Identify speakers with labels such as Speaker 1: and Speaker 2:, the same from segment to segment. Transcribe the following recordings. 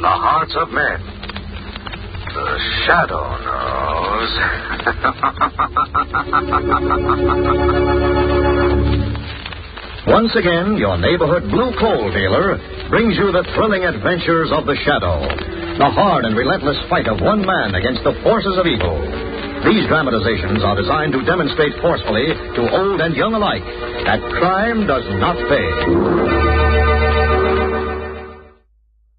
Speaker 1: thoughts of men. The shadow knows.
Speaker 2: Once again, your neighborhood blue coal dealer brings you the thrilling adventures of the shadow, the hard and relentless fight of one man against the forces of evil. These dramatizations are designed to demonstrate forcefully to old and young alike that crime does not pay.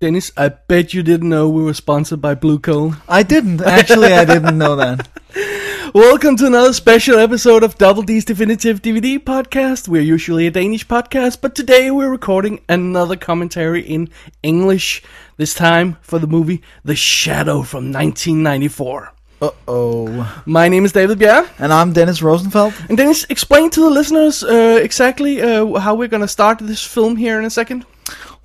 Speaker 3: Dennis, I bet you didn't know we were sponsored by Blue Coal.
Speaker 4: I didn't. Actually, I didn't know that.
Speaker 3: Welcome to another special episode of Double D's Definitive DVD podcast. We're usually a Danish podcast, but today we're recording another commentary in English, this time for the movie The Shadow from 1994.
Speaker 4: Uh oh.
Speaker 3: My name is David Bjerre,
Speaker 4: And I'm Dennis Rosenfeld.
Speaker 3: and Dennis, explain to the listeners uh, exactly uh, how we're going to start this film here in a second.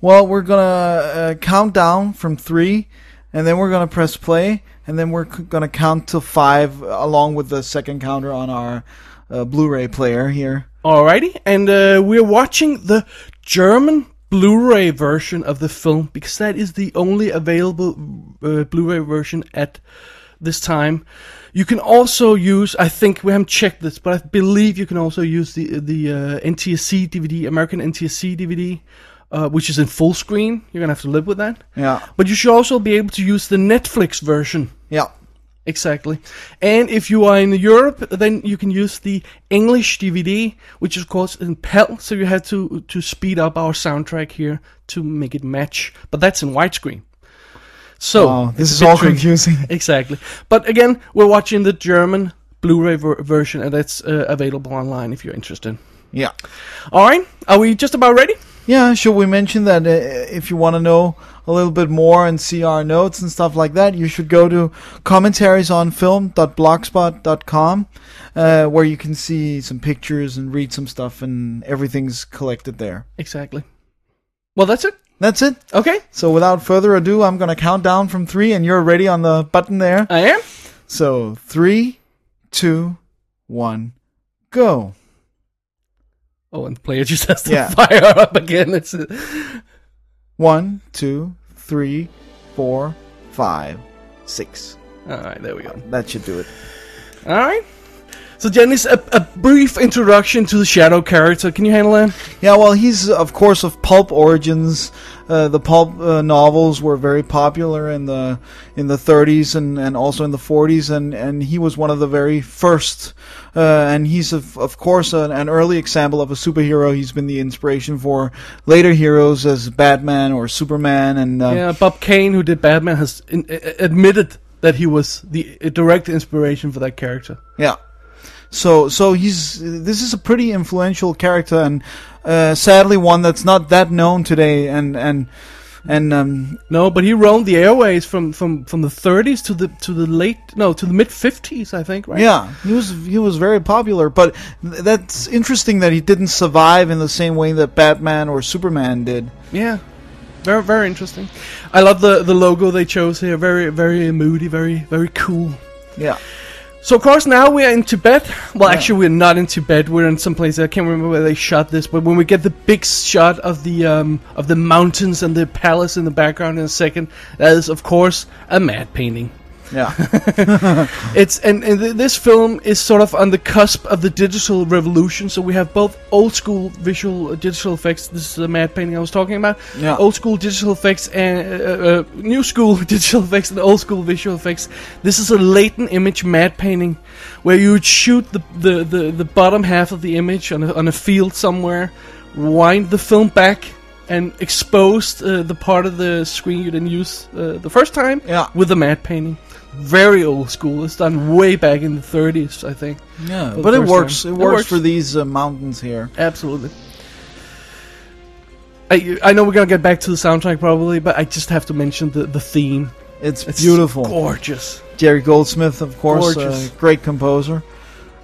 Speaker 4: Well, we're gonna uh, count down from three, and then we're gonna press play, and then we're c- gonna count to five uh, along with the second counter on our uh, Blu-ray player here.
Speaker 3: Alrighty, and uh, we're watching the German Blu-ray version of the film because that is the only available uh, Blu-ray version at this time. You can also use, I think we haven't checked this, but I believe you can also use the the uh, NTSC DVD, American NTSC DVD, uh, which is in full screen. You're gonna have to live with that.
Speaker 4: Yeah.
Speaker 3: But you should also be able to use the Netflix version.
Speaker 4: Yeah.
Speaker 3: Exactly. And if you are in Europe, then you can use the English DVD, which is of course in PAL, so you had to to speed up our soundtrack here to make it match. But that's in widescreen. So
Speaker 4: Oh, this
Speaker 3: it's a
Speaker 4: is
Speaker 3: bit
Speaker 4: all
Speaker 3: tricky.
Speaker 4: confusing.
Speaker 3: Exactly. But again, we're watching the German Blu-ray ver- version, and that's uh, available online if you're interested.
Speaker 4: Yeah.
Speaker 3: All right, are we just about ready?
Speaker 4: Yeah. Should we mention that uh, if you want to know a little bit more and see our notes and stuff like that, you should go to commentariesonfilm.blogspot.com, uh, where you can see some pictures and read some stuff, and everything's collected there.
Speaker 3: Exactly. Well, that's it.
Speaker 4: That's it.
Speaker 3: Okay,
Speaker 4: So without further ado, I'm gonna count down from three, and you're ready on the button there.
Speaker 3: I am.
Speaker 4: So three, two, one, go.
Speaker 3: Oh, and the player just has to
Speaker 4: Yeah.
Speaker 3: fire up again. It's. uh,
Speaker 4: One, two, three, four, five, six.
Speaker 3: All right, there we go.
Speaker 4: That should do it.
Speaker 3: All right. So, Janice, a, a brief introduction to the Shadow character. Can you handle that?
Speaker 4: Yeah, well, he's of course of pulp origins. Uh, the pulp uh, novels were very popular in the in the 30s and, and also in the 40s, and, and he was one of the very first. Uh, and he's of of course an, an early example of a superhero. He's been the inspiration for later heroes as Batman or Superman, and uh,
Speaker 3: yeah, Bob Kane, who did Batman, has in, a- admitted that he was the uh, direct inspiration for that character.
Speaker 4: Yeah. So so he's this is a pretty influential character and uh, sadly one that's not that known today and and and um,
Speaker 3: No, but he roamed the airways from, from, from the 30s to the to the late no to the mid 50s, I think. Right?
Speaker 4: yeah he was he was very popular but th- that's interesting that he didn't survive in the same way that Batman or Superman did.
Speaker 3: Yeah. Very very interesting. I love the, the logo they chose here. Very very moody. Very very cool.
Speaker 4: Yeah.
Speaker 3: So of course now we are in Tibet. Well, actually we're not in Tibet. We're in some place I can't remember where they shot this. But when we get the big shot of the um, of the mountains and the palace in the background in a second, that is of course a mad painting.
Speaker 4: Yeah.
Speaker 3: It's and, and th- this film is sort of on the cusp of the digital revolution. So we have both old school visual uh, digital effects. This is the mad painting I was talking about.
Speaker 4: Yeah.
Speaker 3: Old school digital effects and uh, uh, new school digital effects and old school visual effects. This is a latent image mad painting, where you would shoot the the, the, the bottom half of the image on a, on a field somewhere, wind the film back. And exposed uh, the part of the screen you didn't use uh, the first time
Speaker 4: Yeah.
Speaker 3: with a matte painting. Very old school. It's done way back in the 30s, I think.
Speaker 4: Yeah,
Speaker 3: the
Speaker 4: but it
Speaker 3: first
Speaker 4: works.
Speaker 3: time.
Speaker 4: It
Speaker 3: It
Speaker 4: works.
Speaker 3: works.
Speaker 4: for these uh, mountains here.
Speaker 3: Absolutely. I, I know we're gonna get back to the soundtrack probably, but I just have to mention the, the theme.
Speaker 4: It's,
Speaker 3: It's
Speaker 4: beautiful.
Speaker 3: gorgeous.
Speaker 4: Jerry Goldsmith, of course,
Speaker 3: Gorgeous.
Speaker 4: a great composer,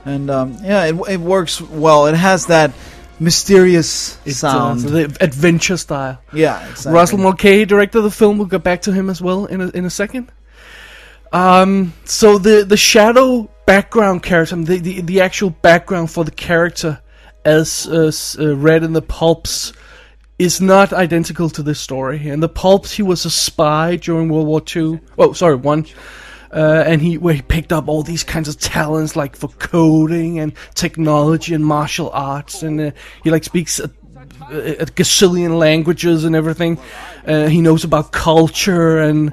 Speaker 4: and um, yeah, it, it works well. It has that mysterious
Speaker 3: It's uh,
Speaker 4: sound.
Speaker 3: the adventure style.
Speaker 4: yeah, exactly.
Speaker 3: Russell Mulcahy, director of the film, we'll get back to him as well in a, in a second. Um, so the the shadow background character, the the, the actual background for the character, as uh, s- uh, read in the pulps, is not identical to this story. In the pulps, he was a spy during World War Two. Oh, sorry, one. Uh, and he where he picked up all these kinds of talents like for coding and technology and martial arts, and uh, he like speaks a, a, a gazillion languages and everything. Uh, he knows about culture and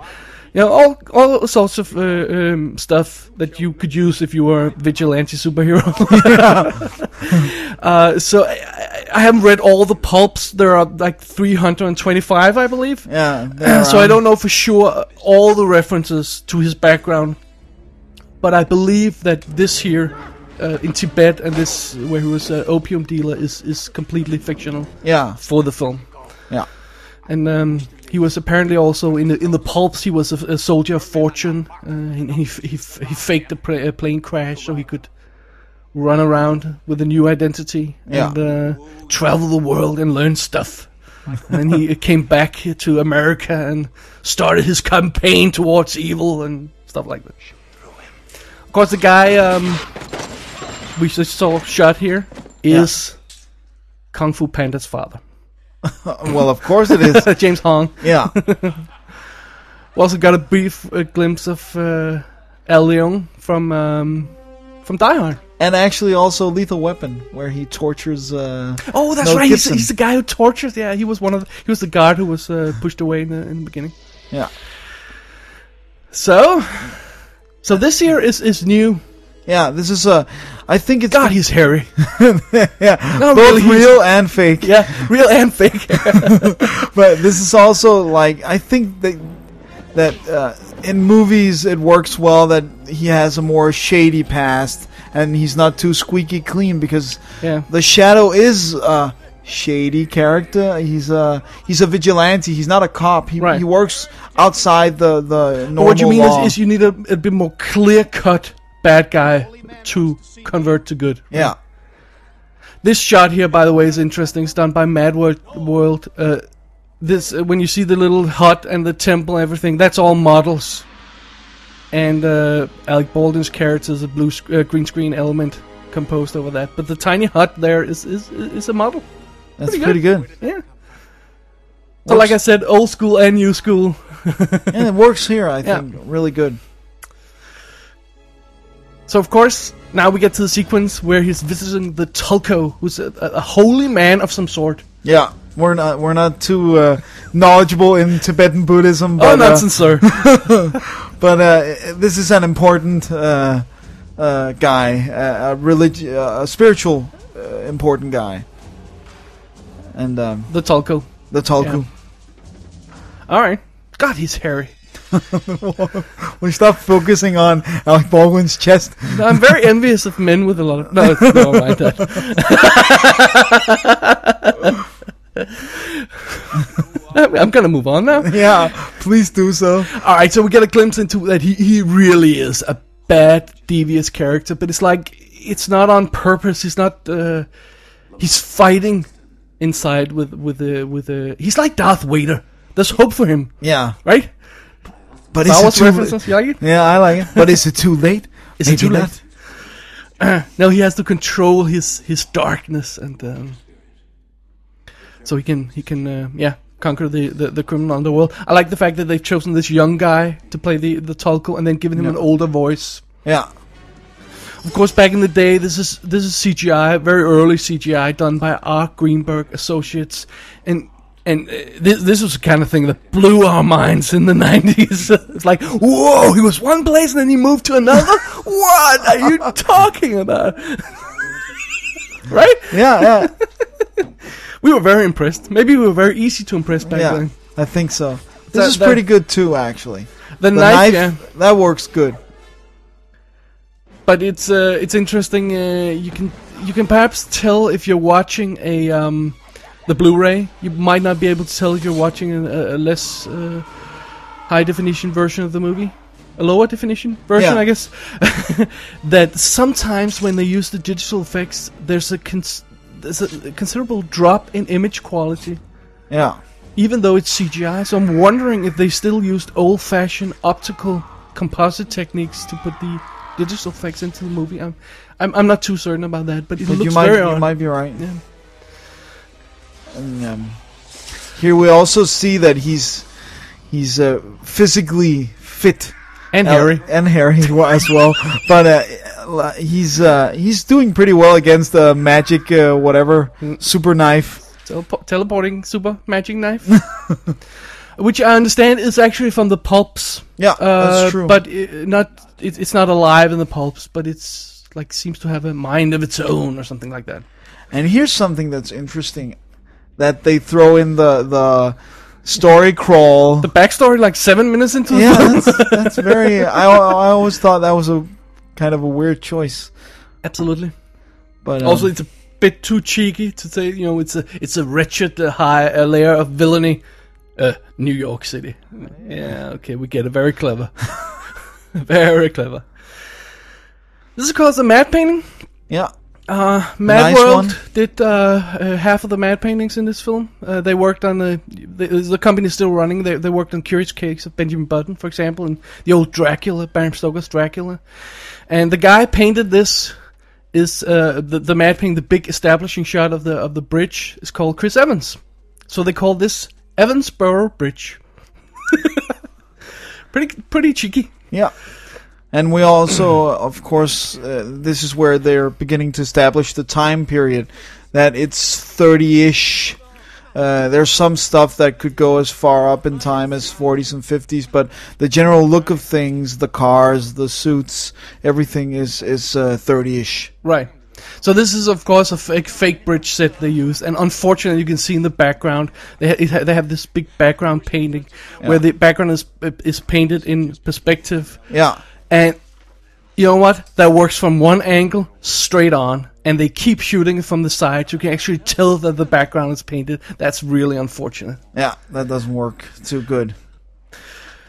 Speaker 3: you know all all sorts of uh, um, stuff that you could use if you were a vigilante superhero. uh, so I, I- I haven't read all the pulps. There are like 325, I believe.
Speaker 4: Yeah. um, they're
Speaker 3: so I
Speaker 4: around.
Speaker 3: don't know for sure all the references to his background, but I believe that this here. Uh, in Tibet and this where he was an opium dealer is is completely fictional
Speaker 4: Yeah.
Speaker 3: for the film.
Speaker 4: Yeah.
Speaker 3: And um, he was apparently also in the in the pulps. He was a, a soldier of fortune. Uh, and he f- he f- he faked a, pra- a plane crash so he could run around with a new identity
Speaker 4: Yeah.
Speaker 3: and uh, travel the world and learn stuff. and then he came back here to America and started his campaign towards evil and stuff like that. Of course, the guy um, we just saw shot here is Kung Fu Panda's father,
Speaker 4: Well, of course it is.
Speaker 3: James Hong.
Speaker 4: Yeah.
Speaker 3: We also got a brief uh, glimpse of uh, El Leon from um, from Die Hard.
Speaker 4: And actually, also Lethal Weapon, where he tortures. Uh,
Speaker 3: Oh, that's
Speaker 4: Mel
Speaker 3: right. He's,
Speaker 4: Gibson.
Speaker 3: he's the guy who tortures. Yeah, he was one of the, he was the guard who was uh, pushed away in the, in the beginning.
Speaker 4: yeah.
Speaker 3: So, so this here is is new.
Speaker 4: Yeah. This is Uh, I think it's
Speaker 3: God, he's hairy.
Speaker 4: yeah,
Speaker 3: No,
Speaker 4: both
Speaker 3: really, he's-
Speaker 4: real and fake.
Speaker 3: Yeah, real and fake.
Speaker 4: But this is also like I think that that uh, in movies it works well that he has a more shady past and he's not too squeaky clean because
Speaker 3: yeah,
Speaker 4: the Shadow is a shady character. He's a he's a vigilante. He's not a cop. He,
Speaker 3: Right.
Speaker 4: he works outside the the normal
Speaker 3: but what you mean
Speaker 4: law.
Speaker 3: is, is you need a, a bit more clear cut bad guy to convert to good.
Speaker 4: yeah.
Speaker 3: This shot here, by the way, is interesting. It's done by Mad World. World. Uh, this uh, when you see the little hut and the temple, and everything. That's all models. And uh, Alec Baldwin's character is a blue sc- uh, green screen element composed over that. But the tiny hut there is is, is a model.
Speaker 4: That's
Speaker 3: Pretty
Speaker 4: pretty good.
Speaker 3: Yeah. So, like I said, old school and new school.
Speaker 4: and it works here, I
Speaker 3: Yeah.
Speaker 4: think. Really good.
Speaker 3: So, of course, now we get to the sequence where he's visiting the Tulko, who's a, a a holy man of some sort.
Speaker 4: Yeah. We're not we're not too uh, knowledgeable in Tibetan Buddhism,
Speaker 3: Oh,
Speaker 4: but uh,
Speaker 3: nonsense, sir.
Speaker 4: but uh, this is an important uh, uh, guy, uh, a religi- uh, a spiritual uh, important guy, and um,
Speaker 3: the Tulko.
Speaker 4: the Talku.
Speaker 3: All right. God, he's hairy.
Speaker 4: We stop focusing on Alec Baldwin's chest.
Speaker 3: No, I'm very envious of men with a lot of. No, it's no, right. That. I'm- I'm gonna move on now.
Speaker 4: Yeah, please do so.
Speaker 3: All right, so we get a glimpse into that he he really is a bad, devious character, but it's like it's not on purpose. He's not. Uh, he's fighting inside with with a with a. He's like Darth Vader. There's hope for him,
Speaker 4: Yeah,
Speaker 3: right?
Speaker 4: but
Speaker 3: Star
Speaker 4: is
Speaker 3: Wars
Speaker 4: it too?
Speaker 3: references, you like it?
Speaker 4: Yeah, I like it. But is it too late?
Speaker 3: Is it
Speaker 4: Maybe
Speaker 3: too
Speaker 4: not.
Speaker 3: late? no, he has to control his his darkness and um, so he can he can uh, yeah conquer the, the the criminal underworld. I like the fact that they've chosen this young guy to play the the Tolko and then given him an older voice.
Speaker 4: Yeah,
Speaker 3: Of course, back in the day, this is this is CGI, very early CGI done by Art Greenberg Associates, and. And uh, this, this was the kind of thing that blew our minds in the 90s. it's like, whoa, he was one place and then he moved to another? what are you talking about? right?
Speaker 4: yeah, yeah.
Speaker 3: We were very impressed. Maybe we were very easy to impress back
Speaker 4: yeah,
Speaker 3: then.
Speaker 4: I think so. This
Speaker 3: That-
Speaker 4: is
Speaker 3: that-
Speaker 4: pretty good too, actually.
Speaker 3: The,
Speaker 4: The
Speaker 3: knife,
Speaker 4: knife,
Speaker 3: yeah.
Speaker 4: that works good.
Speaker 3: But it's uh, it's interesting. Uh, you can you can perhaps tell if you're watching a um, the Blu-ray. You might not be able to tell if you're watching a, a less uh, high definition version of the movie, a lower definition version,
Speaker 4: Yeah.
Speaker 3: I guess. that sometimes when they use the digital effects, there's a cons- there's a considerable drop in image quality.
Speaker 4: Yeah,
Speaker 3: even though it's CGI. So I'm wondering if they still used old-fashioned optical composite techniques to put the digital effects into the movie. I'm, I'm, I'm not too certain about that, but it
Speaker 4: but
Speaker 3: looks
Speaker 4: you might
Speaker 3: very
Speaker 4: you
Speaker 3: odd.
Speaker 4: might be right.
Speaker 3: Yeah.
Speaker 4: And, um, Here we also see that he's he's uh, physically fit
Speaker 3: And
Speaker 4: Uh,
Speaker 3: Harry.
Speaker 4: and Harry wa- as well. but uh, he's uh, he's doing pretty well against the magic uh, whatever
Speaker 3: Mm.
Speaker 4: super knife.
Speaker 3: Telepo- teleporting super magic knife. Which I understand is actually from the pulps.
Speaker 4: Yeah,
Speaker 3: Uh,
Speaker 4: that's true.
Speaker 3: But i not it, it's not alive in the pulps, but it's like seems to have a mind of its own or something like that.
Speaker 4: And here's something that's interesting that they throw in the the story crawl.
Speaker 3: The backstory, like seven minutes into
Speaker 4: yeah,
Speaker 3: the
Speaker 4: that's, that's very. I I always thought that was a kind of a weird choice,
Speaker 3: absolutely.
Speaker 4: but um,
Speaker 3: Also, it's a bit too cheeky to say. You know, it's a it's a wretched uh, high uh, layer of villainy. Uh, New York City. Yeah, okay, we get it. Very clever. very clever. This is called the matte painting.
Speaker 4: yeah,
Speaker 3: Uh, Mad
Speaker 4: Nice
Speaker 3: World
Speaker 4: one.
Speaker 3: did uh, uh, half of the Mad paintings in this film. Uh, they worked on the the, the company's still running. They they worked on Curious Case of Benjamin Button, for example, and the old Dracula, Bram Stoker's Dracula. And the guy painted this is uh, the the Mad painting. The big establishing shot of the of the bridge is called Chris Evans. So they call this Evansboro Bridge. pretty pretty cheeky.
Speaker 4: yeah. And we also, of course, uh, this is where they're beginning to establish the time period that it's thirty-ish. Uh, there's some stuff that could go as far up in time as 40s and 50s, but the general look of things, the cars, the suits, everything is is uh, 30ish.
Speaker 3: Right. So this is, of course, a fake, fake bridge set they used, and unfortunately, you can see in the background they ha- it ha- they have this big background painting where the background is is painted in perspective,
Speaker 4: Yeah.
Speaker 3: and you know what? That works from one angle straight on, and they keep shooting it from the side. You can actually tell that the background is painted. That's really unfortunate.
Speaker 4: Yeah, that doesn't work too good.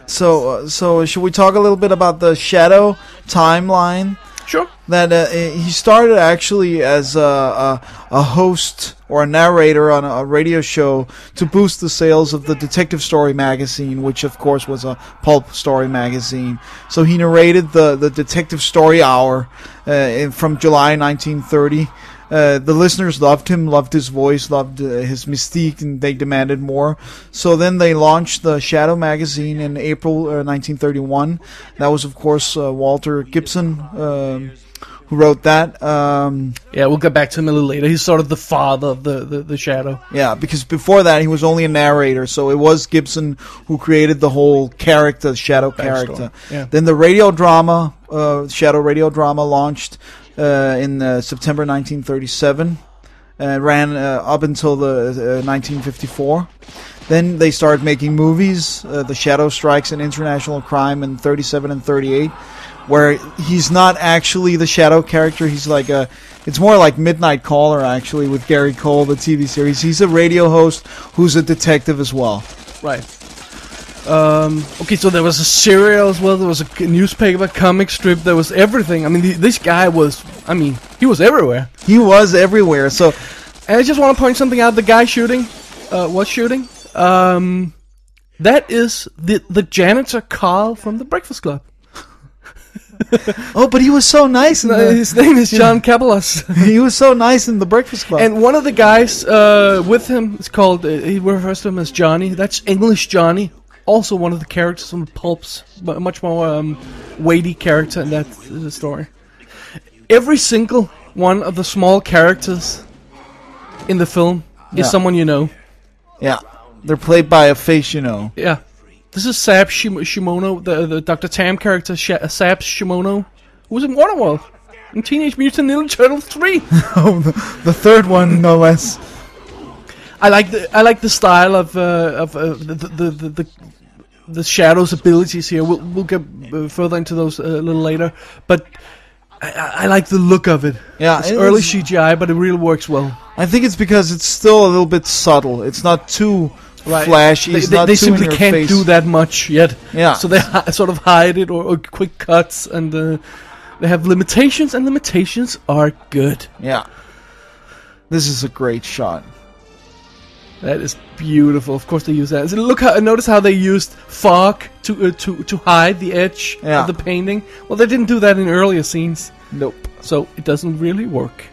Speaker 4: So, uh, so should we talk a little bit about the shadow timeline?
Speaker 3: Sure.
Speaker 4: That uh, he started actually as a, a a host or a narrator on a radio show to boost the sales of the Detective Story magazine, which of course was a pulp story magazine. So he narrated the the Detective Story Hour uh, in, from July 1930. Uh, the listeners loved him, loved his voice, loved uh, his mystique, and they demanded more. So then they launched the Shadow magazine in April uh, 1931. That was, of course, uh, Walter Gibson um, who wrote that. Um,
Speaker 3: Yeah, we'll get back to him a little later. He's sort of the father of the, the, the shadow.
Speaker 4: yeah, because before that he was only a narrator, so it was Gibson who created the whole character, Shadow character.
Speaker 3: yeah.
Speaker 4: Then the radio drama, uh, Shadow radio drama, launched uh, in uh, September 1937 and ran uh, up until the uh, 1954. Then they started making movies, uh, The Shadow Strikes and International Crime in 37 and 38, where he's not actually the Shadow character. He's like a, it's more like Midnight Caller actually with Gary Cole, the TV series. He's a radio host who's a detective as well.
Speaker 3: Right. Um, okay, so there was a serial as well. There was a c- newspaper, comic strip. There was everything. I mean, the, this guy was. I mean, he was everywhere.
Speaker 4: He was everywhere. So
Speaker 3: And I just want to point something out. The guy shooting, uh, was shooting. Um, that is the the janitor Carl from the Breakfast Club.
Speaker 4: Oh, but he was so nice. In
Speaker 3: Uh,
Speaker 4: the,
Speaker 3: His name is John Capelos.
Speaker 4: he was so nice in the Breakfast Club.
Speaker 3: And one of the guys uh, with him is called, uh, he refers to him as Johnny. That's English Johnny. Also one of the characters from Pulp's, but much more um, weighty character in that uh, story. Every single one of the small characters in the film is
Speaker 4: Yeah.
Speaker 3: someone you know.
Speaker 4: yeah, they're played by a face you know.
Speaker 3: Yeah. This is Sab Shim- Shimono, the, the Dr. Tam character, Sha Sab Shimono, who was in Waterworld. In Teenage Mutant Ninja Turtles 3.
Speaker 4: Oh, The third one, no less.
Speaker 3: I like the I like the style of uh, of uh, the, the, the the the shadow's abilities here. We'll we'll get uh, further into those uh, a little later, but I- I, I like the look of it.
Speaker 4: Yeah,
Speaker 3: it's
Speaker 4: it
Speaker 3: early
Speaker 4: is-
Speaker 3: CGI, but it really works well.
Speaker 4: I think it's because it's still a little bit subtle. It's not too flashy.
Speaker 3: They,
Speaker 4: it's
Speaker 3: they-
Speaker 4: not
Speaker 3: they
Speaker 4: too
Speaker 3: simply
Speaker 4: in your
Speaker 3: can't
Speaker 4: face.
Speaker 3: do that much yet.
Speaker 4: Yeah.
Speaker 3: so they hi- sort of hide it or, or quick cuts, and uh, they have limitations, and limitations are good.
Speaker 4: Yeah. This is a great shot.
Speaker 3: That is beautiful. Of course, they use that. And look, how, notice how they used fog to uh, to to hide the edge
Speaker 4: Yeah.
Speaker 3: of the painting. Well, they didn't do that in earlier scenes,
Speaker 4: Nope.
Speaker 3: so it doesn't really work.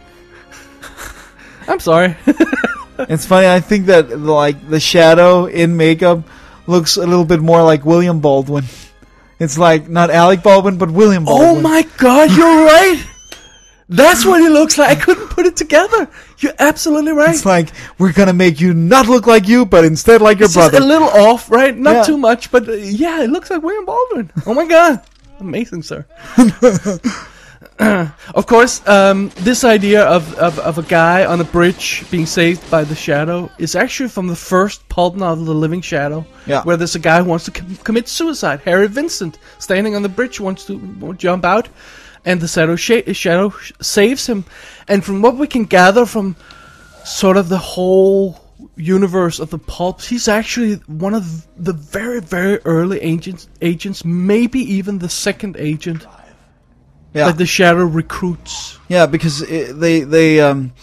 Speaker 3: I'm sorry.
Speaker 4: it's funny. I think that like the shadow in makeup looks a little bit more like William Baldwin. It's like not Alec Baldwin, but William Baldwin.
Speaker 3: Oh my god, you're right. That's what he looks like. I couldn't put it together. You're absolutely right.
Speaker 4: It's like we're gonna make you not look like you, but instead like your
Speaker 3: It's just
Speaker 4: brother.
Speaker 3: a little off, right? Not
Speaker 4: Yeah.
Speaker 3: too much, but uh, yeah, it looks like William Baldwin. Oh my god, amazing, sir. of course, um, this idea of, of, of a guy on a bridge being saved by the shadow is actually from the first pulp novel, The Living Shadow,
Speaker 4: Yeah.
Speaker 3: where there's a guy who wants to com- commit suicide. Harry Vincent, standing on the bridge, wants to w- jump out, and the shadow, sha- shadow sh- saves him. And from what we can gather from sort of the whole universe of the pulps. He's actually one of the very, very early agents, agents maybe even the second agent
Speaker 4: yeah.
Speaker 3: that the Shadow recruits.
Speaker 4: Yeah, because it, they they um,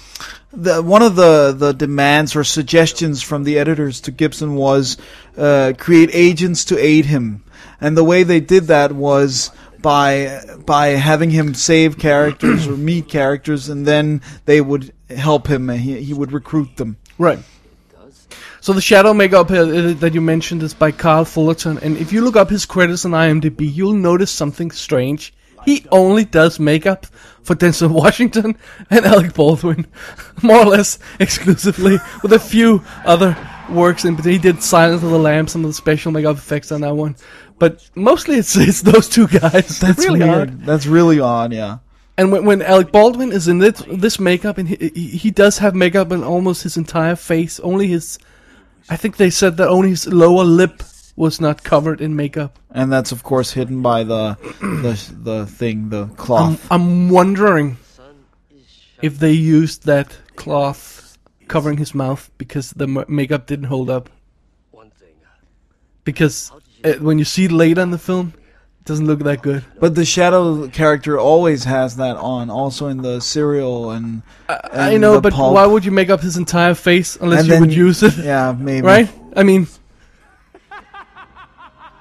Speaker 4: the, one of the the demands or suggestions from the editors to Gibson was uh, create agents to aid him, and the way they did that was by by having him save characters or meet characters, and then they would help him, and he he would recruit them.
Speaker 3: Right. So the Shadow makeup uh, uh, that you mentioned is by Carl Fullerton, and if you look up his credits on IMDb, you'll notice something strange. He only does makeup for Denzel Washington and Alec Baldwin, more or less exclusively, with a few other works. In but he did Silence of the Lambs, some of the special makeup effects on that one, but mostly it's it's those two guys. That's really hard.
Speaker 4: That's really odd. Yeah.
Speaker 3: And when, when Alec Baldwin is in this, this makeup, and he, he he does have makeup on almost his entire face, only his, I think they said that only his lower lip was not covered in makeup.
Speaker 4: And that's of course hidden by the the the thing, the
Speaker 3: I'm,
Speaker 4: cloth.
Speaker 3: I'm wondering if they used that cloth covering his mouth because the m- makeup didn't hold up. Because uh, when you see it later in the film, it doesn't look that good.
Speaker 4: But the shadow character always has that on, also in the serial and
Speaker 3: I
Speaker 4: and
Speaker 3: know,
Speaker 4: the
Speaker 3: but
Speaker 4: pulp.
Speaker 3: why would you make up his entire face unless
Speaker 4: And
Speaker 3: you
Speaker 4: then-
Speaker 3: would use it?
Speaker 4: Yeah, maybe.
Speaker 3: right? I mean,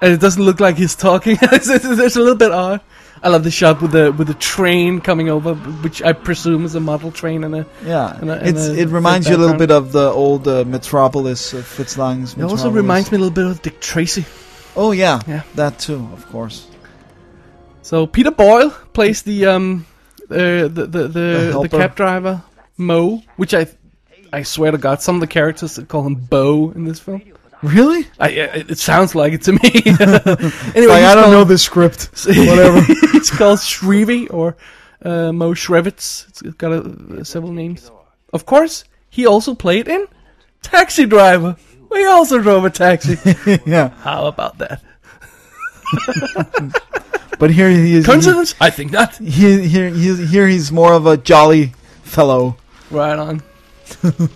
Speaker 3: and it doesn't look like he's talking. it's, it's, it's a little bit odd. I love the shot with the with the train coming over, which I presume is a model train and a.
Speaker 4: Yeah,
Speaker 3: And a- and
Speaker 4: it's
Speaker 3: a
Speaker 4: it
Speaker 3: good
Speaker 4: reminds you a little
Speaker 3: background.
Speaker 4: bit of the old uh, Metropolis, uh, Fritz Lang's.
Speaker 3: It also reminds me a little bit of Dick Tracy.
Speaker 4: Oh yeah,
Speaker 3: Yeah.
Speaker 4: that too, of course.
Speaker 3: So Peter Boyle plays the um uh, the the the, the
Speaker 4: helper.
Speaker 3: cab driver Mo, which I I swear to God, some of the characters call him Bo in this film.
Speaker 4: Really?
Speaker 3: I, I- it sounds like it to me. anyway,
Speaker 4: Like
Speaker 3: he's
Speaker 4: I don't
Speaker 3: called-
Speaker 4: know the script. Whatever.
Speaker 3: it's called Shrevi or uh, Mo Shrevitz. It's got a, uh, several names. Of course, he also played in Taxi Driver. We also drove a taxi.
Speaker 4: yeah,
Speaker 3: How about that?
Speaker 4: but here he is.
Speaker 3: Coincidence? I think not.
Speaker 4: He, here, he, here he's more of a jolly fellow.
Speaker 3: Right on.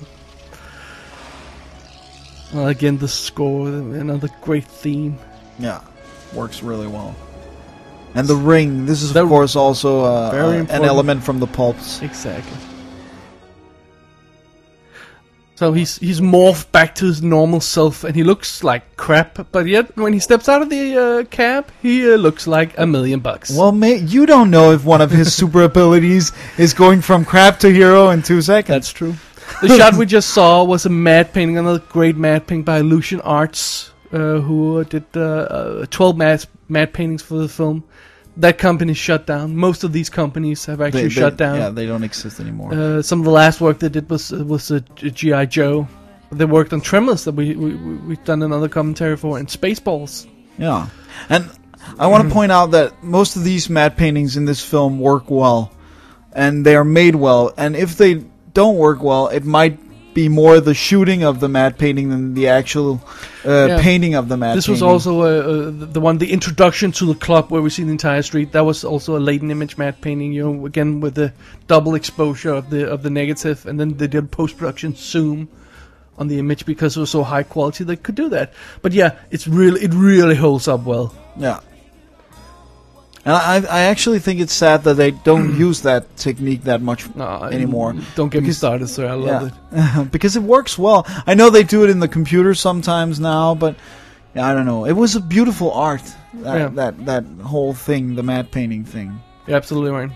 Speaker 3: well, again, the score, another great theme.
Speaker 4: Yeah, works really well. And the ring. This is of
Speaker 3: The-
Speaker 4: course also uh,
Speaker 3: Very
Speaker 4: uh, an
Speaker 3: important.
Speaker 4: element from the pulps.
Speaker 3: Exactly. So he's he's morphed back to his normal self, and he looks like crap. But yet, when he steps out of the uh, cab, he uh, looks like a million bucks.
Speaker 4: Well, mate, you don't know if one of his super abilities is going from crap to hero in two seconds.
Speaker 3: That's true. The shot we just saw was a matte painting, another great matte painting by Lucian Arts, uh, who uh, did uh, uh, 12 matte, matte paintings for the film. That company shut down. Most of these companies have actually shut down.
Speaker 4: Yeah, they don't exist anymore.
Speaker 3: Uh, some of the last work they did was was uh, G- GI Joe. They worked on Tremors that we, we we- we've done another commentary for and Spaceballs.
Speaker 4: Yeah, and I want to point out that most of these matte paintings in this film work well, and they are made well. And if they don't work well, it might be more the shooting of the matte painting than the actual uh,
Speaker 3: Yeah.
Speaker 4: painting of the matte.
Speaker 3: This was
Speaker 4: painting.
Speaker 3: also uh, uh, the one, the introduction to the club where we see the entire street. That was also a latent image matte painting. You know, again with the double exposure of the of the negative, and then they did post production zoom on the image because it was so high quality they could do that. But yeah, it's really it really holds up well.
Speaker 4: yeah. And I, I actually think it's sad that they don't use that technique that much
Speaker 3: No, I-
Speaker 4: anymore.
Speaker 3: Don't get me started, sir. I love it.
Speaker 4: yeah. because it works well. I know they do it in the computer sometimes now, but I don't know. It was a beautiful art. That
Speaker 3: Yeah.
Speaker 4: that, that whole thing, the matte painting thing.
Speaker 3: You're absolutely right.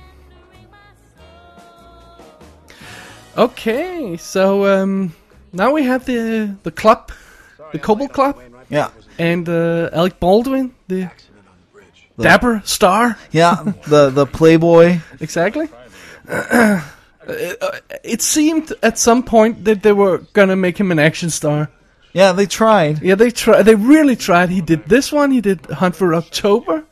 Speaker 3: Okay, so um, Now we have the the club, the Cobalt Club,
Speaker 4: Yeah.
Speaker 3: and uh, Alec Baldwin, the dapper star.
Speaker 4: Yeah. the the Playboy.
Speaker 3: Exactly. Uh, it seemed at some point that they were gonna make him an action star.
Speaker 4: Yeah, they tried.
Speaker 3: Yeah, they tried. They really tried. He did this one. He did Hunt for October.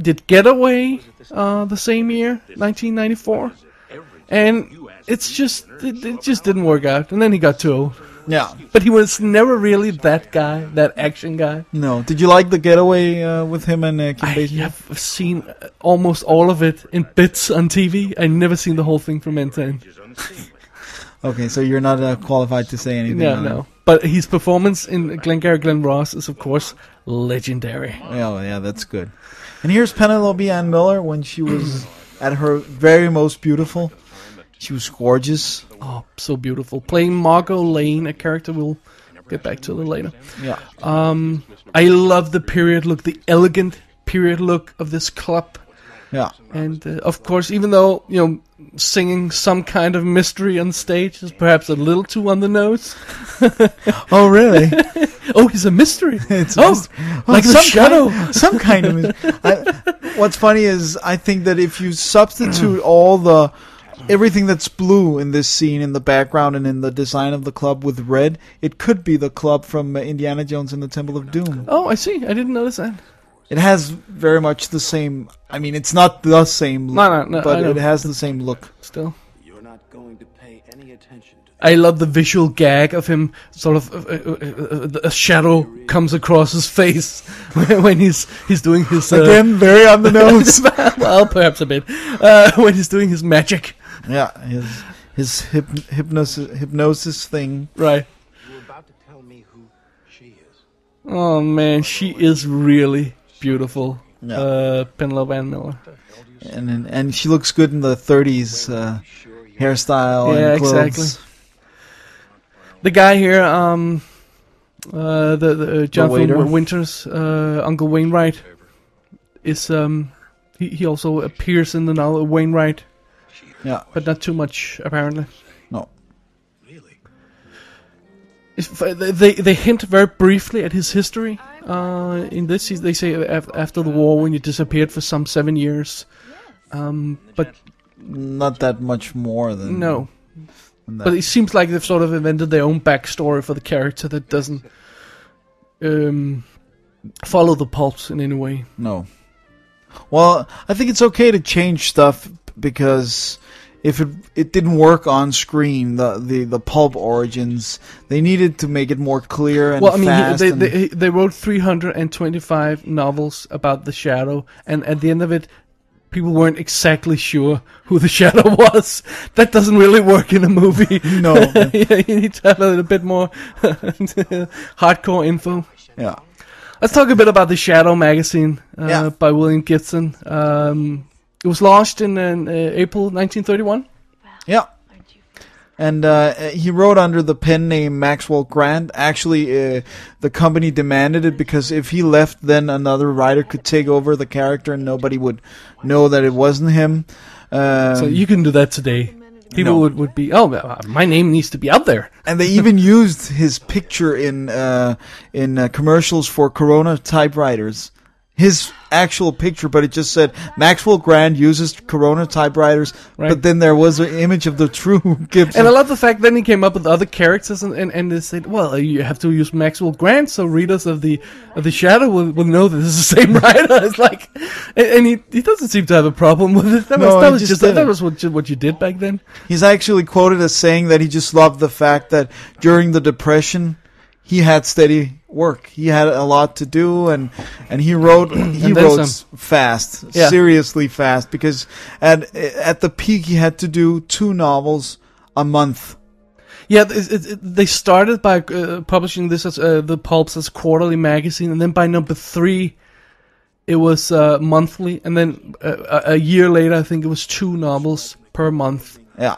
Speaker 3: Did Getaway uh, the same year, 1994, and it's just it, it just didn't work out. And then he got too old.
Speaker 4: Yeah.
Speaker 3: But he was never really that guy, that action guy.
Speaker 4: No. Did you like the getaway uh, with him and uh, Kim
Speaker 3: I
Speaker 4: Basinger?
Speaker 3: have seen uh, almost all of it in bits on TV. I never seen the whole thing from end to end.
Speaker 4: Okay, so you're not uh, qualified to say anything.
Speaker 3: Yeah,
Speaker 4: on
Speaker 3: no. But his performance in Glengarry Glen Ross is, of course, legendary.
Speaker 4: it. Yeah, well, Oh, yeah, that's good. And here's Penelope Ann Miller when she was at her very most beautiful. She was gorgeous.
Speaker 3: Oh, so beautiful. Playing Margot Lane, a character we'll get back to a little later.
Speaker 4: Yeah.
Speaker 3: Um, I love the period look, the elegant period look of this club.
Speaker 4: Yeah.
Speaker 3: And uh, of course, even though you know singing some kind of mystery on stage is perhaps a little too on the nose.
Speaker 4: Oh, really?
Speaker 3: Oh, he's a mystery.
Speaker 4: It's
Speaker 3: oh,
Speaker 4: just-
Speaker 3: like
Speaker 4: the
Speaker 3: some
Speaker 4: shadow.
Speaker 3: shadow.
Speaker 4: some kind of. I, what's funny is I think that if you substitute all the everything that's blue in this scene in the background and in the design of the club with red, it could be the club from uh, Indiana Jones and the Temple of Doom.
Speaker 3: Oh, I see. I didn't notice that.
Speaker 4: It has very much the same. I mean, it's not the same look,
Speaker 3: No, no, no, I
Speaker 4: but
Speaker 3: know.
Speaker 4: it has the same look.
Speaker 3: Still,
Speaker 5: You're not going to pay any attention to
Speaker 3: I love the visual gag of him. Sort of, uh, uh, uh, uh, a shadow comes across his face when he's he's doing his. Uh,
Speaker 4: Again, very on the nose.
Speaker 3: well, perhaps a bit uh, when he's doing his magic,
Speaker 4: yeah, his his hyp, hypnosis hypnosis thing.
Speaker 3: right?
Speaker 5: You're about to tell me who she is.
Speaker 3: Oh man, she is really beautiful.
Speaker 4: Yeah.
Speaker 3: Uh, Penelope Ann Miller.
Speaker 4: and and, and she looks good in the 30s uh, hairstyle
Speaker 3: Yeah,
Speaker 4: and clothes.
Speaker 3: exactly. The guy here, um, uh, the, the uh, Jonathan
Speaker 4: waiter.
Speaker 3: Winters, uh, Uncle Wainwright, is um, he, he also appears in the novel Wainwright,
Speaker 4: Yeah,
Speaker 3: but not too much apparently.
Speaker 4: no,
Speaker 3: It's f- uh, They they- they hint very briefly at his history. Uh, in this, he- they say af- after the war, when you disappeared for some seven years, um, but
Speaker 4: not that much more than
Speaker 3: no.
Speaker 4: than that.
Speaker 3: But it seems like they've sort of invented their own backstory for the character that doesn't um, follow the pulse in any way.
Speaker 4: no. Well, I think it's okay to change stuff because if it it didn't work on screen, the the the pulp origins, they needed to make it more clear and
Speaker 3: well, I mean, he,
Speaker 4: fast.
Speaker 3: they,
Speaker 4: and-
Speaker 3: they they wrote 325 novels about the Shadow, and at the end of it, people weren't exactly sure who the Shadow was. That doesn't really work in a movie.
Speaker 4: No.
Speaker 3: yeah, you need to have a little bit more hardcore info.
Speaker 4: yeah,
Speaker 3: Let's talk a bit about the Shadow magazine uh,
Speaker 4: Yeah.
Speaker 3: by William Gibson. Um, it was launched in uh, April 1931.
Speaker 4: yeah.
Speaker 6: Aren't you?
Speaker 4: And uh, he wrote under the pen name Maxwell Grant. Actually, uh, the company demanded it because if he left, then another writer could take over the character, and nobody would know that it wasn't him. Um,
Speaker 3: so you can do that today. People
Speaker 4: No.
Speaker 3: would, would be, oh, uh, my name needs to be out there.
Speaker 4: and they even used his picture in uh, in uh, commercials for Corona typewriters. His actual picture, but it just said Maxwell Grant uses Corona typewriters.
Speaker 3: Right.
Speaker 4: But then there was an image of the true Gibson.
Speaker 3: And I love the fact then he came up with other characters and, and, and they said, well, uh, you have to use Maxwell Grant so readers of the of the Shadow will, will know this is the same writer. It's like, and, and he, he doesn't seem to have a problem with it. That
Speaker 4: No,
Speaker 3: was, that
Speaker 4: he
Speaker 3: was
Speaker 4: just
Speaker 3: just,
Speaker 4: did
Speaker 3: that
Speaker 4: it.
Speaker 3: was what you, what you did back then.
Speaker 4: He's actually quoted as saying that he just loved the fact that during the depression he had steady work. He had a lot to do and and he wrote he
Speaker 3: then
Speaker 4: wrote
Speaker 3: some.
Speaker 4: s- fast,
Speaker 3: Yeah.
Speaker 4: seriously fast because at at the peak he had to do two novels a month.
Speaker 3: Yeah, it, it, it- they started by uh, publishing this as uh, the Pulps as quarterly magazine, and then by number three, it was uh, monthly, and then uh, a a year later, I think it was two novels per month.
Speaker 4: Yeah.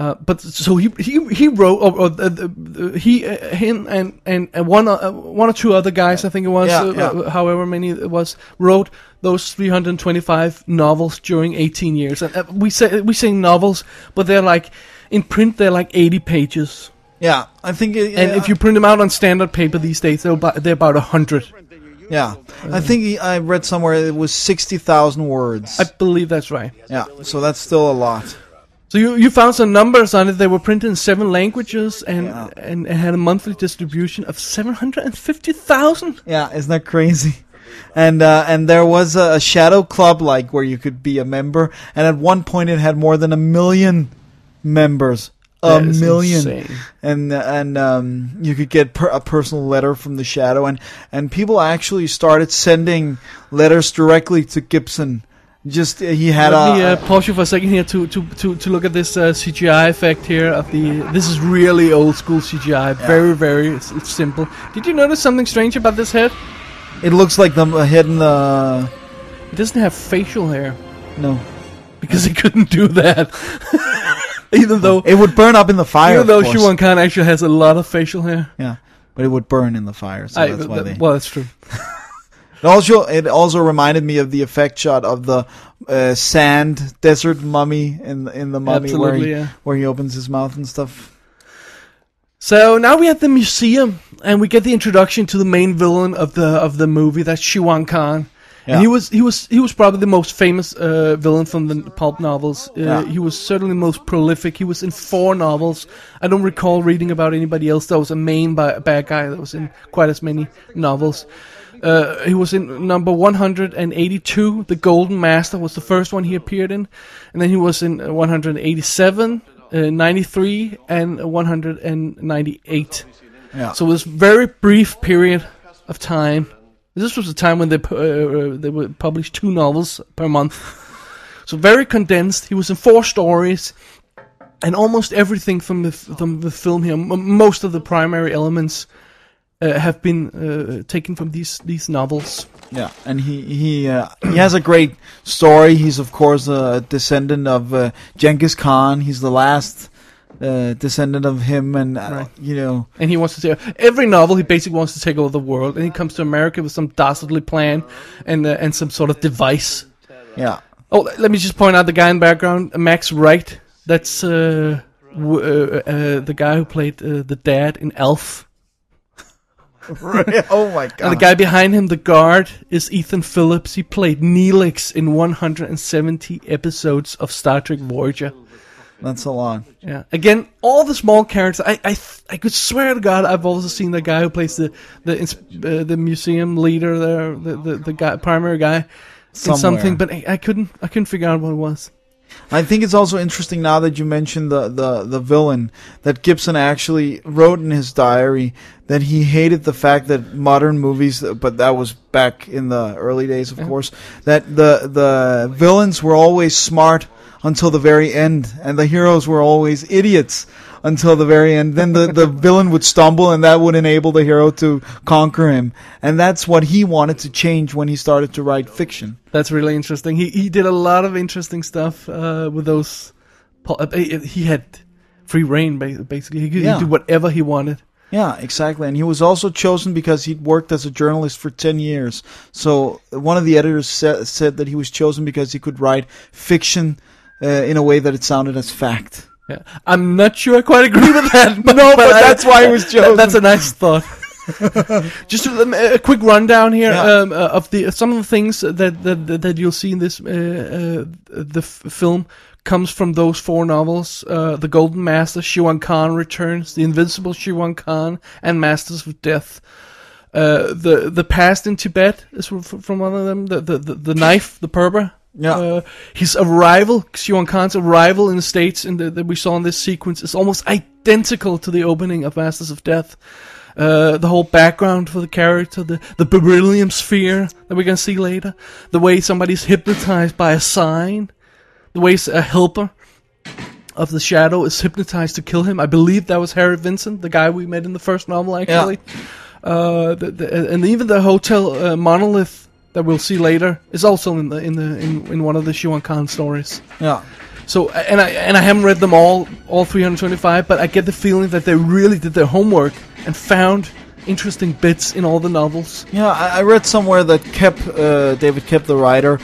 Speaker 3: Uh, but so he he he wrote or, or the, the, the- he uh, him and and, and one uh, one or two other guys I think it was
Speaker 4: Yeah,
Speaker 3: uh,
Speaker 4: yeah.
Speaker 3: uh, however many it was wrote those 325 novels during 18 years and uh, we say we say novels but they're like in print they're like 80 pages
Speaker 4: Yeah, I think. It,
Speaker 3: And if you print them out on standard paper these days, they're about, they're about 100.
Speaker 4: yeah, I think he- I read somewhere it was sixty thousand words.
Speaker 3: I believe that's right.
Speaker 4: yeah, so that's still a lot.
Speaker 3: So you, you found some numbers on it. They were printed in seven languages and, and, and had a monthly distribution of 750,000.
Speaker 4: Yeah, isn't that crazy? And uh, and there was a, a shadow club like where you could be a member, and at one point it had more than a million members. A
Speaker 3: That is
Speaker 4: million,
Speaker 3: insane.
Speaker 4: and and um, you could get per- a personal letter from the shadow, and and people actually started sending letters directly to Gibson. Just uh, he had
Speaker 3: Let
Speaker 4: a
Speaker 3: me uh, pause you for a second here to, to, to, to look at this uh, CGI effect here of the. This is really old school CGI. Very very s- simple. Did you notice something strange about this head?
Speaker 4: it looks like the hidden uh,
Speaker 3: It doesn't have facial hair
Speaker 4: no.
Speaker 3: because it couldn't do that. even though
Speaker 4: It would burn up in the fire.
Speaker 3: even
Speaker 4: of
Speaker 3: though
Speaker 4: course.
Speaker 3: Shuan Khan actually has a lot of facial hair.
Speaker 4: yeah, but it would burn in the fire, so
Speaker 3: I-
Speaker 4: that's why
Speaker 3: th-
Speaker 4: they.
Speaker 3: well, that's true.
Speaker 4: It also it also reminded me of the effect shot of the uh, sand desert mummy in in the mummy where
Speaker 3: Absolutely,
Speaker 4: he,
Speaker 3: yeah.
Speaker 4: where he opens his mouth and stuff.
Speaker 3: So now we're at the museum, and we get the introduction to the main villain of the of the movie. That's Shiwan Khan,
Speaker 4: Yeah.
Speaker 3: and he was he was he was probably the most famous uh, villain from the pulp novels. Uh,
Speaker 4: Yeah.
Speaker 3: He was certainly the most prolific. He was in four novels. I don't recall reading about anybody else that was a main ba- bad guy that was in quite as many novels. Uh, he was in number 182. The Golden Master was the first one he appeared in, and then he was in uh, 187, uh, 93, and 198.
Speaker 4: Yeah.
Speaker 3: So it was very brief period of time. This was the time when they pu- uh, uh, they would publish two novels per month. So very condensed. He was in four stories, and almost everything from the f- from the film here, m- most of the primary elements uh, have been uh, taken from these these novels.
Speaker 4: Yeah, and he he uh, he has a great story. He's of course a descendant of uh, Genghis Khan. He's the last uh, descendant of him, and uh,
Speaker 3: Right.
Speaker 4: you know
Speaker 3: And he wants to take every novel. He basically wants to take over the world, and he comes to America with some dastardly plan and uh, and some sort of device.
Speaker 4: yeah
Speaker 3: Oh, le- let me just point out the guy in the background, Max Wright. That's uh, w- uh, uh, the guy who played uh, the dad in Elf.
Speaker 4: oh my
Speaker 3: And
Speaker 4: god
Speaker 3: the guy behind him, the guard, is Ethan Phillips. He played Neelix in 170 episodes of Star Trek Voyager.
Speaker 4: that's a lot.
Speaker 3: Yeah. Again, all the small characters. I I, th- I could swear to God, I've also seen the guy who plays the the ins- uh, the museum leader there, the the, the guy, primary guy, in
Speaker 4: Somewhere.
Speaker 3: something. But I, I couldn't I couldn't figure out what it was.
Speaker 4: I think it's also interesting now that you mentioned the, the, the villain that Gibson actually wrote in his diary that he hated the fact that modern movies, but that was back in the early days, of course, that the the villains were always smart until the very end, and the heroes were always idiots until the very end. Then the, the villain would stumble, and that would enable the hero to conquer him, and that's what he wanted to change when he started to write fiction.
Speaker 3: That's really interesting. He he did a lot of interesting stuff uh, with those. po- uh, uh, He had free reign ba- basically. He could
Speaker 4: Yeah.
Speaker 3: do whatever he wanted.
Speaker 4: Yeah, exactly. And he was also chosen because he'd worked as a journalist for 10 years. So one of the editors sa- said that he was chosen because he could write fiction uh, in a way that it sounded as fact.
Speaker 3: Yeah. I'm not sure I quite agree with that. But, no,
Speaker 4: but that's why it was chosen.
Speaker 3: that's a nice thought. Just a, um, a quick rundown here
Speaker 4: Yeah.
Speaker 3: um, uh, of the some of the things that that that- that you'll see in this uh, uh, the f- film comes from those four novels: uh, The Golden Master, Shiwan Khan returns, The Invincible Shiwan Khan, and Masters of Death. Uh, the the past in Tibet is from, from one of them. The the, the, the knife, the perba.
Speaker 4: Yeah.
Speaker 3: Uh, his arrival, Xuan Khan's arrival in the states, in the, that we saw in this sequence, is almost identical to the opening of Masters of Death. Uh, the whole background for the character, the the beryllium sphere that we're gonna see later, the way somebody's hypnotized by a sign, the way a helper of the shadow is hypnotized to kill him. I believe that was Harry Vincent, the guy we met in the first novel, actually uh, the, the, and even the hotel uh, monolith that we'll see later is also in the in the in, in one of the Shuan Khan stories.
Speaker 4: Yeah.
Speaker 3: So and I and I haven't read them all all 325, but I get the feeling that they really did their homework and found interesting bits in all the novels.
Speaker 4: Yeah, I, I read somewhere that Kep, uh, David Kep, the writer,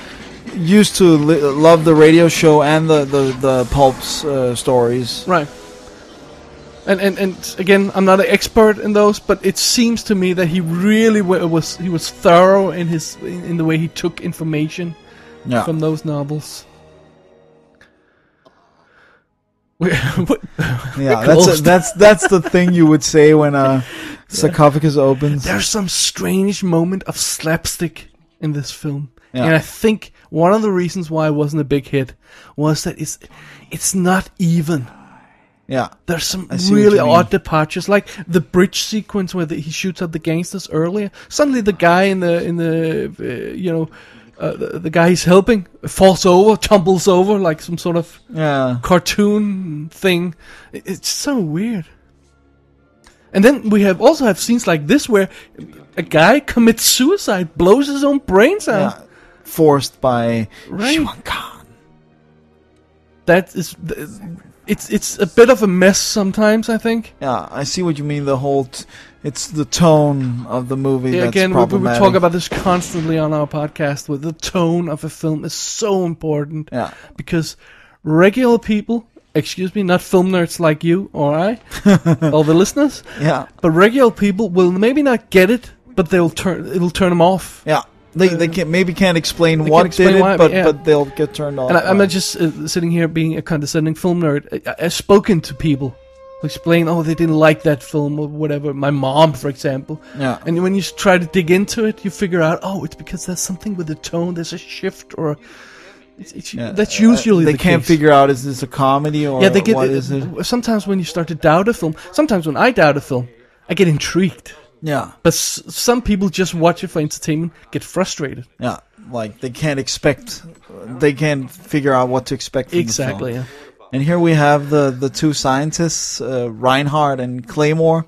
Speaker 4: used to li- love the radio show and the, the, the pulp's uh, stories.
Speaker 3: Right. And, and and again, I'm not an expert in those, but it seems to me that he really wa- was he was thorough in his in, in the way he took information
Speaker 4: Yeah.
Speaker 3: from those novels. We- what-
Speaker 4: yeah, that's
Speaker 3: Close.
Speaker 4: a, that's that's the thing you would say when a sarcophagus opens.
Speaker 3: There's some strange moment of slapstick in this film,
Speaker 4: Yeah.
Speaker 3: and I think one of the reasons why it wasn't a big hit was that it's it's not even.
Speaker 4: Yeah,
Speaker 3: There's some
Speaker 4: I see what
Speaker 3: really
Speaker 4: you mean.
Speaker 3: odd departures, like the bridge sequence where the, he shoots at the gangsters earlier. Suddenly, the guy in the in the uh, you know uh, the, the guy he's helping falls over, tumbles over like some sort of
Speaker 4: yeah,
Speaker 3: cartoon thing. It- It's so weird. And then we have also have scenes like this where a guy commits suicide, blows his own brains out.
Speaker 4: yeah. Forced by
Speaker 3: Right.
Speaker 4: Shwan Khan.
Speaker 3: That is, th- it's it's a bit of a mess sometimes. I think.
Speaker 4: Yeah, I see what you mean. The whole, t- it's the tone of the movie
Speaker 3: Yeah,
Speaker 4: that's
Speaker 3: again, we, we- we
Speaker 4: problematic.
Speaker 3: talk about this constantly on our podcast. Where the tone of a film is so important
Speaker 4: Yeah.
Speaker 3: because regular people, excuse me, not film nerds like you or I, or the listeners,
Speaker 4: yeah,
Speaker 3: but regular people will maybe not get it, but they'll turn it'll turn them off.
Speaker 4: yeah. They they can maybe can't explain
Speaker 3: Uh, They
Speaker 4: what
Speaker 3: can't explain
Speaker 4: did it,
Speaker 3: why,
Speaker 4: but
Speaker 3: yeah.
Speaker 4: but they'll get turned off.
Speaker 3: And I, I'm
Speaker 4: by
Speaker 3: not
Speaker 4: it.
Speaker 3: just uh, sitting here being a condescending film nerd. I, I've spoken to people who explain, oh, they didn't like that film or whatever. My mom, for example.
Speaker 4: Yeah.
Speaker 3: And when you s- try to dig into it, you figure out, oh, it's because there's something with the tone. There's a shift, or it's, it's,
Speaker 4: Yeah, uh,
Speaker 3: that's usually
Speaker 4: they
Speaker 3: the
Speaker 4: can't
Speaker 3: case.
Speaker 4: figure out is this a comedy or
Speaker 3: Yeah, they get.
Speaker 4: what is it?
Speaker 3: Sometimes when you start to doubt a film, sometimes when I doubt a film, I get intrigued.
Speaker 4: Yeah,
Speaker 3: But s- some people just watch it for entertainment, get frustrated.
Speaker 4: yeah. Like they can't expect, they can't figure out what to expect. From the film.
Speaker 3: Exactly. Yeah.
Speaker 4: And here we have the, the two scientists, uh, Reinhardt and Claymore,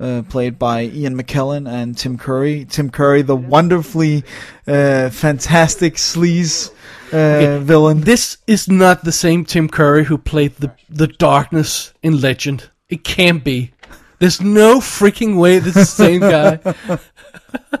Speaker 4: uh, played by Ian McKellen and Tim Curry. Tim Curry, the wonderfully uh, fantastic sleaze uh, villain.
Speaker 3: This is not the same Tim Curry who played the the darkness in Legend. It can't be. There's no freaking way this is the same guy.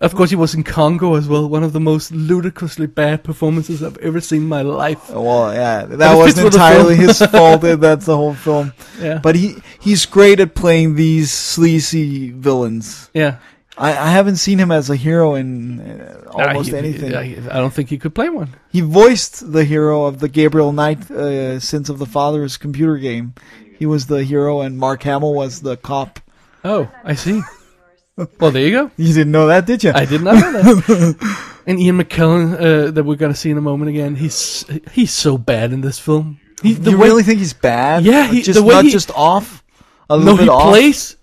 Speaker 3: of course, he was in Congo as well. One of the most ludicrously bad performances I've ever seen in my life.
Speaker 4: Well, yeah, that
Speaker 3: That fits
Speaker 4: wasn't
Speaker 3: with the
Speaker 4: entirely
Speaker 3: film.
Speaker 4: his fault. uh, That's the whole film.
Speaker 3: Yeah.
Speaker 4: But he he's great at playing these sleazy villains.
Speaker 3: yeah.
Speaker 4: I, I haven't seen him as a hero in uh, almost
Speaker 3: I,
Speaker 4: anything.
Speaker 3: I, I don't think he could play one.
Speaker 4: He voiced the hero of the Gabriel Knight uh, Sins of the Fathers computer game. He was the hero, and Mark Hamill was the cop.
Speaker 3: Oh, I see. Well, there you go.
Speaker 4: You didn't know that, did you?
Speaker 3: I did not know that. and Ian McKellen, uh, that we're gonna see in a moment again, he's he's so bad in this film. He, the
Speaker 4: you
Speaker 3: way,
Speaker 4: really think he's bad?
Speaker 3: Yeah,
Speaker 4: Like,
Speaker 3: he-
Speaker 4: just
Speaker 3: the way
Speaker 4: not
Speaker 3: he-
Speaker 4: just off.
Speaker 3: no,
Speaker 4: A little bit
Speaker 3: he
Speaker 4: off. Uh-huh.
Speaker 3: plays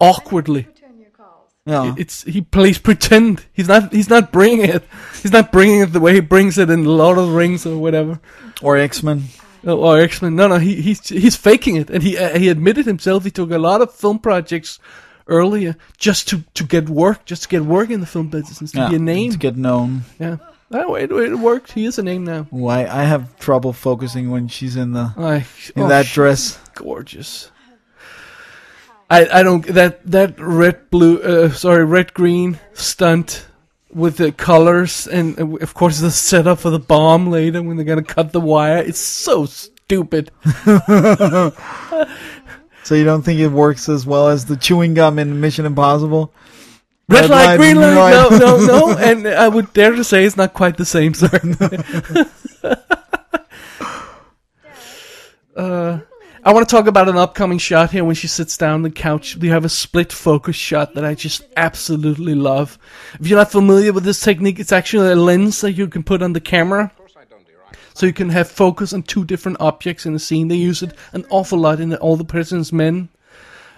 Speaker 3: awkwardly.
Speaker 6: Return your calls.
Speaker 4: Yeah.
Speaker 3: It's he plays pretend. He's not he's not bringing it. He's not bringing it the way he brings it in Lord of the Rings or whatever
Speaker 4: or X Men.
Speaker 3: or, or X Men. No, no, he he's he's faking it, and he uh, he admitted himself he took a lot of film projects earlier just to to get work, just to get work in the film business, to
Speaker 4: Yeah,
Speaker 3: be a name.
Speaker 4: to get known.
Speaker 3: yeah. Oh, it, it worked. He is a name now.
Speaker 4: Ooh, I, I have trouble focusing when she's in the
Speaker 3: I,
Speaker 4: in
Speaker 3: oh,
Speaker 4: that
Speaker 3: she's
Speaker 4: dress.
Speaker 3: gorgeous. I I don't that that red blue uh, sorry red green stunt with the colors and uh, of course the setup for the bomb later when they're gonna cut the wire. It's so stupid.
Speaker 4: So you don't think it works as well as the chewing gum in Mission Impossible?
Speaker 3: Red,
Speaker 4: Red
Speaker 3: light,
Speaker 4: light,
Speaker 3: green light.
Speaker 4: green light.
Speaker 3: No, no, no. and I would dare to say it's not quite the same, sir. uh, I want to talk about an upcoming shot here when she sits down on the couch. We have a split focus shot that I just absolutely love. If you're not familiar with this technique, it's actually a lens that you can put on the camera. So you can have focus on two different objects in a scene. They use it an awful lot in All the President's Men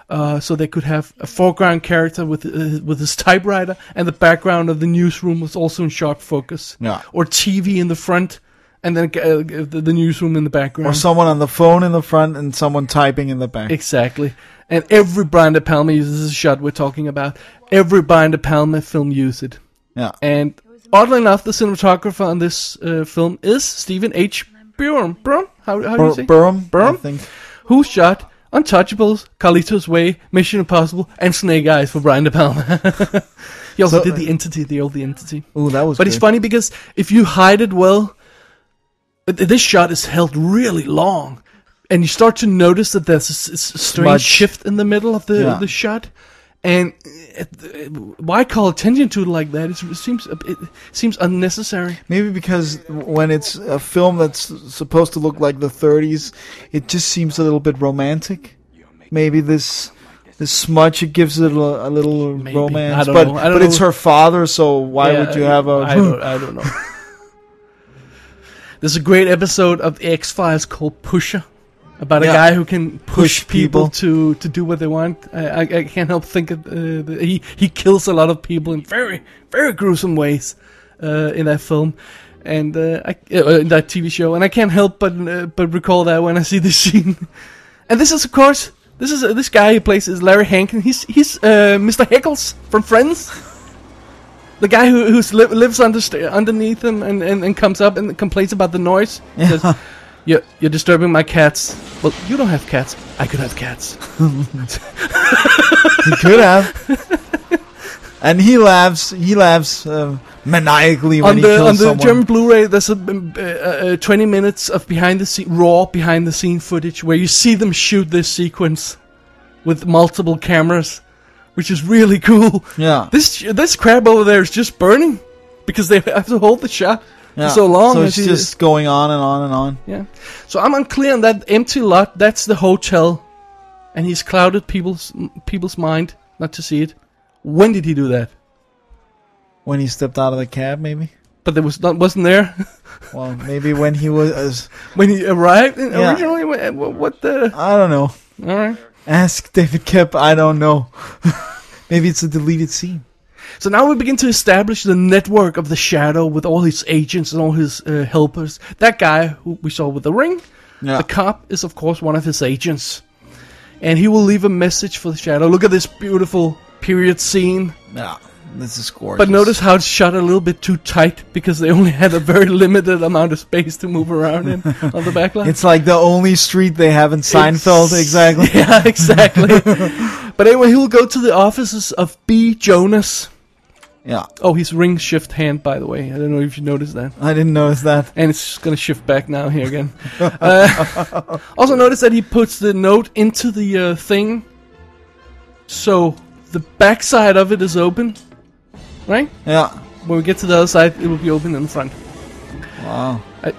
Speaker 3: uh, so they could have a foreground character with uh, with his typewriter, and the background of the newsroom was also in sharp focus.
Speaker 4: Yeah.
Speaker 3: Or TV in the front, and then uh, the the newsroom in the background.
Speaker 4: Or someone on the phone in the front and someone typing in the back.
Speaker 3: Exactly. And every Brian De Palma uses the shot we're talking about. Every Brian De Palma film uses it.
Speaker 4: yeah.
Speaker 3: And oddly enough, the cinematographer on this uh, film is Stephen H. Burham. Burham? How, how do you
Speaker 4: Bur-
Speaker 3: say?
Speaker 4: Burham,
Speaker 3: Burham?
Speaker 4: I think.
Speaker 3: who shot Untouchables, Carlito's Way, Mission Impossible, and Snake Eyes for Brian De Palma. he also
Speaker 4: So- uh,
Speaker 3: did The Entity, the old The Entity.
Speaker 4: Ooh, that was.
Speaker 3: But it's
Speaker 4: good.
Speaker 3: funny because if you hide it well, th- this shot is held really long. and you start to notice that there's a s- s- strange
Speaker 4: Smudge.
Speaker 3: shift in the middle of the
Speaker 4: Yeah.
Speaker 3: the shot. And uh, uh, why call attention to it like that? It's, it seems it seems unnecessary.
Speaker 4: Maybe because when it's a film that's supposed to look like the 30s, it just seems a little bit romantic. Maybe this this smudge it gives it a, a little
Speaker 3: Maybe.
Speaker 4: romance,
Speaker 3: I don't
Speaker 4: but
Speaker 3: know. I don't
Speaker 4: but it's
Speaker 3: know.
Speaker 4: her father, so why
Speaker 3: Yeah,
Speaker 4: would you have a?
Speaker 3: I don't, I don't know. There's a great episode of X Files called Pusher about a
Speaker 4: Yeah.
Speaker 3: guy who can push,
Speaker 4: Push
Speaker 3: people,
Speaker 4: people.
Speaker 3: to to do what they want. I, I, I can't help think of, uh, the, he he kills a lot of people in very very gruesome ways uh, in that film. And uh, I, uh, in that TV show, and I can't help but uh, but recall that when I see this scene, and this is of course this is uh, this guy who plays is Larry Hankin. He's he's uh, Mr. Heckles from Friends. The guy who who's li- lives under st- underneath him and, and, and comes up and complains about the noise. He says, you're, you're disturbing my cats. Well, you don't have cats. I could have cats.
Speaker 4: he could have. and he laughs. He laughs uh, maniacally when
Speaker 3: on
Speaker 4: he
Speaker 3: the
Speaker 4: kills
Speaker 3: on the
Speaker 4: someone.
Speaker 3: German Blu-ray, there's a, um, uh, uh, 20 minutes of behind the scene, raw behind the scene footage where you see them shoot this sequence with multiple cameras, which is really cool.
Speaker 4: yeah,
Speaker 3: This this crab over there is just burning because they have to hold the shot
Speaker 4: yeah.
Speaker 3: for so long.
Speaker 4: So
Speaker 3: and
Speaker 4: it's
Speaker 3: she-
Speaker 4: just going on and on and on.
Speaker 3: Yeah. So I'm unclear on that empty lot. That's the hotel, and he's clouded people's people's mind not to see it. When did he do that?
Speaker 4: When he stepped out of the cab, maybe.
Speaker 3: But there was not wasn't there
Speaker 4: Well, maybe when he was.
Speaker 3: when he arrived in-
Speaker 4: Yeah.
Speaker 3: originally. wha- wha- What the?
Speaker 4: I don't know.
Speaker 3: All right.
Speaker 4: Ask David Kep. I don't know. Maybe it's a deleted scene.
Speaker 3: So now we begin to establish the network of the Shadow with all his agents and all his uh, helpers. That guy who we saw with the ring,
Speaker 4: Yeah.
Speaker 3: the cop, is of course one of his agents, and he will leave a message for the Shadow. Look at this beautiful period scene.
Speaker 4: yeah. This is gorgeous.
Speaker 3: But notice how it's shot a little bit too tight because they only had a very limited amount of space to move around in on the backline.
Speaker 4: It's like the only street they have in Seinfeld,
Speaker 3: It's-
Speaker 4: exactly.
Speaker 3: Yeah, exactly. but anyway, he'll go to the offices of B. Jonas.
Speaker 4: Yeah,
Speaker 3: Oh, he's ring shift hand, by the way. I don't know if you noticed that.
Speaker 4: I didn't notice that.
Speaker 3: And it's going to shift back now here again. Uh, also, notice that he puts the note into the uh, thing. So the backside of it is open. Right?
Speaker 4: Yeah,
Speaker 3: When we get to the other side, it will be open in the front.
Speaker 4: wow.
Speaker 3: I-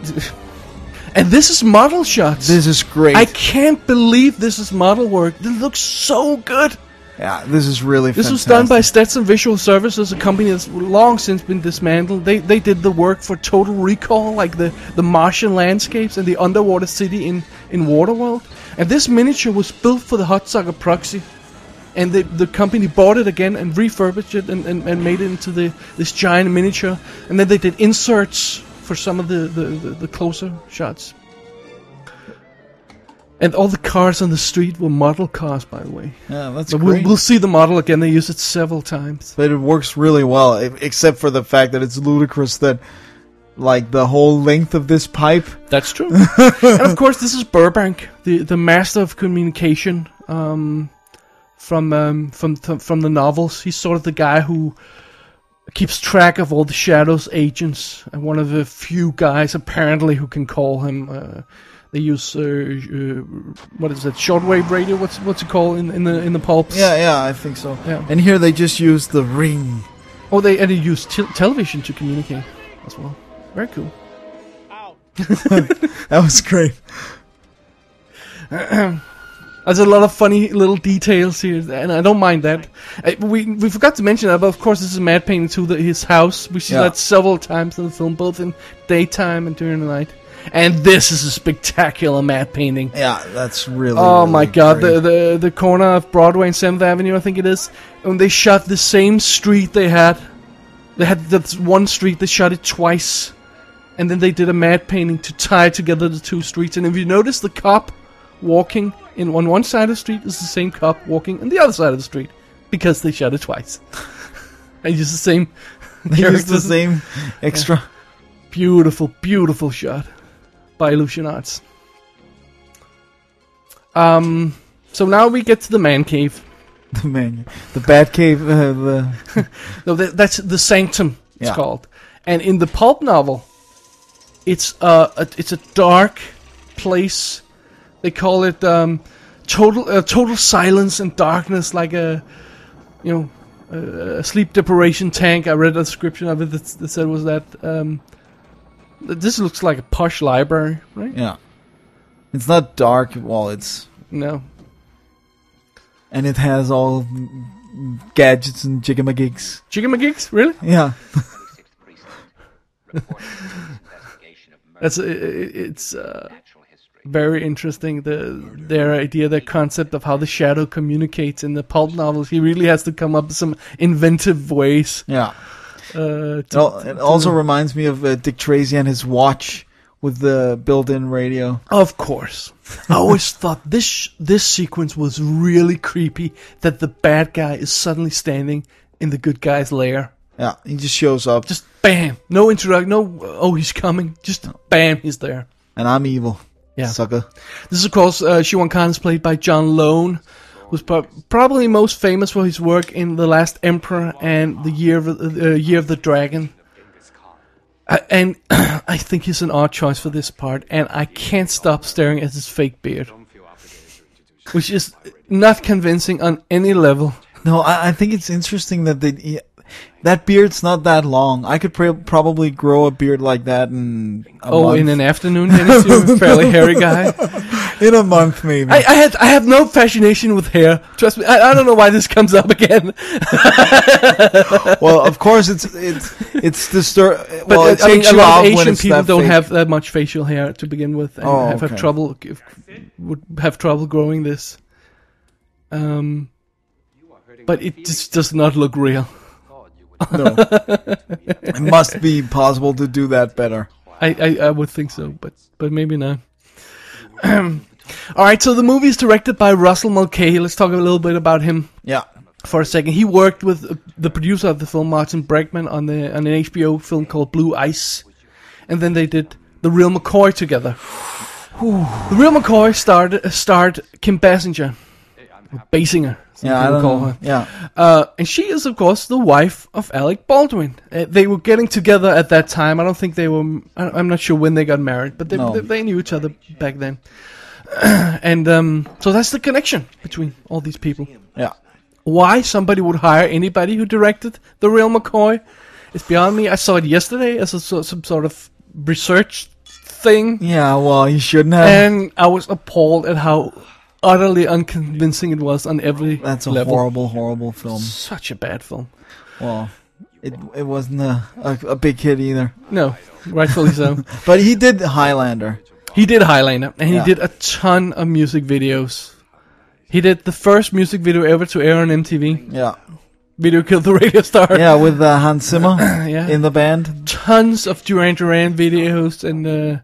Speaker 3: and this is model shots.
Speaker 4: This is great.
Speaker 3: I can't believe this is model work. This looks so good.
Speaker 4: yeah, this is really
Speaker 3: This was done by Stetson Visual Services, a company that's long since been dismantled. They they did the work for Total Recall, like the, the Martian landscapes and the underwater city in, in Waterworld. And this miniature was built for the Hot Sucker Proxy. And the, the company bought it again and refurbished it and, and, and made it into the this giant miniature. And then they did inserts for some of the, the, the, the closer shots. And all the cars on the street were model cars, by the way.
Speaker 4: Yeah, that's
Speaker 3: But we'll,
Speaker 4: great.
Speaker 3: we'll see the model again. They use it several times.
Speaker 4: but it works really well, e- except for the fact that it's ludicrous that, like, the whole length of this pipe.
Speaker 3: That's true. and of course, this is Burbank, the, the master of communication um, from um, from th- from the novels. He's sort of the guy who keeps track of all the Shadow's agents, and one of the few guys apparently who can call him. Uh, they use uh, uh, what is it? Shortwave radio? What's what's it called in, in the in the pulps?
Speaker 4: Yeah, yeah, I think so.
Speaker 3: Yeah.
Speaker 4: And here they just use the ring.
Speaker 3: Oh, they and they use te- television to communicate as well. Very cool.
Speaker 4: That was great.
Speaker 3: There's a lot of funny little details here, and I don't mind that. Uh, We we forgot to mention that, but of course this is Mad painting to the, his house. We see
Speaker 4: Yeah.
Speaker 3: that several times in the film, both in daytime and during the night. And this is a spectacular matte painting.
Speaker 4: Yeah, that's really.
Speaker 3: Oh
Speaker 4: really
Speaker 3: my god,
Speaker 4: great.
Speaker 3: the, the the corner of Broadway and Seventh Avenue, I think it is. And they shot the same street they had. They had that one street. They shot it twice, and then they did a mad painting to tie together the two streets. And if you notice, the cop walking in on one side of the street is the same cop walking on the other side of the street because they shot it twice. and use the same.
Speaker 4: They used the
Speaker 3: characters.
Speaker 4: same extra.
Speaker 3: Beautiful, beautiful shot by Illusion Arts. Um, so now we get to the man cave.
Speaker 4: The man, the Bat Cave, uh, the
Speaker 3: No, that, that's the sanctum. It's
Speaker 4: Yeah.
Speaker 3: called. And in the pulp novel, it's a, a it's a dark place They call it um, total uh, total silence and darkness, like a you know a, a sleep deprivation tank. I read a description of it that, that said was that um, th- this looks like a posh library, right?
Speaker 4: Yeah. It's not dark. Well, it's
Speaker 3: No,
Speaker 4: and it has all gadgets and jigamagigs.
Speaker 3: chicken McGeeks, really?
Speaker 4: Yeah.
Speaker 6: Sixth precinct reporting police investigation of murder
Speaker 3: That's i- i it's uh,
Speaker 6: in natural history.
Speaker 3: very interesting. The their idea, their concept of how the shadow communicates in the pulp novels. He really has to come up with some inventive ways.
Speaker 4: Yeah.
Speaker 3: Uh, to,
Speaker 4: It, al- it also reminds me of uh, Dick Tracy and his watch with the built-in radio.
Speaker 3: Of course. I always thought this this sequence was really creepy that the bad guy is suddenly standing in the good guy's lair.
Speaker 4: Yeah, he just shows up
Speaker 3: Just bam. No introduction, no oh he's coming. Just bam, he's there.
Speaker 4: and I'm evil.
Speaker 3: Yeah.
Speaker 4: Sucker.
Speaker 3: This is of course uh, Shiwan Khan is played by John Lone, who's pro- probably most famous for his work in The Last Emperor and The Year of, uh, Year of the Dragon. Uh, and I think he's an odd choice for this part, and I can't stop staring at his fake beard, which is not convincing on any level.
Speaker 4: No, I, I think it's interesting that they. he- that beard's not that long. I could pr- probably grow a beard like that in a
Speaker 3: oh,
Speaker 4: month.
Speaker 3: in an afternoon, Dennis, you're a fairly hairy guy.
Speaker 4: in a month maybe.
Speaker 3: I, I had I have no fascination with hair. Trust me, I, I don't know why this comes up again.
Speaker 4: well, of course it's it's it's disturb.
Speaker 3: But
Speaker 4: Well,
Speaker 3: uh,
Speaker 4: it
Speaker 3: I mean,
Speaker 4: takes
Speaker 3: a
Speaker 4: you
Speaker 3: lot
Speaker 4: off
Speaker 3: of
Speaker 4: when
Speaker 3: Asian
Speaker 4: it's
Speaker 3: people
Speaker 4: that
Speaker 3: don't
Speaker 4: fake.
Speaker 3: have that much facial hair to begin with, and
Speaker 4: Oh,
Speaker 3: have had
Speaker 4: okay.
Speaker 3: trouble if, would have trouble growing this. Um, but it just does not look real.
Speaker 4: No. it must be possible to do that better.
Speaker 3: I, I, I would think so, but but maybe not. All right, so the movie is directed by Russell Mulcahy. Let's talk a little bit about him
Speaker 4: Yeah.
Speaker 3: for a second. He worked with uh, the producer of the film, Martin Bregman, on the on an HBO film called Blue Ice, and then they did The Real McCoy together. the Real McCoy starred uh, starred Kim Basinger, or Basinger. some
Speaker 4: Yeah, I
Speaker 3: people
Speaker 4: don't
Speaker 3: call
Speaker 4: know.
Speaker 3: her.
Speaker 4: Yeah.
Speaker 3: Uh, and she is, of course, the wife of Alec Baldwin. Uh, they were getting together at that time. I don't think they were. I- I'm not sure when they got married, but they
Speaker 4: No.
Speaker 3: they, they knew each other back then. and um, so that's the connection between all these people
Speaker 4: Yeah.
Speaker 3: why somebody would hire anybody who directed The Real McCoy is beyond me. I saw it yesterday as a, so- some sort of research thing,
Speaker 4: Yeah, well, you shouldn't have.
Speaker 3: and I was appalled at how utterly unconvincing it was on every
Speaker 4: That's a
Speaker 3: level.
Speaker 4: horrible, horrible film.
Speaker 3: Such a bad film.
Speaker 4: Well, it it wasn't a, a a big hit either.
Speaker 3: No, rightfully so.
Speaker 4: But he did Highlander.
Speaker 3: He did Highlander, and
Speaker 4: Yeah.
Speaker 3: he did a ton of music videos. He did the first music video ever to air on MTV.
Speaker 4: Yeah.
Speaker 3: Video killed the radio star.
Speaker 4: Yeah, with uh, Hans Zimmer
Speaker 3: Yeah.
Speaker 4: in the band.
Speaker 3: tons of Duran Duran videos and uh,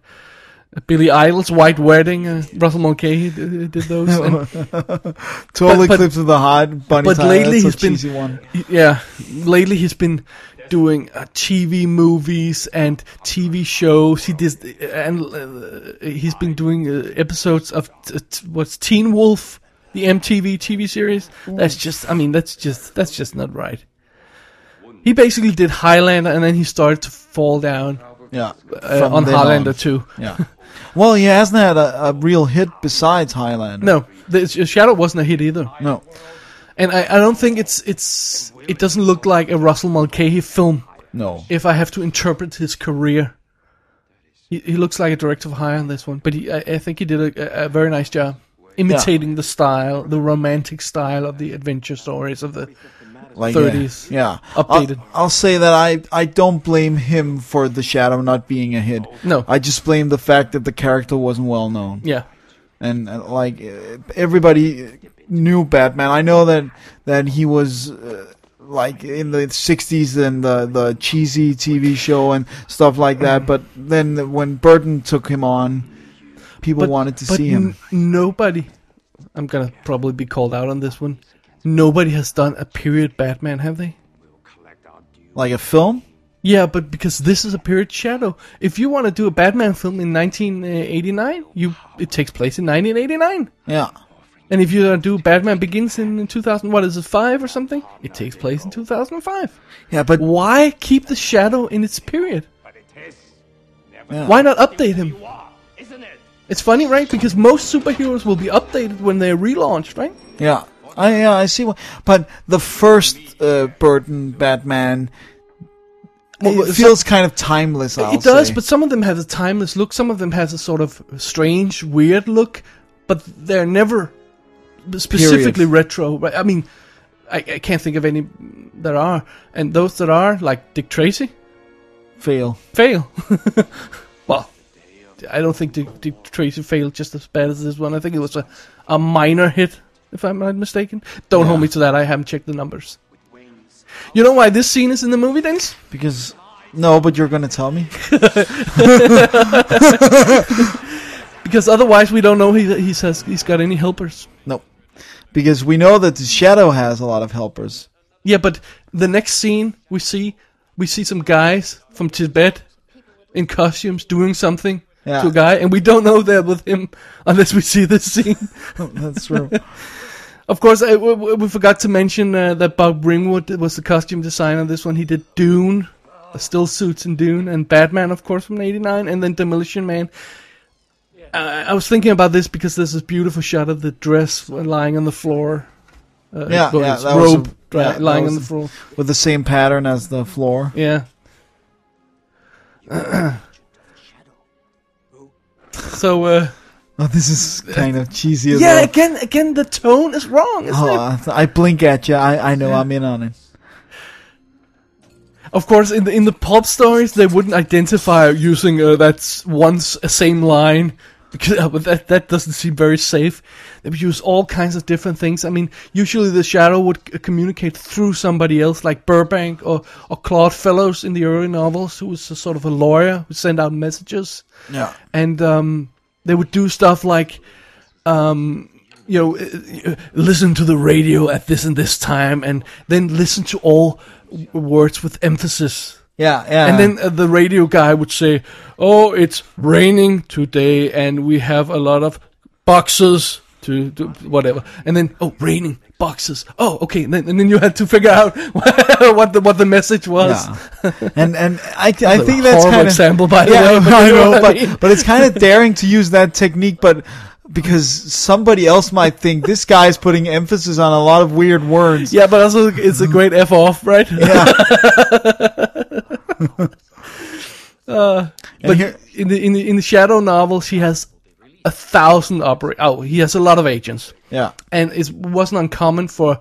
Speaker 3: Billy Idol's White Wedding. Uh, Russell Mulcahy did, did those. And,
Speaker 4: Total
Speaker 3: But- but-
Speaker 4: Eclipse of the Heart. Bunny
Speaker 3: but
Speaker 4: Tyler,
Speaker 3: lately
Speaker 4: that's
Speaker 3: he's
Speaker 4: a
Speaker 3: been-
Speaker 4: cheesy one.
Speaker 3: yeah, lately he's been doing uh, TV movies and TV shows. He did, and uh, he's been doing uh, episodes of t- t- what's Teen Wolf, the MTV TV series. That's just, I mean, that's just that's just not right. He basically did Highlander, and then he started to fall down
Speaker 4: Yeah.
Speaker 3: uh,
Speaker 4: from
Speaker 3: on
Speaker 4: then
Speaker 3: Highlander
Speaker 4: on.
Speaker 3: too.
Speaker 4: Yeah. Well, he hasn't had a, a real hit besides Highlander.
Speaker 3: No, the Sh- Shadow wasn't a hit either,
Speaker 4: No.
Speaker 3: and I, I don't think it's it's it doesn't look like a Russell Mulcahy film.
Speaker 4: No.
Speaker 3: If I have to interpret his career, he, he looks like a director of hire on this one, but he, I, I think he did a, a- a very nice job imitating the style, the romantic style of the adventure stories of the.
Speaker 4: like
Speaker 3: 30s.
Speaker 4: Yeah, yeah.
Speaker 3: Updated.
Speaker 4: I'll, I'll say that I I don't blame him for the shadow not being a hit.
Speaker 3: No.
Speaker 4: I just blame the fact that the character wasn't well known,
Speaker 3: Yeah,
Speaker 4: and uh, like uh, everybody knew Batman. I know that that he was. Uh, like in the 60s and the the cheesy TV show and stuff like that but then when Burton took him on people wanted to
Speaker 3: but
Speaker 4: see him
Speaker 3: n- nobody. I'm gonna probably be called out on this one. Nobody has done a period Batman, have they?
Speaker 4: like a film
Speaker 3: Yeah, but because this is a period shadow. If you want to do a Batman film in 1989, you it takes place in 1989.
Speaker 4: yeah
Speaker 3: And if you want to do Batman Begins in 2000, what is it, five or something? It takes place in 2005.
Speaker 4: yeah but
Speaker 3: Why keep the shadow in its period?
Speaker 4: yeah.
Speaker 3: Why not update him?
Speaker 7: Isn't it?
Speaker 3: It's funny, right? Because most superheroes will be updated when they're relaunched, right?
Speaker 4: Yeah, I yeah I see. What, but the first uh, Burton Batman
Speaker 3: Well,
Speaker 4: it
Speaker 3: it's
Speaker 4: feels kind of timeless. I'll
Speaker 3: it does,
Speaker 4: say.
Speaker 3: but some of them have a timeless look. Some of them has a sort of strange, weird look, but they're never specifically retro. Right? I mean, I, I can't think of any that are, and those that are, like Dick Tracy,
Speaker 4: fail.
Speaker 3: fail. well, I don't think Dick, Dick Tracy failed just as bad as this one. I think it was a, a minor hit, if I'm not mistaken. Don't hold me to that. I haven't checked the numbers. You know why this scene is in the movie, Dennis?
Speaker 4: Because no, but you're gonna tell me.
Speaker 3: Because otherwise, we don't know he he says he's got any helpers.
Speaker 4: No, because we know that the Shadow has a lot of helpers.
Speaker 3: Yeah, but the next scene we see, we see some guys from Tibet in costumes doing something
Speaker 4: Yeah.
Speaker 3: to a guy, and we don't know they're with him unless we see this scene.
Speaker 4: That's true.
Speaker 3: of course, I, we, we- we forgot to mention uh, that Bob Ringwood was the costume designer. on This one he did Dune, uh, still suits in Dune, and Batman, of course, from '89, and then Demolition Man. Uh, I, I was thinking about this because there's this beautiful shot of the dress lying on the floor. Uh,
Speaker 4: Yeah,
Speaker 3: well,
Speaker 4: yeah,
Speaker 3: it's
Speaker 4: that was a-
Speaker 3: robe
Speaker 4: yeah,
Speaker 3: right,
Speaker 4: that
Speaker 3: lying
Speaker 4: was
Speaker 3: on
Speaker 4: a-
Speaker 3: the floor.
Speaker 4: With the same pattern as the floor.
Speaker 3: Yeah. so uh,
Speaker 4: Oh, this is kind of cheesy as
Speaker 3: yeah,
Speaker 4: well.
Speaker 3: again, again, the tone is wrong, isn't
Speaker 4: Oh,
Speaker 3: it?
Speaker 4: I- I blink at you. I, I know I'm in on it.
Speaker 3: Of course, in the in the pop stories, they wouldn't identify using uh, that s- once a same line because uh, but that that doesn't seem very safe. They would use all kinds of different things. I mean, usually the shadow would c- communicate through somebody else, like Burbank or or Claude Fellows in the early novels, who was a sort of a lawyer who sent out messages.
Speaker 4: Yeah.
Speaker 3: and um, they would do stuff like, um, you know, uh, uh, listen to the radio at this and this time, and then listen to all w- words with emphasis.
Speaker 4: Yeah, yeah.
Speaker 3: And then uh, the radio guy would say, "Oh, it's raining today, and we have a lot of boxes to, to whatever." And then, "Oh, raining boxes. Oh, okay." And then, and then you had to figure out what the what the message was.
Speaker 4: Yeah. and and I, I think that's
Speaker 3: horrible
Speaker 4: kind of
Speaker 3: example, by the way, but
Speaker 4: I
Speaker 3: you know
Speaker 4: know,
Speaker 3: what I
Speaker 4: but,
Speaker 3: mean.
Speaker 4: but it's kind of daring to use that technique, but because somebody else might think this guy is putting emphasis on a lot of weird words.
Speaker 3: Yeah, but also it's a great f off, right?
Speaker 4: And
Speaker 3: but
Speaker 4: here-
Speaker 3: in the in the in the shadow novels, he has a thousand opera. Oh, he has a lot of agents,
Speaker 4: yeah,
Speaker 3: and it wasn't uncommon for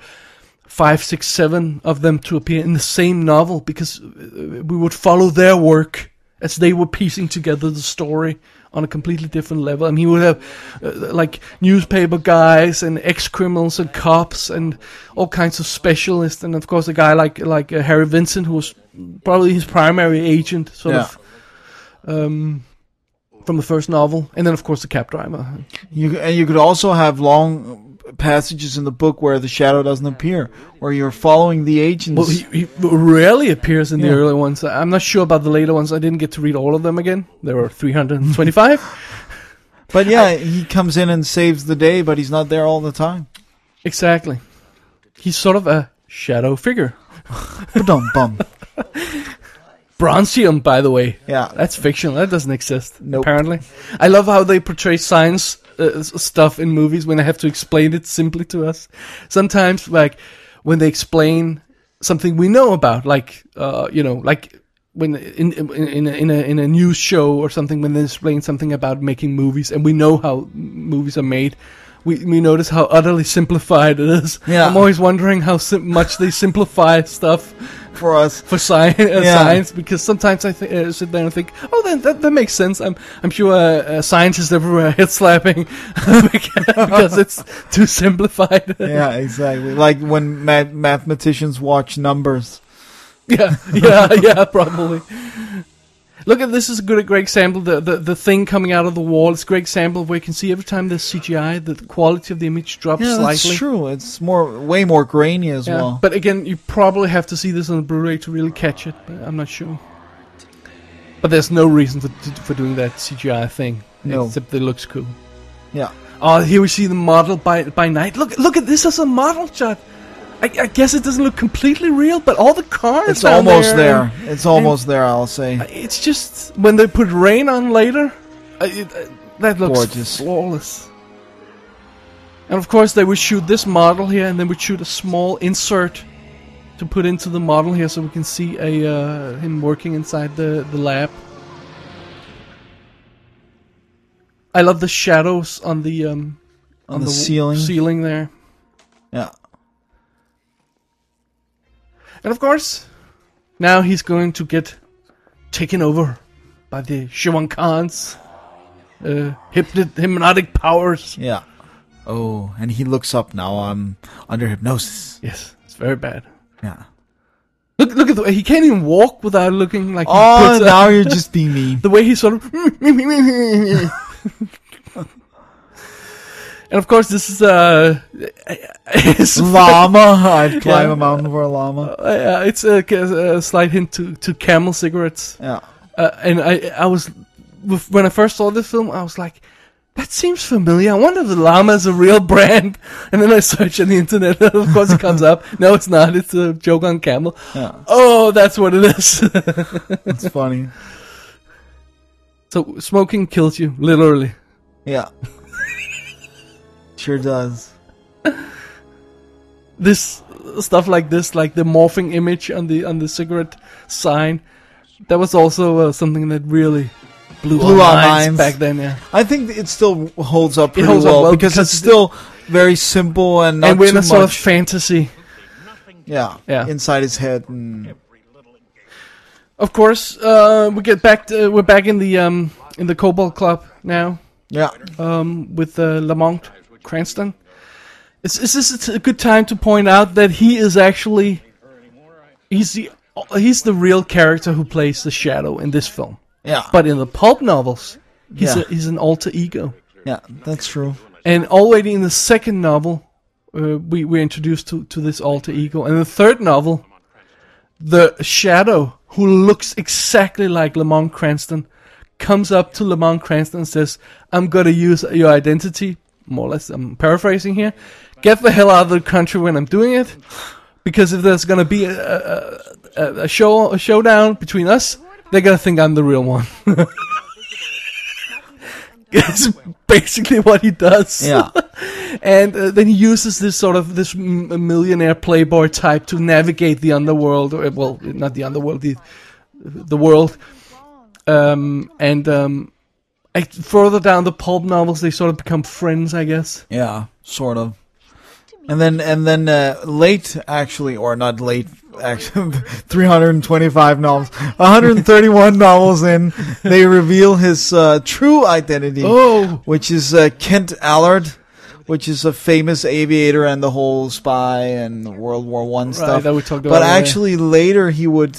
Speaker 3: five, six, seven of them to appear in the same novel because uh, we would follow their work as they were piecing together the story on a completely different level. And he would have uh, like newspaper guys and ex criminals and cops and all kinds of specialists, and of course a guy like like uh, Harry Vincent, who was probably his primary agent, sort
Speaker 4: Yeah.
Speaker 3: of um, from the first novel, and then of course the cab driver.
Speaker 4: you and you could also have long passages in the book where the shadow doesn't appear, where you're following the agents.
Speaker 3: Well, he, he rarely appears in the
Speaker 4: Yeah.
Speaker 3: early ones. I- I'm not sure about the later ones. I didn't get to read all of them again. There were 325.
Speaker 4: but yeah, he comes in and saves the day, but he's not there all the time.
Speaker 3: exactly. He's sort of a shadow figure.
Speaker 4: Ba-dum bum.
Speaker 3: Bronzium, by the way.
Speaker 4: Yeah.
Speaker 3: That's fictional. That doesn't exist,
Speaker 4: Nope.
Speaker 3: apparently. I love how they portray science uh, s- stuff in movies when they have to explain it simply to us. Sometimes, like, when they explain something we know about, like, uh, you know, like when in in in a, in a in a news show or something when they explain something about making movies and we know how m- movies are made we we notice how utterly simplified it is
Speaker 4: Yeah.
Speaker 3: i'm always wondering how sim- much they simplify stuff
Speaker 4: for us.
Speaker 3: for science, uh,
Speaker 4: Yeah.
Speaker 3: science because sometimes I th- uh, sit there and think, oh, then that, that makes sense. I'm I'm sure uh, uh, scientists everywhere are head slapping because it's too simplified.
Speaker 4: Yeah, exactly. Like when ma- mathematicians watch numbers.
Speaker 3: yeah, yeah, yeah, probably. Look at this is a good a great example. The, the the thing coming out of the wall. It's a great example of where you can see every time there's CGI, the quality of the image drops
Speaker 4: Yeah,
Speaker 3: slightly.
Speaker 4: that's true. It's more, way more grainy as
Speaker 3: Yeah,
Speaker 4: well.
Speaker 3: But again, you probably have to see this on the Blu-ray to really catch it. but I'm not sure. But there's no reason for for doing that CGI thing,
Speaker 4: No.
Speaker 3: except that it looks cool.
Speaker 4: yeah,
Speaker 3: Oh, here we see the model by by night. Look, look at this as a model shot. I, I guess it doesn't look completely real, but all the cars.
Speaker 4: it's
Speaker 3: down
Speaker 4: almost
Speaker 3: there.
Speaker 4: there.
Speaker 3: Uh,
Speaker 4: It's almost there. I'll say.
Speaker 3: and It's just when they put rain on later. I, uh, it, I- That looks
Speaker 4: Gorgeous.
Speaker 3: flawless. And of course, they would shoot this model here, and then we would shoot a small insert to put into the model here, so we can see a uh, him working inside the the lab. I love the shadows on the um,
Speaker 4: On the ceiling.
Speaker 3: ceiling there,
Speaker 4: Yeah.
Speaker 3: and of course, now he's going to get taken over by the Shivan Khan's uh, hypno- hypnotic powers.
Speaker 4: Yeah. Oh, and he looks up now. I'm under hypnosis.
Speaker 3: Yes, it's very bad.
Speaker 4: Yeah.
Speaker 3: Look, look at the way he can't even walk without looking like. he
Speaker 4: Oh,
Speaker 3: puts a-
Speaker 4: now you're just being mean.
Speaker 3: the way he sort of. and of course, this is uh, it's,
Speaker 4: Llama. I'd climb
Speaker 3: Yeah.
Speaker 4: a mountain for a llama.
Speaker 3: uh, it's a, a slight hint to to Camel cigarettes.
Speaker 4: Yeah.
Speaker 3: Uh, and I I was with- when I first saw this film, I was like. That seems familiar. I wonder if the llama is a real brand. And then I search on the internet, and of course it comes up. No, it's not. It's a joke on camel.
Speaker 4: Yeah.
Speaker 3: Oh, that's what it is.
Speaker 4: It's funny.
Speaker 3: So smoking kills you, literally.
Speaker 4: Yeah. sure does.
Speaker 3: This stuff like this, like the morphing image on the on the cigarette sign, that was also uh, something that really blew,
Speaker 4: Blew
Speaker 3: our
Speaker 4: our
Speaker 3: minds
Speaker 4: minds.
Speaker 3: back then. Yeah,
Speaker 4: I think it still holds up pretty
Speaker 3: holds up
Speaker 4: well,
Speaker 3: well
Speaker 4: because,
Speaker 3: because
Speaker 4: it's
Speaker 3: it-
Speaker 4: still very simple and not
Speaker 3: and we're in
Speaker 4: too
Speaker 3: a sort of
Speaker 4: much.
Speaker 3: fantasy.
Speaker 4: yeah,
Speaker 3: Yeah.
Speaker 4: Inside his head, and
Speaker 3: Of course, uh, we get back. To, we're back in the um in the Cobalt Club now
Speaker 4: yeah,
Speaker 3: um, with uh, Lamont Cranston. Is, is this a good time to point out that he is actually he's the he's the real character who plays the Shadow in this film.
Speaker 4: yeah,
Speaker 3: But in the pulp novels, he's
Speaker 4: Yeah.
Speaker 3: a, he's an alter ego.
Speaker 4: yeah. That's true.
Speaker 3: And already in the second novel, uh, we we're introduced to to this alter ego. And the third novel, the shadow who looks exactly like Lamont Cranston comes up to Lamont Cranston and says, "I'm gonna use your identity." More or less, I'm paraphrasing here. Get the hell out of the country when I'm doing it, because if there's gonna be a a, a, a show a showdown between us, they're gonna think I'm the real one. It's basically what he does.
Speaker 4: Yeah,
Speaker 3: And uh, then he uses this sort of this m- millionaire playboy type to navigate the underworld, or well, not the underworld, the the world. Um, and um, I, further down the pulp novels, they sort of become friends, I guess.
Speaker 4: yeah, sort of. And then, and then, uh, late actually, or not late, actually, 325 novels, 131 novels in, they reveal his uh, true identity.
Speaker 3: Oh,
Speaker 4: which is uh, Kent Allard, which is a famous aviator and the whole spy and World War One stuff.
Speaker 3: that we talked about
Speaker 4: but
Speaker 3: earlier.
Speaker 4: actually, later he would.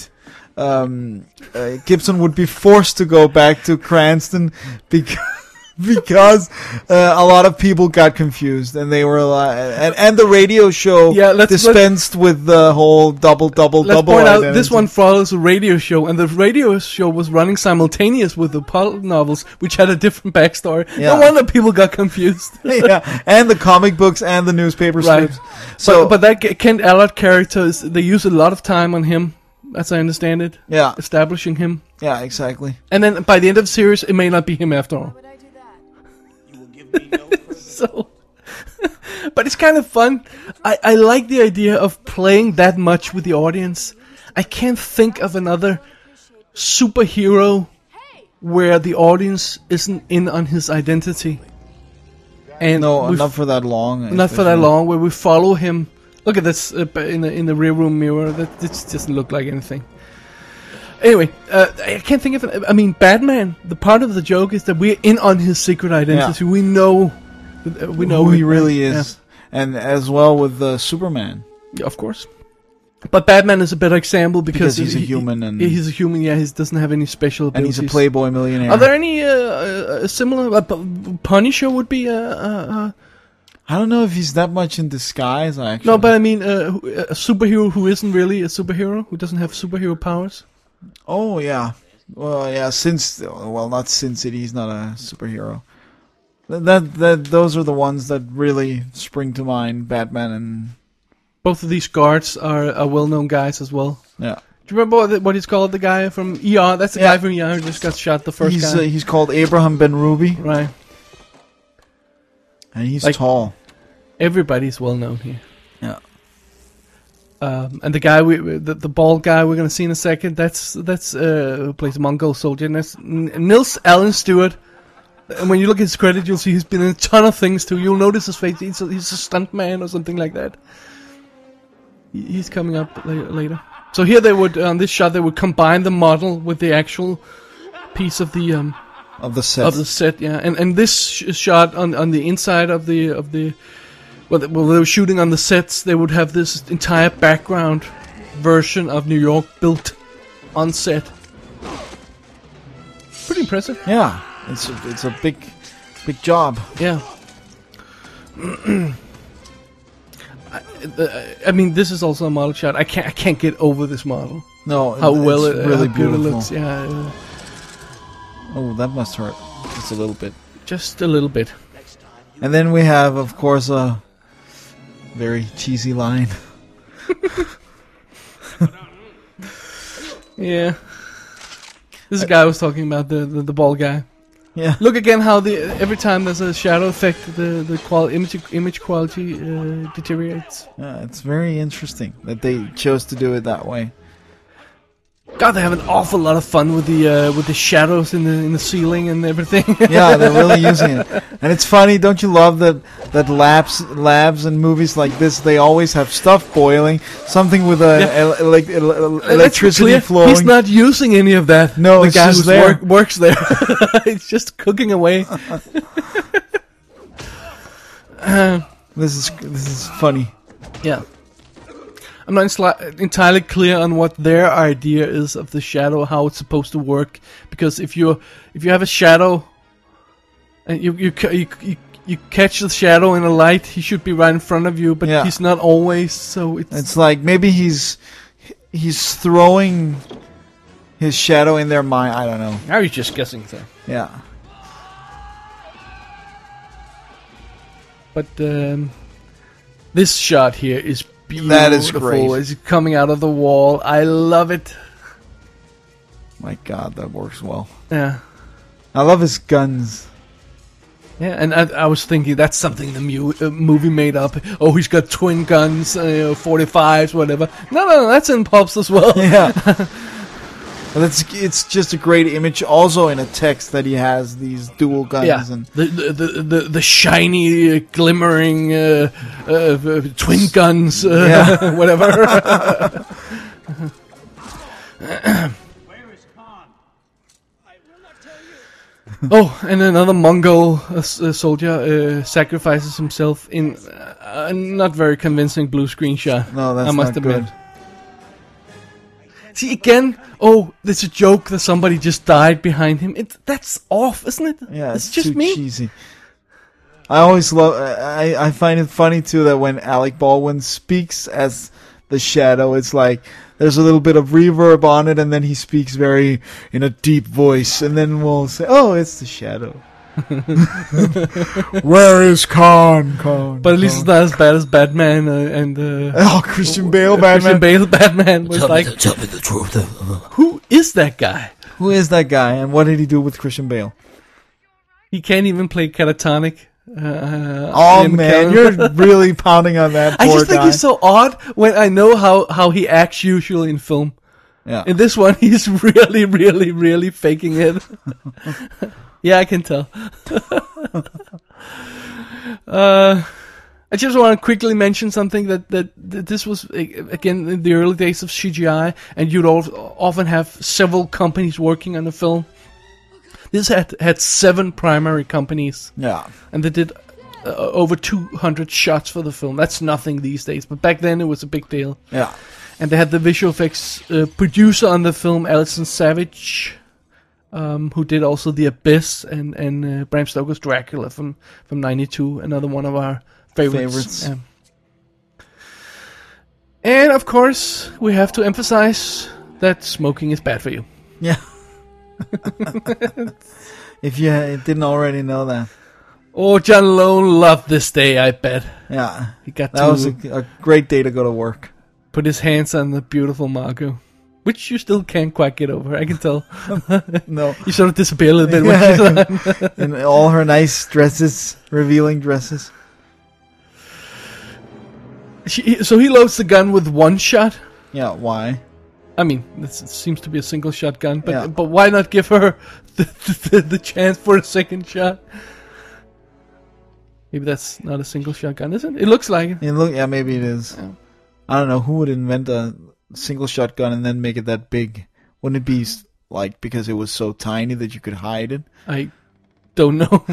Speaker 4: Um, uh, Gibson would be forced to go back to Cranston because because uh, a lot of people got confused and they were like, and, and the radio show
Speaker 3: Yeah, let's- let's-
Speaker 4: dispensed with the whole double double
Speaker 3: let's
Speaker 4: double.
Speaker 3: point out this
Speaker 4: identity.
Speaker 3: one follows a radio show, and the radio show was running simultaneous with the pulp novels, which had a different backstory.
Speaker 4: Yeah.
Speaker 3: No wonder people got confused.
Speaker 4: yeah, and the comic books and the newspaper
Speaker 3: Right.
Speaker 4: strips. So,
Speaker 3: but, but that K- Kent Allard character, is, they use a lot of time on him, as I understand it,
Speaker 4: yeah,
Speaker 3: establishing him.
Speaker 4: yeah, exactly.
Speaker 3: And then by the end of the series, it may not be him after all. so, but it's kind of fun. I, I like the idea of playing that much with the audience. I can't think of another superhero where the audience isn't in on his identity. And
Speaker 4: No,
Speaker 3: we've-
Speaker 4: not for that long. I
Speaker 3: not for
Speaker 4: think.
Speaker 3: that long, where we follow him. Look at this uh, b- in the in the rear room mirror. That this doesn't look like anything. Anyway, uh, I can't think of. An, I mean, Batman. The part of the joke is that we're in on his secret identity. We know. uh, We know
Speaker 4: who
Speaker 3: it-
Speaker 4: he really is, and as well with uh, Superman.
Speaker 3: Yeah, of course. But Batman is a better example because,
Speaker 4: Because he's a
Speaker 3: he- he-
Speaker 4: human and-
Speaker 3: yeah, he's a human. Yeah, he doesn't have any special.
Speaker 4: And
Speaker 3: Abilities.
Speaker 4: he's a playboy millionaire.
Speaker 3: Are there any uh, uh, similar? Uh, P- Punisher would be a. Uh, uh,
Speaker 4: I don't know if he's that much in disguise. Actually,
Speaker 3: No, but I mean uh, who- a superhero who isn't really a superhero, who doesn't have superhero powers.
Speaker 4: oh yeah, well yeah. Since well, not Sin City. He's not a superhero. That, that that those are the ones that really spring to mind. Batman and
Speaker 3: Both of these guards are, are well-known guys as well.
Speaker 4: yeah,
Speaker 3: Do you remember what, the- what he's called? The guy from ER. That's the
Speaker 4: Yeah.
Speaker 3: guy from ER who just got shot. The first
Speaker 4: he's uh,
Speaker 3: guy,
Speaker 4: he's called Abraham Ben Ruby.
Speaker 3: right?
Speaker 4: and he's
Speaker 3: Like-
Speaker 4: tall.
Speaker 3: Everybody's well known here.
Speaker 4: Yeah.
Speaker 3: Um, and the guy, we, we- the, the bald guy we're going to see in a second, that's that's uh, who plays a Mongol soldier. And that's N- Nils Allen Stewart. And when you look at his credit, you'll see he's been in a ton of things too. You'll notice his face. He's a, he's a stunt man or something like that. He- He's coming up la- later. So here they would, on this shot, they would combine the model with the actual piece of the um,
Speaker 4: Of the set.
Speaker 3: of the set, yeah. And and this sh- shot on on the inside of the of the well, they- well, they were shooting on the sets. They would have this entire background version of New York built on set. Pretty impressive,
Speaker 4: yeah. It's a, it's a big big job.
Speaker 3: yeah. I- uh, I mean, this is also a model shot. I can't, I can't get over this model.
Speaker 4: No, it-
Speaker 3: How well
Speaker 4: it's
Speaker 3: it
Speaker 4: really
Speaker 3: how good it
Speaker 4: beautiful.
Speaker 3: looks. Yeah, uh,
Speaker 4: Oh, that must hurt just a little bit.
Speaker 3: just a little bit.
Speaker 4: And then we have, of course, a very cheesy line.
Speaker 3: Yeah. This is the guy I was talking about, the, the, the bald guy.
Speaker 4: Yeah.
Speaker 3: Look again how the every time there's a shadow effect, the, the qual- image, image quality uh, deteriorates.
Speaker 4: Yeah, it's very interesting that they chose to do it that way.
Speaker 3: God, they have an awful lot of fun with the uh, with the shadows in the in the ceiling and everything.
Speaker 4: Yeah, they're really using it, and it's funny. Don't you love that? That labs, labs, and movies like this, they always have stuff boiling, something with a
Speaker 3: Yeah.
Speaker 4: ele- elec- ele- ele-
Speaker 3: Let's be
Speaker 4: electricity
Speaker 3: clear,
Speaker 4: flowing.
Speaker 3: He's not using any of that.
Speaker 4: No,
Speaker 3: the
Speaker 4: it's
Speaker 3: guy
Speaker 4: just
Speaker 3: who's
Speaker 4: there.
Speaker 3: Work, works there. it's just cooking away.
Speaker 4: This is this is funny.
Speaker 3: Yeah. I'm not insli- entirely clear on what their idea is of the shadow, how it's supposed to work. Because if you if you have a shadow, and you you ca- you, you, you catch the shadow in a light, he should be right in front of you, but
Speaker 4: Yeah.
Speaker 3: he's not always. So it's,
Speaker 4: It's like maybe he's he's throwing his shadow in their mind. I don't know.
Speaker 3: now you're just guessing there.
Speaker 4: Yeah,
Speaker 3: But um, this shot here is beautiful.
Speaker 4: That is great.
Speaker 3: It's coming out of the wall. I love it.
Speaker 4: my God, that works well.
Speaker 3: Yeah.
Speaker 4: I love his guns.
Speaker 3: Yeah, and I, I was thinking that's something the mu- uh, movie made up. Oh, he's got twin guns, uh, you know, 45s, whatever. No, no, no, that's in pops as well.
Speaker 4: Yeah. But it's it's just a great image. Also in a text that he has these dual guns
Speaker 3: Yeah,
Speaker 4: and
Speaker 3: the the the, the, the shiny, uh, glimmering uh, uh, uh, twin guns, uh,
Speaker 4: Yeah.
Speaker 3: whatever.
Speaker 7: Where is Khan? I will not tell you.
Speaker 3: oh, and another Mongol uh, s- uh, soldier uh, sacrifices himself in uh, a not very convincing blue screen shot.
Speaker 4: no, that's
Speaker 3: I must
Speaker 4: not
Speaker 3: admit.
Speaker 4: good.
Speaker 3: See again? Oh, there's a joke that somebody just died behind him. It that's off, isn't it?
Speaker 4: Yeah,
Speaker 3: it's,
Speaker 4: it's,
Speaker 3: just
Speaker 4: too
Speaker 3: me.
Speaker 4: cheesy. I always love. I I find it funny too that when Alec Baldwin speaks as the shadow, it's like there's a little bit of reverb on it, and then he speaks very in a deep voice, and then we'll say, "Oh, it's the shadow." Where is Khan? Khan.
Speaker 3: But at least it's not as bad as Batman uh, and uh,
Speaker 4: oh, Christian Bale,
Speaker 3: Christian
Speaker 4: Batman.
Speaker 3: Bale Batman was like, who is that guy?
Speaker 4: Who is that guy, and what did he do with Christian Bale?
Speaker 3: He can't even play catatonic. Uh,
Speaker 4: Oh
Speaker 3: Ian
Speaker 4: man,
Speaker 3: McKellen.
Speaker 4: you're really pounding on that
Speaker 3: I
Speaker 4: poor
Speaker 3: just think
Speaker 4: guy.
Speaker 3: he's so odd when I know how, how he acts usually in film.
Speaker 4: yeah.
Speaker 3: In this one, he's really, really, really faking it. yeah, I can tell. uh, I just want to quickly mention something that, that, that this was a- again in the early days of CGI, and you'd al- often have several companies working on the film. This had had seven primary companies,
Speaker 4: yeah.
Speaker 3: and they did uh, over 200 shots for the film. That's nothing these days, but back then it was a big deal
Speaker 4: Yeah.
Speaker 3: and they had the visual effects uh, producer on the film, Alison Savage, um, who did also The Abyss and and uh, Bram Stoker's Dracula from from '92, another one of our favorites.
Speaker 4: Favorites.
Speaker 3: Yeah. And of course, we have to emphasize that smoking is bad for you.
Speaker 4: Yeah. if you ha- didn't already know that.
Speaker 3: Oh, John Lone loved this day, I bet.
Speaker 4: Yeah.
Speaker 3: He got
Speaker 4: That
Speaker 3: to
Speaker 4: was a, a great day to go to work.
Speaker 3: put his hands on the beautiful Margot. which you still can't quite get over. I can tell.
Speaker 4: No,
Speaker 3: You sort of disappear a little bit. When she's like,
Speaker 4: in all her nice dresses, revealing dresses.
Speaker 3: she, so he loads the gun with one shot.
Speaker 4: Yeah, why?
Speaker 3: I mean, this it seems to be a single shot gun, but
Speaker 4: Yeah.
Speaker 3: but why not give her the, the, the chance for a second shot? Maybe that's not a single shot gun, is it? It looks like it.
Speaker 4: Yeah, look, yeah, maybe it is. I don't know who would invent a single shotgun and then make it that big. Wouldn't it be s- like because it was so tiny that you could hide it?
Speaker 3: I don't know.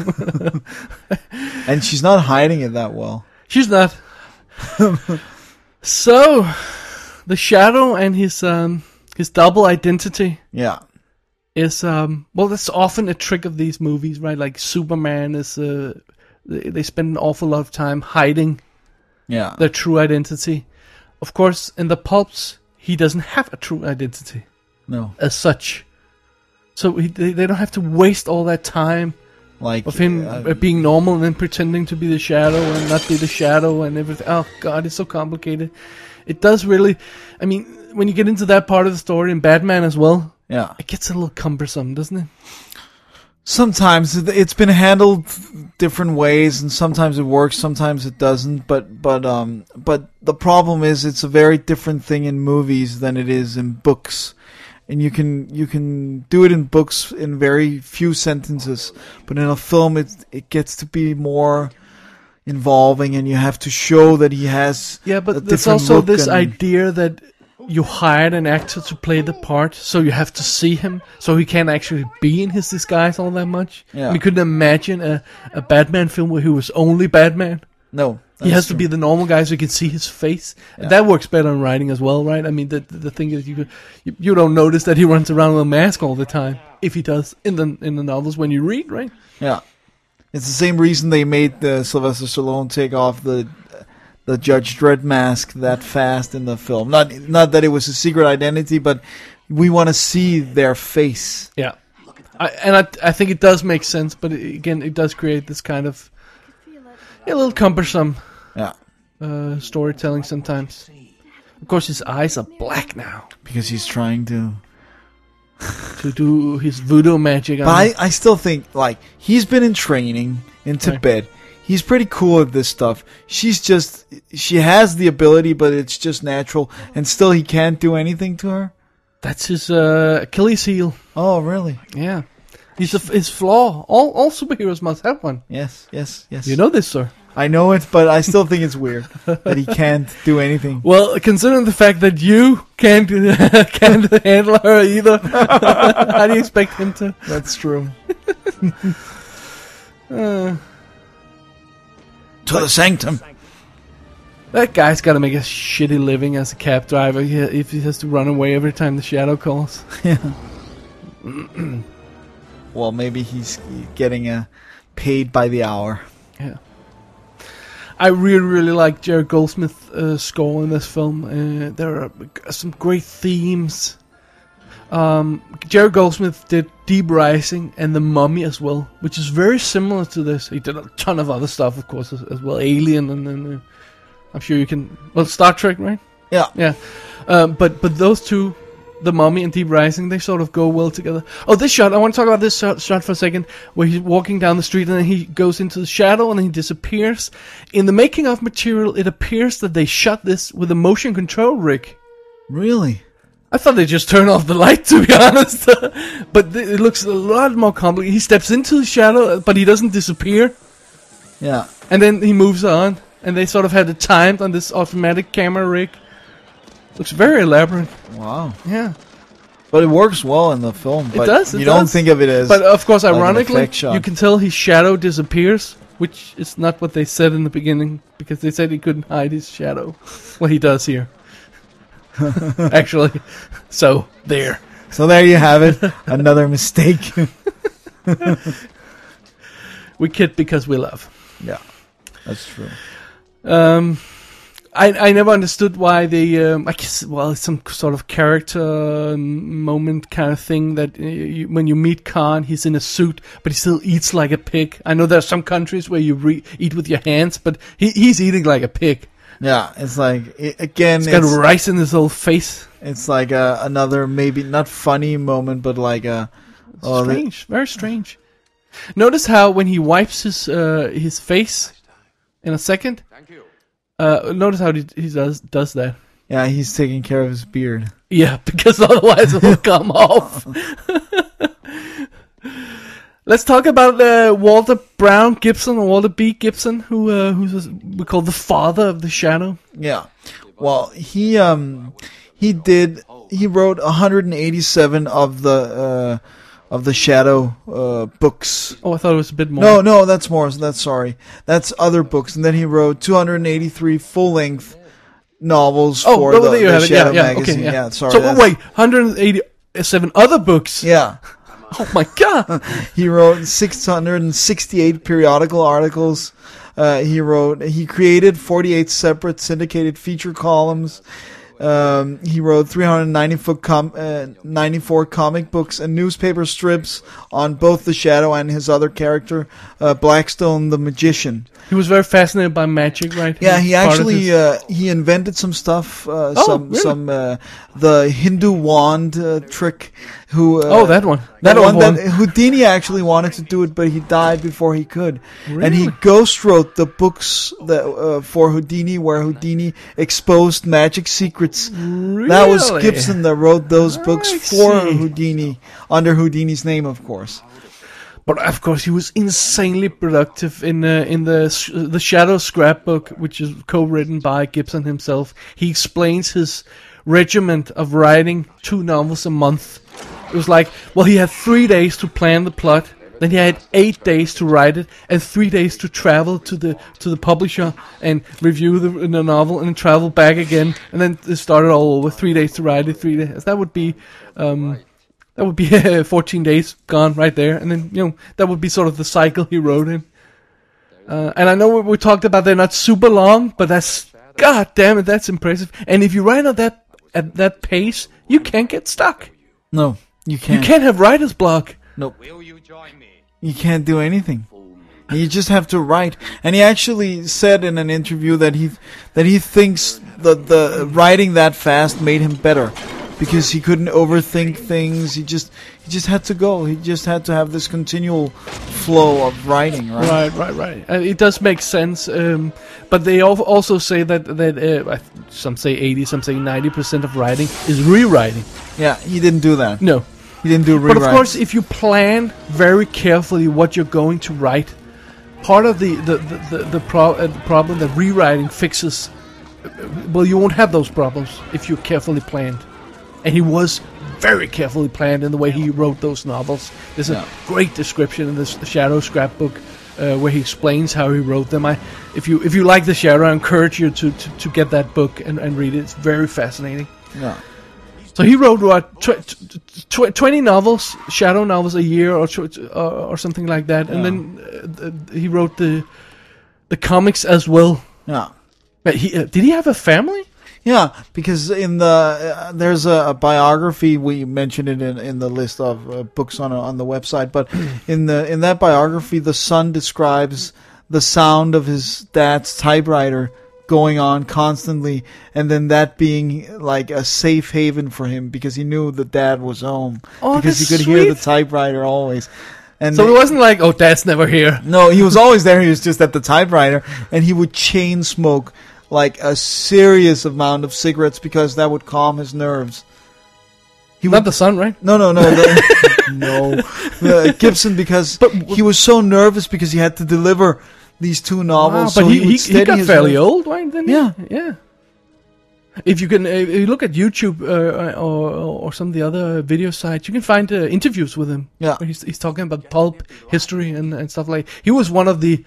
Speaker 4: And she's not hiding it that well.
Speaker 3: She's not. so, the shadow and his um his double identity
Speaker 4: Yeah,
Speaker 3: is um well that's often a trick of these movies, right? Like Superman is uh they they spend an awful lot of time hiding
Speaker 4: yeah,
Speaker 3: their true identity. Of course, in the pulps, he doesn't have a true identity
Speaker 4: no,
Speaker 3: as such. So he, they they don't have to waste all that time
Speaker 4: like
Speaker 3: of him
Speaker 4: uh,
Speaker 3: uh, being normal and then pretending to be the shadow and not be the shadow and everything. Oh god, it's so complicated. It does really. I mean, when you get into that part of the story in Batman as well,
Speaker 4: yeah.
Speaker 3: it gets a little cumbersome, doesn't it?
Speaker 4: sometimes it- it's been handled different ways and sometimes it works sometimes it doesn't but but um but the problem is it's a very different thing in movies than it is in books and you can you can do it in books in very few sentences but in a film it it gets to be more involving and you have to show that he has
Speaker 3: Yeah,
Speaker 4: a
Speaker 3: but there's
Speaker 4: different
Speaker 3: also
Speaker 4: look
Speaker 3: this
Speaker 4: and-
Speaker 3: idea that you hired an actor to play the part, so you have to see him, so he can't actually be in his disguise all that much.
Speaker 4: Yeah.
Speaker 3: You couldn't imagine a, a Batman film where he was only Batman.
Speaker 4: no
Speaker 3: he
Speaker 4: that's
Speaker 3: has
Speaker 4: true.
Speaker 3: to be the normal guy so you can see his face. And That works better in writing as well, right? I mean, the the thing is, you you, you don't notice that he runs around with a mask all the time. If he does in the in the novels when you read, right?
Speaker 4: Yeah, it's the same reason they made the Sylvester Stallone take off the the Judge Dredd mask that fast in the film. Not not that it was a secret identity, but we want to see their face.
Speaker 3: Yeah. I, and I I think it does make sense, but it, again, it does create this kind of a little cumbersome
Speaker 4: Yeah,
Speaker 3: uh, storytelling sometimes. Of course, his eyes are black now
Speaker 4: because he's trying to.
Speaker 3: to do his voodoo magic.
Speaker 4: But I, I still think like he's been in training in Tibet. He's pretty cool at this stuff. She's just she has the ability, but it's just natural, and still he can't do anything to her.
Speaker 3: That's his uh, Achilles heel.
Speaker 4: Oh, really?
Speaker 3: Yeah. He's a, his flaw. All all superheroes must have one.
Speaker 4: Yes, yes, yes.
Speaker 3: You know this, sir.
Speaker 4: I know it, but I still think it's weird that he can't do anything.
Speaker 3: Well, considering the fact that you can't can't handle her either, how do you expect him to?
Speaker 4: That's true.
Speaker 3: Uh,
Speaker 4: To the sanctum.
Speaker 3: that guy's got to make a shitty living as a cab driver he- if he has to run away every time the shadow calls.
Speaker 4: Well, maybe he's getting uh, paid by the hour.
Speaker 3: I really, really like Jared Goldsmith's uh, score in this film. Uh, there are some great themes. Um, Jared Goldsmith did Deep Rising and The Mummy as well, which is very similar to this. He did a ton of other stuff, of course, as, as well. Alien and then uh, I'm sure you can. Well, Star Trek, right?
Speaker 4: Yeah.
Speaker 3: Yeah. Um, but but those two, the Mummy and Deep Rising, they sort of go well together. Oh, this shot! I want to talk about this shot, shot for a second, where he's walking down the street and then he goes into the shadow and then he disappears. In the making of material, it appears that they shot this with a motion control rig.
Speaker 4: Really?
Speaker 3: I thought they just turned off the light, to be honest. but th- it looks a lot more complicated. He steps into the shadow, uh, but he doesn't disappear,
Speaker 4: Yeah.
Speaker 3: and then he moves on. And they sort of had it timed on this automatic camera rig. Looks very elaborate.
Speaker 4: Wow.
Speaker 3: Yeah.
Speaker 4: But it works well in the film. But
Speaker 3: does, it
Speaker 4: you don't
Speaker 3: does.
Speaker 4: think of it as.
Speaker 3: But uh, of course,
Speaker 4: like an
Speaker 3: ironically,
Speaker 4: effect shot.
Speaker 3: you can tell his shadow disappears, which is not what they said in the beginning because they said he couldn't hide his shadow. Well, he does here. Actually, so there.
Speaker 4: so there you have it. Another mistake.
Speaker 3: We kid because we love.
Speaker 4: yeah. That's true.
Speaker 3: Um, I I never understood why the um, I guess well it's some sort of character m- moment kind of thing that uh, you, when you meet Khan he's in a suit but he still eats like a pig. I know there are some countries where you re- eat with your hands, but he he's eating like a pig.
Speaker 4: Yeah. It's like, i again,
Speaker 3: He's
Speaker 4: it's,
Speaker 3: got rice in his whole face.
Speaker 4: It's like a, another maybe not funny moment, but like a oh, they-
Speaker 3: strange, very strange. Notice how when he wipes his uh, his face in a second. Uh, notice how he, he does does that.
Speaker 4: yeah, he's taking care of his beard.
Speaker 3: Yeah, because otherwise it will come off. Let's talk about uh, Walter Brown Gibson, or Walter B. Gibson, who uh, who's we call the father of the shadow.
Speaker 4: Yeah. Well, he um he did he wrote 187 of the uh of the shadow uh books.
Speaker 3: Oh, I thought it was a bit more.
Speaker 4: No, no, that's more. That's sorry. That's other books. And then he wrote 283 full length novels
Speaker 3: oh,
Speaker 4: for
Speaker 3: well,
Speaker 4: the,
Speaker 3: there you
Speaker 4: the
Speaker 3: have it.
Speaker 4: Shadow
Speaker 3: yeah, yeah,
Speaker 4: magazine.
Speaker 3: okay, yeah.
Speaker 4: sorry.
Speaker 3: So oh,
Speaker 4: that's-
Speaker 3: wait, 187 other books.
Speaker 4: Yeah.
Speaker 3: Oh my god.
Speaker 4: He wrote 668 periodical articles. Uh, he wrote. He created 48 separate syndicated feature columns. Um, he wrote 394 com- uh, 94 comic books and newspaper strips on both the Shadow and his other character, uh, Blackstone the Magician.
Speaker 3: he was very fascinated by magic, right?
Speaker 4: Yeah, he
Speaker 3: Part of
Speaker 4: actually
Speaker 3: his-
Speaker 4: uh, he invented some stuff, uh,
Speaker 3: Oh,
Speaker 4: some
Speaker 3: really?
Speaker 4: some uh, the Hindu wand uh, trick. Who? Uh,
Speaker 3: Oh, that one.
Speaker 4: That,
Speaker 3: That
Speaker 4: one,
Speaker 3: old
Speaker 4: that Houdini actually wanted to do it, but he died before he could. And he
Speaker 3: Really?
Speaker 4: ghost wrote the books that uh, for Houdini, where Houdini exposed magic secrets. That was
Speaker 3: Really?
Speaker 4: Gibson that wrote those books
Speaker 3: I
Speaker 4: for
Speaker 3: see.
Speaker 4: Houdini under Houdini's name, of course.
Speaker 3: But of course, he was insanely productive in uh, in the sh- the Shadow scrapbook, which is co-written by Gibson himself. He explains his regiment of writing two novels a month. It was like, well, he had three days to plan the plot, then he had eight days to write it, and three days to travel to the to the publisher and review the, the novel, and then travel back again, and then it started all over. Three days to write it, three days. That would be. Um, that would be 14 days gone right there, and then you know that would be sort of the cycle he rode in. Uh, and I know we, we talked about they're not super long, but that's god damn it, that's impressive. And if you ride at that at that pace, you can't get stuck.
Speaker 4: No, you
Speaker 3: You
Speaker 4: can't.
Speaker 3: can't have writer's block.
Speaker 6: Will you join me?
Speaker 4: You can't do anything. You just have to write. And he actually said in an interview that he that he thinks that the writing that fast made him better because he couldn't overthink things. He just he just had to go. He just had to have this continual flow of writing, right?
Speaker 3: Right, right, right. Uh, it does make sense. Um, but they al- also say that that uh, I th- some say 80, some say 90 percent of writing is rewriting.
Speaker 4: Yeah, he didn't do that.
Speaker 3: No,
Speaker 4: He didn't do rewrite.
Speaker 3: But of course, if you plan very carefully what you're going to write, part of the the the, the, the, pro- uh, the problem that rewriting fixes, uh, well, you won't have those problems if you're carefully planned. And he was very carefully planned in the way he wrote those novels. There's
Speaker 4: Yeah.
Speaker 3: a great description in this Shadow scrapbook. Uh, where he explains how he wrote them. I, if you if you like the Shadow, I encourage you to, to, to get that book and, and read it. It's very fascinating.
Speaker 4: yeah.
Speaker 3: So he wrote what tw- tw- tw- twenty novels, shadow novels a year or tw- tw- uh, or something like that, and then uh, th- he wrote the the comics as well.
Speaker 4: yeah.
Speaker 3: But he uh, did he have a family?
Speaker 4: Yeah, because in the uh, there's a, a biography we mentioned it in, in the list of uh, books on on the website, but in the in that biography, the son describes the sound of his dad's typewriter going on constantly, and then that being like a safe haven for him because he knew that dad was home
Speaker 3: Oh,
Speaker 4: because he
Speaker 3: that's
Speaker 4: could hear the
Speaker 3: sweet.
Speaker 4: typewriter always. And
Speaker 3: So it wasn't like oh, dad's never here.
Speaker 4: no, he was always there. He was just at the typewriter, and he would chain smoke like a serious amount of cigarettes because that would calm his nerves. He
Speaker 3: Not
Speaker 4: would,
Speaker 3: the son, right?
Speaker 4: no, no, no, the, no, The Gibson because he was so nervous because he had to deliver these two novels.
Speaker 3: but
Speaker 4: so
Speaker 3: he
Speaker 4: Ah, would
Speaker 3: he, he
Speaker 4: steady
Speaker 3: got
Speaker 4: his
Speaker 3: fairly
Speaker 4: nerves.
Speaker 3: old, right? Didn't he?
Speaker 4: Yeah.
Speaker 3: yeah. If you can, uh, if you look at YouTube uh, or or some of the other video sites, you can find uh, interviews with him.
Speaker 4: Yeah.
Speaker 3: where he's he's talking about pulp history and, and stuff like. He was one of the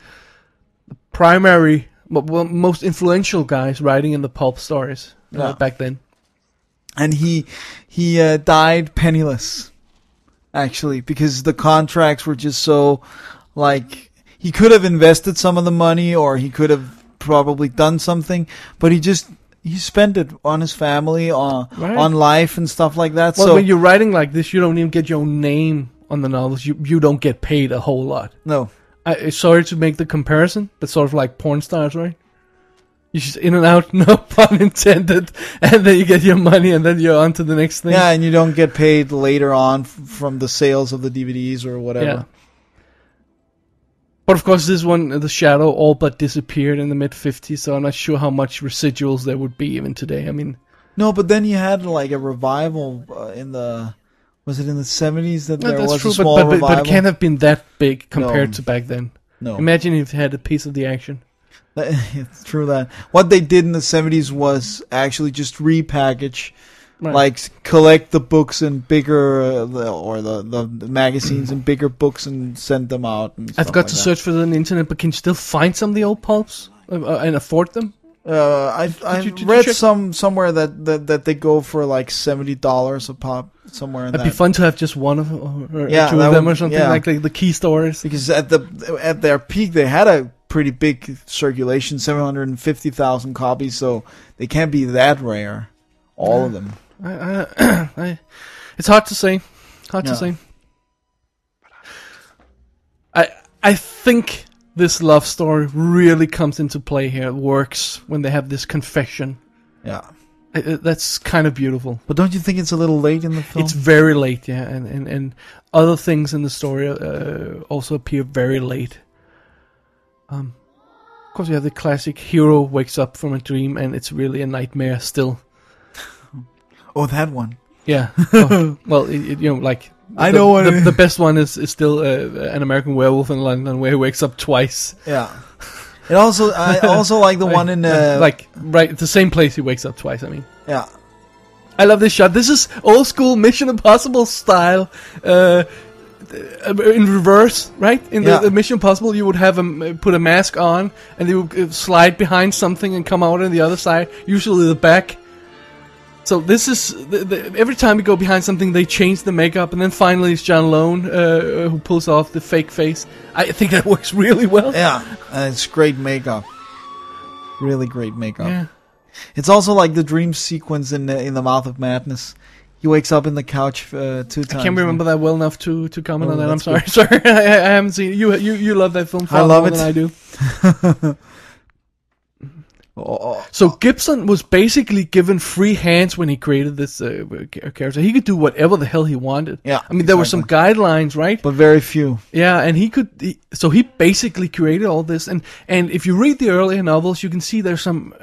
Speaker 3: primary, mo- well, most influential guys writing in the pulp stories uh,
Speaker 4: Yeah.
Speaker 3: back then.
Speaker 4: and he he uh, died penniless actually because the contracts were just so like he could have invested some of the money or he could have probably done something but he just he spent it on his family on
Speaker 3: Right.
Speaker 4: on life and stuff like that
Speaker 3: Well,
Speaker 4: so
Speaker 3: when you're writing like this, you don't even get your own name on the novels. You you don't get paid a whole lot.
Speaker 4: no
Speaker 3: I, sorry to make the comparison, but sort of like porn stars, right? You just in and out, no pun intended, and then you get your money, and then you're on to the next thing.
Speaker 4: Yeah, and you don't get paid later on f- from the sales of the DVDs or whatever.
Speaker 3: But of course, this one, uh, the shadow, all but disappeared in the mid '50s, so I'm not sure how much residuals there would be even today. I mean,
Speaker 4: No, but then you had like a revival uh, in the was it in the seventies that there
Speaker 3: that's
Speaker 4: was
Speaker 3: true,
Speaker 4: a
Speaker 3: but,
Speaker 4: small
Speaker 3: but, but,
Speaker 4: revival?
Speaker 3: but it can't have been that big compared
Speaker 4: No.
Speaker 3: to back then.
Speaker 4: no,
Speaker 3: Imagine if it had a piece of the action.
Speaker 4: it's true that what they did in the seventies was actually just repackage.
Speaker 3: Right.
Speaker 4: Like s- collect the books in bigger uh, the- or the, the the magazines in bigger books and send them out. And
Speaker 3: I've
Speaker 4: stuff
Speaker 3: got
Speaker 4: like
Speaker 3: to
Speaker 4: that.
Speaker 3: search for them on the internet, but can you still find some of the old pulps uh, uh, and afford them?
Speaker 4: Uh, I I
Speaker 3: you- did you
Speaker 4: read
Speaker 3: check-
Speaker 4: some somewhere that, that, that they go for like seventy dollars a pop somewhere in
Speaker 3: It'd
Speaker 4: that.
Speaker 3: be fun to have just one of them, or, or
Speaker 4: Yeah,
Speaker 3: two
Speaker 4: that
Speaker 3: of them,
Speaker 4: would-
Speaker 3: or something
Speaker 4: yeah.
Speaker 3: like, like the key stories.
Speaker 4: because at the at their peak they had a pretty big circulation, seven hundred and fifty thousand copies, so they can't be that rare. All of them.
Speaker 3: I, I, I, it's hard to say. Hard
Speaker 4: Yeah.
Speaker 3: to say. I I think this love story really comes into play here. It works when they have this confession.
Speaker 4: Yeah.
Speaker 3: I- I- that's kind of beautiful.
Speaker 4: But don't you think it's a little late in the film?
Speaker 3: It's very late, yeah, and, and, and other things in the story uh, also appear very late. Um, of course, you have the classic hero wakes up from a dream and it's really a nightmare still.
Speaker 4: oh, that one.
Speaker 3: Yeah. Oh, well, it, it, you know, like
Speaker 4: I
Speaker 3: the,
Speaker 4: know what
Speaker 3: the,
Speaker 4: it-
Speaker 3: the best one is, is still uh, an American Werewolf in London, where he wakes up twice.
Speaker 4: Yeah. It also I also like the one in uh,
Speaker 3: like right, it's the same place he wakes up twice. I mean,
Speaker 4: yeah.
Speaker 3: I love this shot. This is old school Mission Impossible style. Uh, in reverse, right? In
Speaker 4: Yeah.
Speaker 3: the, the Mission Impossible, you would have him put a mask on, and they would uh, slide behind something and come out on the other side, usually the back. So this is the, the, every time you go behind something, they change the makeup, and then finally it's John Lone uh, who pulls off the fake face. I think that works really well.
Speaker 4: Yeah. And it's great makeup. Really great makeup.
Speaker 3: Yeah.
Speaker 4: It's also like the dream sequence in the, in the Mouth of Madness. He wakes up in the couch uh, two times.
Speaker 3: I can't remember that well enough to, to comment
Speaker 4: Oh,
Speaker 3: on that. I'm
Speaker 4: that's
Speaker 3: sorry, sorry. I, I haven't seen it. you. You you love that film far
Speaker 4: I love
Speaker 3: more
Speaker 4: it.
Speaker 3: than I do.
Speaker 4: Oh, oh,
Speaker 3: So Gibson was basically given free hands when he created this uh, ca- character. He could do whatever the hell he wanted.
Speaker 4: Yeah,
Speaker 3: I mean there were some guidelines, right?
Speaker 4: but very few.
Speaker 3: Yeah, and he could. He, so he basically created all this, and and if you read the earlier novels, you can see there's some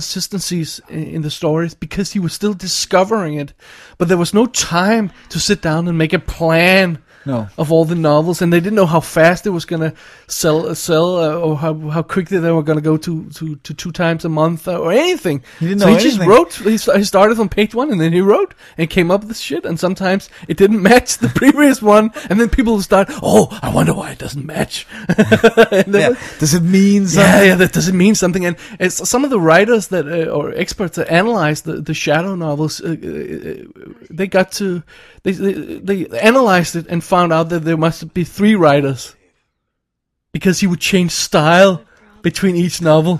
Speaker 3: inconsistencies in, in the stories because he was still discovering it, but there was no time to sit down and make a plan
Speaker 4: No.
Speaker 3: of all the novels, and they didn't know how fast it was gonna sell, sell, uh, or how how quickly they were gonna go to to, to two times a month uh, or anything.
Speaker 4: He didn't
Speaker 3: so
Speaker 4: know
Speaker 3: he just
Speaker 4: anything.
Speaker 3: wrote. He, st- he started from page one, and then he wrote and came up with shit. And sometimes it didn't match the previous one, and then people would start, "Oh, I wonder why it doesn't match." And then-
Speaker 4: Yeah. Does it mean something?
Speaker 3: yeah, yeah, that doesn't mean something. And it's some of the writers that uh, or experts that analyze the, the shadow novels, uh, uh, they got to they, they they analyzed it and found out that there must be three writers because he would change style between each novel.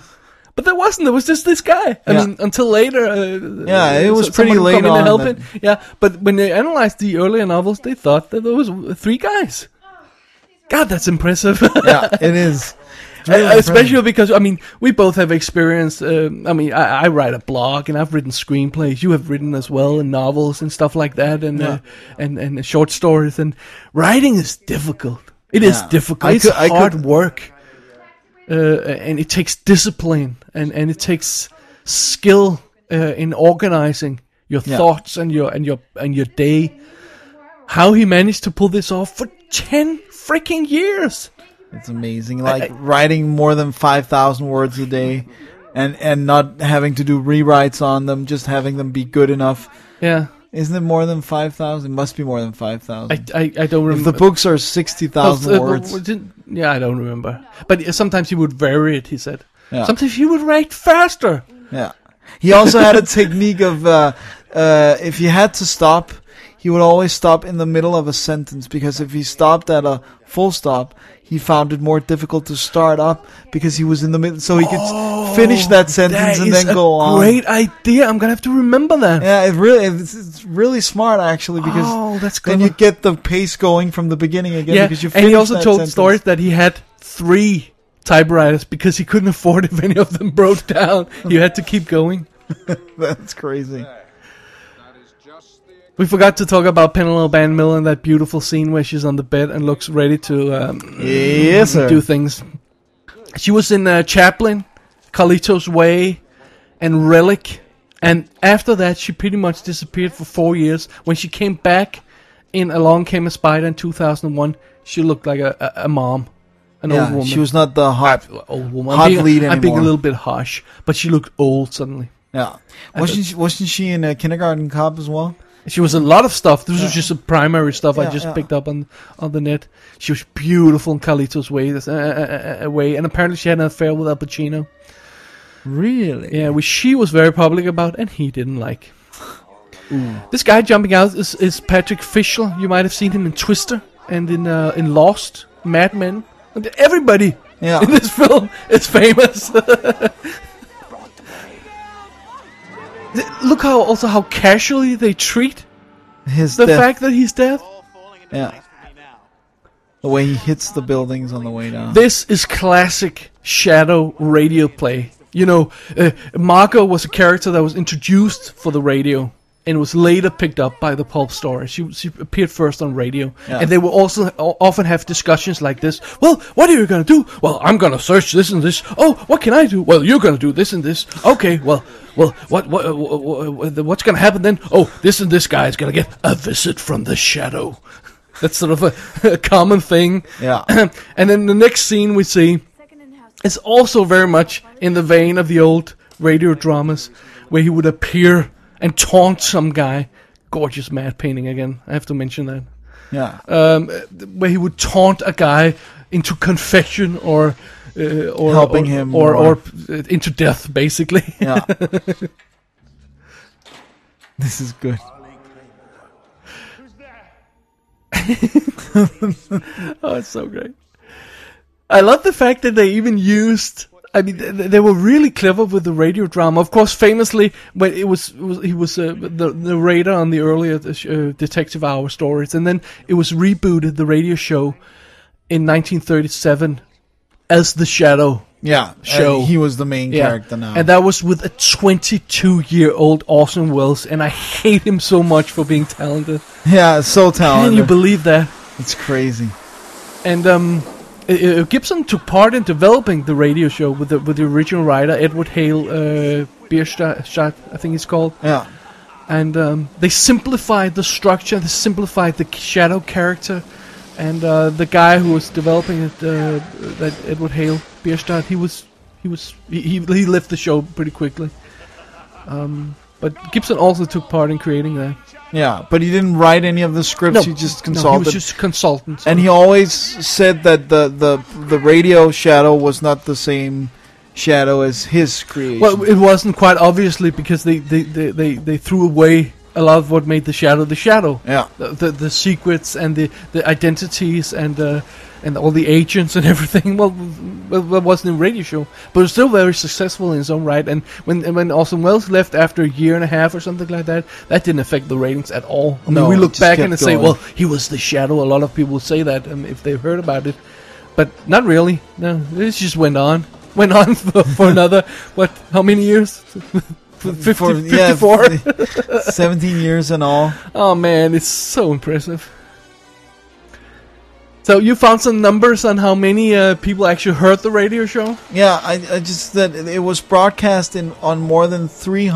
Speaker 3: But there wasn't. There was just this guy. I
Speaker 4: Yeah.
Speaker 3: mean, until later. Uh,
Speaker 4: Yeah, it
Speaker 3: uh,
Speaker 4: was
Speaker 3: so-
Speaker 4: pretty
Speaker 3: someone would come
Speaker 4: late
Speaker 3: in to help
Speaker 4: on that-
Speaker 3: it. Yeah, but when they analyzed the earlier novels, they thought that there was three guys. God, that's impressive.
Speaker 4: yeah, it is. It's really
Speaker 3: Uh, especially
Speaker 4: impressive.
Speaker 3: because I mean, we both have experience. um I mean, I, I write a blog and I've written screenplays. You have written as well, and novels and stuff like that, and uh, and and short stories. And writing is difficult. It is
Speaker 4: Yeah.
Speaker 3: difficult.
Speaker 4: I
Speaker 3: it's
Speaker 4: could- I
Speaker 3: hard
Speaker 4: could-
Speaker 3: work, uh, and it takes discipline, and and it takes skill uh, in organizing your
Speaker 4: Yeah.
Speaker 3: thoughts and your and your and your day. How he managed to pull this off for ten freaking years.
Speaker 4: it's amazing. Like writing more than five thousand words a day, and and not having to do rewrites on them, just having them be good enough.
Speaker 3: Yeah.
Speaker 4: Isn't it more than five thousand? Must be more than five
Speaker 3: I,
Speaker 4: thousand.
Speaker 3: I, I don't
Speaker 4: If
Speaker 3: remember.
Speaker 4: the books are sixty thousand
Speaker 3: Uh,
Speaker 4: words,
Speaker 3: was it- Yeah, I don't remember. But sometimes he would vary it. He said.
Speaker 4: Yeah.
Speaker 3: Sometimes he would write faster.
Speaker 4: yeah. He also had a technique of uh, uh, if he had to stop, he would always stop in the middle of a sentence because if he stopped at a full stop, he found it more difficult to start up because he was in the middle, so he could finish that sentence
Speaker 3: Oh, That
Speaker 4: and
Speaker 3: is
Speaker 4: then
Speaker 3: a
Speaker 4: go on.
Speaker 3: Great idea. I'm gonna have to remember that.
Speaker 4: Yeah, it really it's, it's really smart actually because
Speaker 3: Oh, that's
Speaker 4: then
Speaker 3: clever.
Speaker 4: you get the pace going from the beginning again
Speaker 3: Yeah,
Speaker 4: because you
Speaker 3: and
Speaker 4: finish
Speaker 3: he also
Speaker 4: that
Speaker 3: told
Speaker 4: sentence.
Speaker 3: stories that he had three typewriters because he couldn't afford if any of them broke down. He had to keep going.
Speaker 4: That's crazy.
Speaker 3: We forgot to talk about Penelope Van Miller and that beautiful scene where she's on the bed and looks ready to um,
Speaker 4: Yes, sir.
Speaker 3: do things. She was in uh, Chaplin, Carlito's Way, and Relic. And after that, she pretty much disappeared for four years. When she came back in Along Came a Spider in 2001, she looked like a, a, a mom, an old
Speaker 4: yeah,
Speaker 3: woman.
Speaker 4: she was not the hot.
Speaker 3: old woman.
Speaker 4: hot
Speaker 3: I'm being,
Speaker 4: lead
Speaker 3: I'm being a
Speaker 4: anymore.
Speaker 3: little bit harsh, but she looked old suddenly.
Speaker 4: Yeah, wasn't she, wasn't she in a kindergarten cop as well?
Speaker 3: She was in a lot of stuff. This was just the primary stuff I
Speaker 4: Yeah,
Speaker 3: just
Speaker 4: yeah.
Speaker 3: picked up on on the net. She was beautiful in Carlitos Way, that's, uh, uh, uh, uh, way, and apparently she had an affair with Al Pacino.
Speaker 4: Really?
Speaker 3: Yeah, which she was very public about, and he didn't like. This guy jumping out is, is Patrick Fischel. You might have seen him in Twister and in uh, in Lost, Mad Men. And Everybody
Speaker 4: Yeah.
Speaker 3: in this film is famous. Look how also how casually they treat
Speaker 4: His
Speaker 3: the
Speaker 4: death,
Speaker 3: fact that he's dead.
Speaker 7: All falling into
Speaker 4: Yeah.
Speaker 7: place for me now.
Speaker 4: the way he hits the buildings on the way down.
Speaker 3: This is classic Shadow radio play. You know, uh, Margot was a character that was introduced for the radio and was later picked up by the pulp story. She, she appeared first on radio,
Speaker 4: Yeah.
Speaker 3: and they will also o- often have discussions like this. Well, what are you gonna do? Well, I'm gonna search this and this. Oh, what can I do? Well, you're gonna do this and this. Okay, well, well, what what uh, wha- wha- wha- what's gonna happen then? Oh, this and this guy is gonna get a visit from the shadow. That's sort of a, a common thing
Speaker 4: yeah,
Speaker 3: and then the next scene we see is also very much in the vein of the old radio dramas where he would appear and taunt some guy. Gorgeous mad painting again, I have to mention that.
Speaker 4: yeah.
Speaker 3: Um, uh, where he would taunt a guy into confession or. Uh, or
Speaker 4: Helping
Speaker 3: or,
Speaker 4: him
Speaker 3: or, or
Speaker 4: or-
Speaker 3: uh, into death, basically.
Speaker 4: Yeah. this is good.
Speaker 3: Oh, it's so great. I love the fact that they even used. I mean, th- th- they were really clever with the radio drama. Of course, famously, when it was, it was he was uh, the narrator on the earlier uh, sh- uh, Detective Hour stories, and then it was rebooted the radio show in 1937 as the Shadow.
Speaker 4: Yeah, and
Speaker 3: Show.
Speaker 4: he was the main character now.
Speaker 3: and that was with a 22-year-old Orson Welles, and I hate him so much for being talented.
Speaker 4: yeah, it's so
Speaker 3: Can
Speaker 4: talented.
Speaker 3: you believe that?
Speaker 4: it's crazy.
Speaker 3: And um, uh, uh, Gibson took part in developing the radio show with the with the original writer Edward Hale uh, Bierstadt, I think it's called.
Speaker 4: Yeah,
Speaker 3: And um, they simplified the structure. They simplified the shadow character. And uh, the guy who was developing it, uh, that Edward Hale Bierstadt, he was he was he, he he left the show pretty quickly. Um, but Gibson also took part in creating that.
Speaker 4: yeah. But he didn't write any of the scripts. he just
Speaker 3: No, he
Speaker 4: consulted.
Speaker 3: was just consultant.
Speaker 4: and he always said that the, the the radio shadow was not the same shadow as his creation.
Speaker 3: Well, it wasn't quite obviously because they they, they, they, they threw away a lot of what made the shadow the shadow.
Speaker 4: yeah,
Speaker 3: The, the the secrets and the, the identities and uh, and all the agents and everything. Well, well, that wasn't a radio show, but it was still very successful in its own right. And when and when Orson Welles left after a year and a half or something like that, that didn't affect the ratings at all. I mean,
Speaker 4: No,
Speaker 3: we
Speaker 4: it
Speaker 3: look
Speaker 4: just
Speaker 3: back
Speaker 4: kept
Speaker 3: and say,
Speaker 4: going.
Speaker 3: well, he was the shadow. A lot of people say that um, if they heard about it, but not really. No, this just went on, went on for, for another what? How many years? 50,
Speaker 4: For-
Speaker 3: 54?
Speaker 4: f- seventeen years and all.
Speaker 3: Oh man, it's so impressive. So you found some numbers on how many uh, people actually heard the radio show?
Speaker 4: Yeah, I, I just that it was broadcast in on more than 300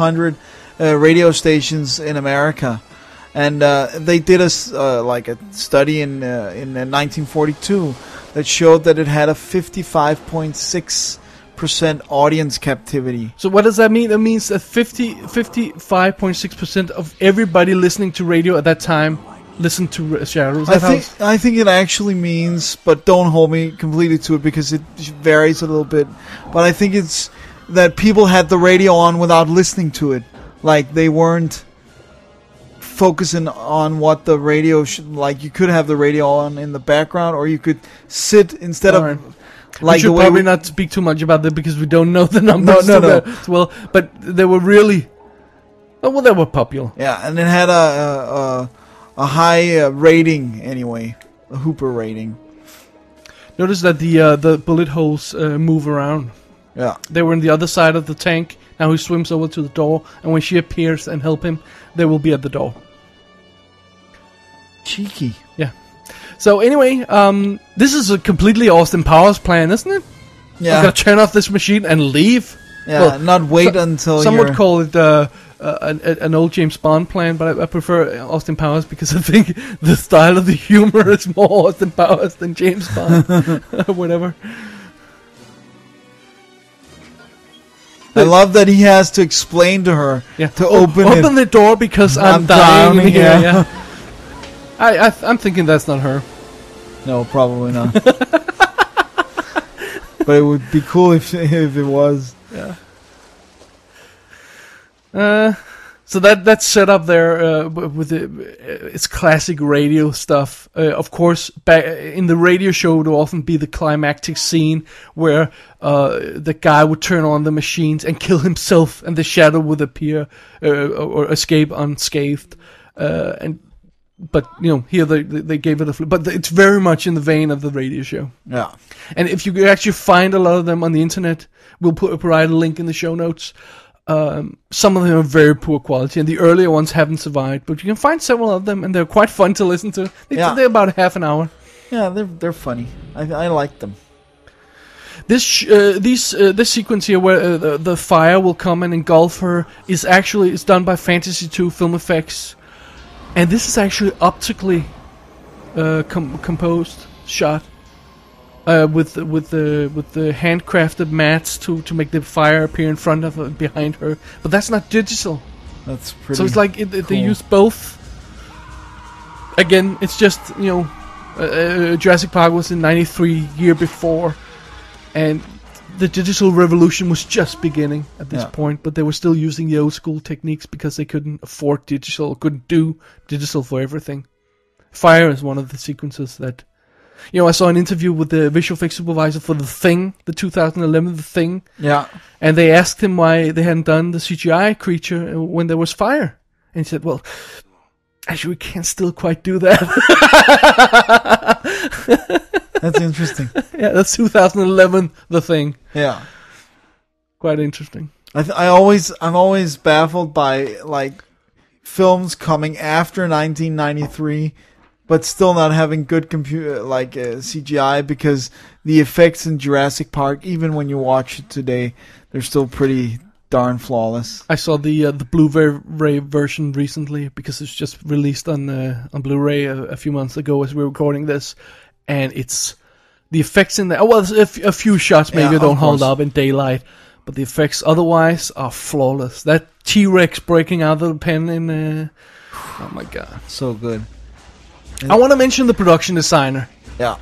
Speaker 4: uh, radio stations in America, and uh, they did a s- uh, like a study in uh, in uh, 1942 that showed that it had a 55.6 percent audience captivity.
Speaker 3: So what does that mean? That means that 50, 55.6% of everybody listening to radio at that time listened to Ra- Shadow. Is
Speaker 4: I
Speaker 3: that how
Speaker 4: think I think it actually means, but don't hold me completely to it because it varies a little bit. But I think it's that people had the radio on without listening to it, like they weren't focusing on what the radio should. Like you could have the radio on in the background, or you could sit instead
Speaker 3: Alright.
Speaker 4: of
Speaker 3: we
Speaker 4: like the
Speaker 3: should
Speaker 4: way
Speaker 3: probably
Speaker 4: we-
Speaker 3: not speak too much about that because we don't know the numbers
Speaker 4: no, no.
Speaker 3: so well- well. But they were really, oh, well, they were popular.
Speaker 4: Yeah, and it had a a, a, a high uh, rating anyway, a Hooper rating.
Speaker 3: Notice that the uh, the bullet holes uh, move around.
Speaker 4: Yeah.
Speaker 3: They were on the other side of the tank. Now he swims over to the door, and when she appears and help him, they will be at the door.
Speaker 4: Cheeky.
Speaker 3: Yeah. So anyway, um, this is a completely Austin Powers plan, isn't it? I'm
Speaker 4: Yeah.
Speaker 3: gonna turn off this machine and leave.
Speaker 4: Yeah.
Speaker 3: Well,
Speaker 4: not wait
Speaker 3: so-
Speaker 4: until
Speaker 3: Some
Speaker 4: you're,
Speaker 3: would call it uh, uh, an, an old James Bond plan, but I, I prefer Austin Powers because I think the style of the humor is more Austin Powers than James Bond. Whatever.
Speaker 4: I love that he has to explain to her
Speaker 3: Yeah.
Speaker 4: to open,
Speaker 3: Open,
Speaker 4: it.
Speaker 3: the door because I'm,
Speaker 4: I'm
Speaker 3: dying,
Speaker 4: drowning,
Speaker 3: here.
Speaker 4: yeah.
Speaker 3: Yeah. I, I I'm thinking that's not her.
Speaker 4: No, probably not. but it would be cool if if it was.
Speaker 3: Uh, so that that's set up there uh, w- with the, uh, it's classic radio stuff. Uh, of course, back in the radio show, it would often be the climactic scene where uh, the guy would turn on the machines and kill himself, and the shadow would appear uh, or or escape unscathed. Uh, and but you know here they they they gave it a flip, but it's very much in the vein of the radio show.
Speaker 4: Yeah.
Speaker 3: And if you could actually find a lot of them on the internet, we'll put provide a link in the show notes. Um, some of them are very poor quality, and the earlier ones haven't survived. But you can find several of them, and they're quite fun to listen to. They,
Speaker 4: Yeah.
Speaker 3: They're about half an hour.
Speaker 4: Yeah, they're they're funny. I I like them.
Speaker 3: This sh- uh, these uh, this sequence here, where uh, the, the fire will come and engulf her, is actually is done by Fantasy Two Film Effects, and this is actually optically uh, com- composed shot uh, with with the with the handcrafted mats to to make the fire appear in front of her, behind her. But that's not digital,
Speaker 4: That's pretty.
Speaker 3: so it's like it, it- they
Speaker 4: cool.
Speaker 3: use both. Again, it's just you know, uh, uh, Jurassic Park was in '93, year before, and the digital revolution was just beginning at this
Speaker 4: Yeah.
Speaker 3: point. But they were still using the old school techniques because they couldn't afford digital, couldn't do digital for everything. Fire is one of the sequences that, you know, I saw an interview with the visual effects supervisor for The Thing, the 2011 The Thing,
Speaker 4: yeah.
Speaker 3: and they asked him why they hadn't done the CGI creature uh, when there was fire. And he said, well, actually, we can't still quite do that.
Speaker 4: That's interesting.
Speaker 3: yeah, that's 2011, the thing.
Speaker 4: Yeah.
Speaker 3: Quite interesting.
Speaker 4: I th- I always I'm always baffled by like films coming after 1993 but still not having good computer like uh, CGI because the effects in Jurassic Park even when you watch it today they're still pretty darn flawless.
Speaker 3: I saw the uh, the Blu-ray version recently because it's just released on uh, on Blu-ray a, a few months ago as we were recording this, and it's the effects in there. oh, Well, there's a f- a few shots maybe
Speaker 4: Yeah,
Speaker 3: don't
Speaker 4: of
Speaker 3: hold
Speaker 4: course.
Speaker 3: up in daylight, but the effects otherwise are flawless. That T-Rex breaking out of the pen in uh, oh my god!
Speaker 4: So good.
Speaker 3: I want to mention the production designer.
Speaker 4: Yeah.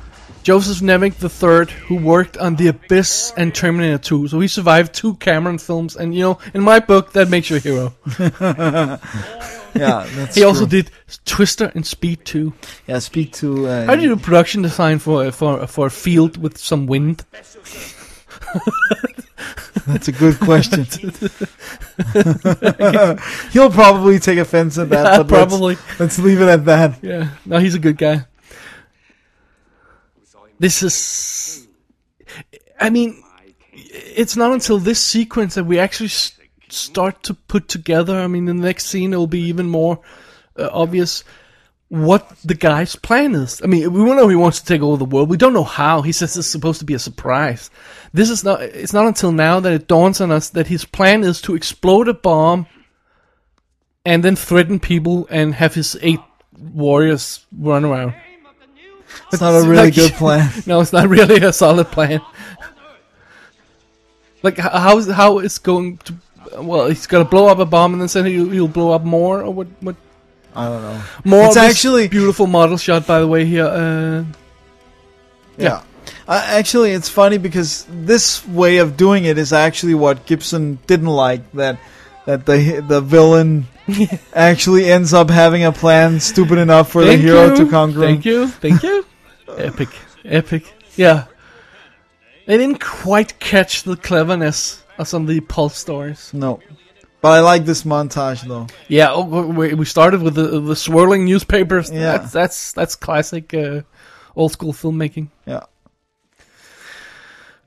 Speaker 3: Joseph Nemec III, who worked on The Abyss and Terminator 2. So he survived two Cameron films, and you know, in my book, that makes you a hero.
Speaker 4: Yeah, that's
Speaker 3: He also
Speaker 4: true.
Speaker 3: did Twister and Speed 2.
Speaker 4: Yeah, speak to uh,
Speaker 3: How do you do production design for for for a field with some wind?
Speaker 4: That's a good question. He'll probably take offense at that.
Speaker 3: Yeah,
Speaker 4: but let's-
Speaker 3: probably.
Speaker 4: Let's, leave it at that.
Speaker 3: Yeah, no, he's a good guy. This is, I mean, it's not until this sequence that we actually s- start to put together. I mean, the next scene it will be even more uh, obvious what the guy's plan is. I mean, we don't know he wants to take over the world. We don't know how. He says it's supposed to be a surprise. This is not. It's not until now that it dawns on us that his plan is to explode a bomb and then threaten people and have his eight warriors run around.
Speaker 4: It's not a really
Speaker 3: like-
Speaker 4: good plan.
Speaker 3: No, it's not really a solid plan. Like h- how is how is going to? Well, he's gonna blow up a bomb and then say he'll, he'll blow up more or what? What
Speaker 4: I don't know.
Speaker 3: more?
Speaker 4: It's
Speaker 3: of this
Speaker 4: actually-
Speaker 3: beautiful model shot by the way here. Uh,
Speaker 4: Yeah. Uh, actually, it's funny because this way of doing it is actually what Gibson didn't like that that the the villain actually ends up having a plan stupid enough for the
Speaker 3: thank
Speaker 4: hero
Speaker 3: you,
Speaker 4: to conquer. him.
Speaker 3: Thank you, thank you. epic, epic. Yeah, they didn't quite catch the cleverness of some of the pulse stories.
Speaker 4: No. But I like this montage though.
Speaker 3: Yeah, oh, w- we we started with the the swirling newspapers.
Speaker 4: Yeah.
Speaker 3: That's that's that's classic uh, old school filmmaking.
Speaker 4: Yeah.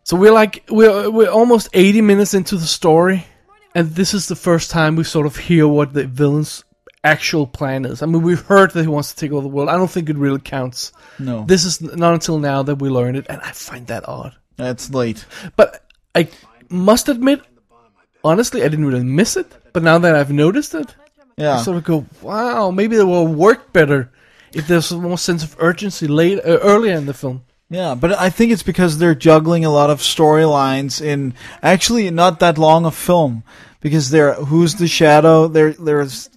Speaker 3: So we're like we're we're almost 80 minutes into the story, and this is the first time we sort of hear what the villain's actual plan is. I mean, we've heard that he wants to take over the world. I don't think it really counts.
Speaker 4: No,
Speaker 3: This is n- not until now that we learn it, and I find that odd.
Speaker 4: that's late.
Speaker 3: But I must admit, honestly, I didn't really miss it. But now that I've noticed it, I
Speaker 4: Yeah,
Speaker 3: sort of go, wow, maybe it will work better if there's more sense of urgency later, uh, earlier in the film.
Speaker 4: yeah, but I think it's because they're juggling a lot of storylines in actually not that long a film because they're who's the shadow. There, there's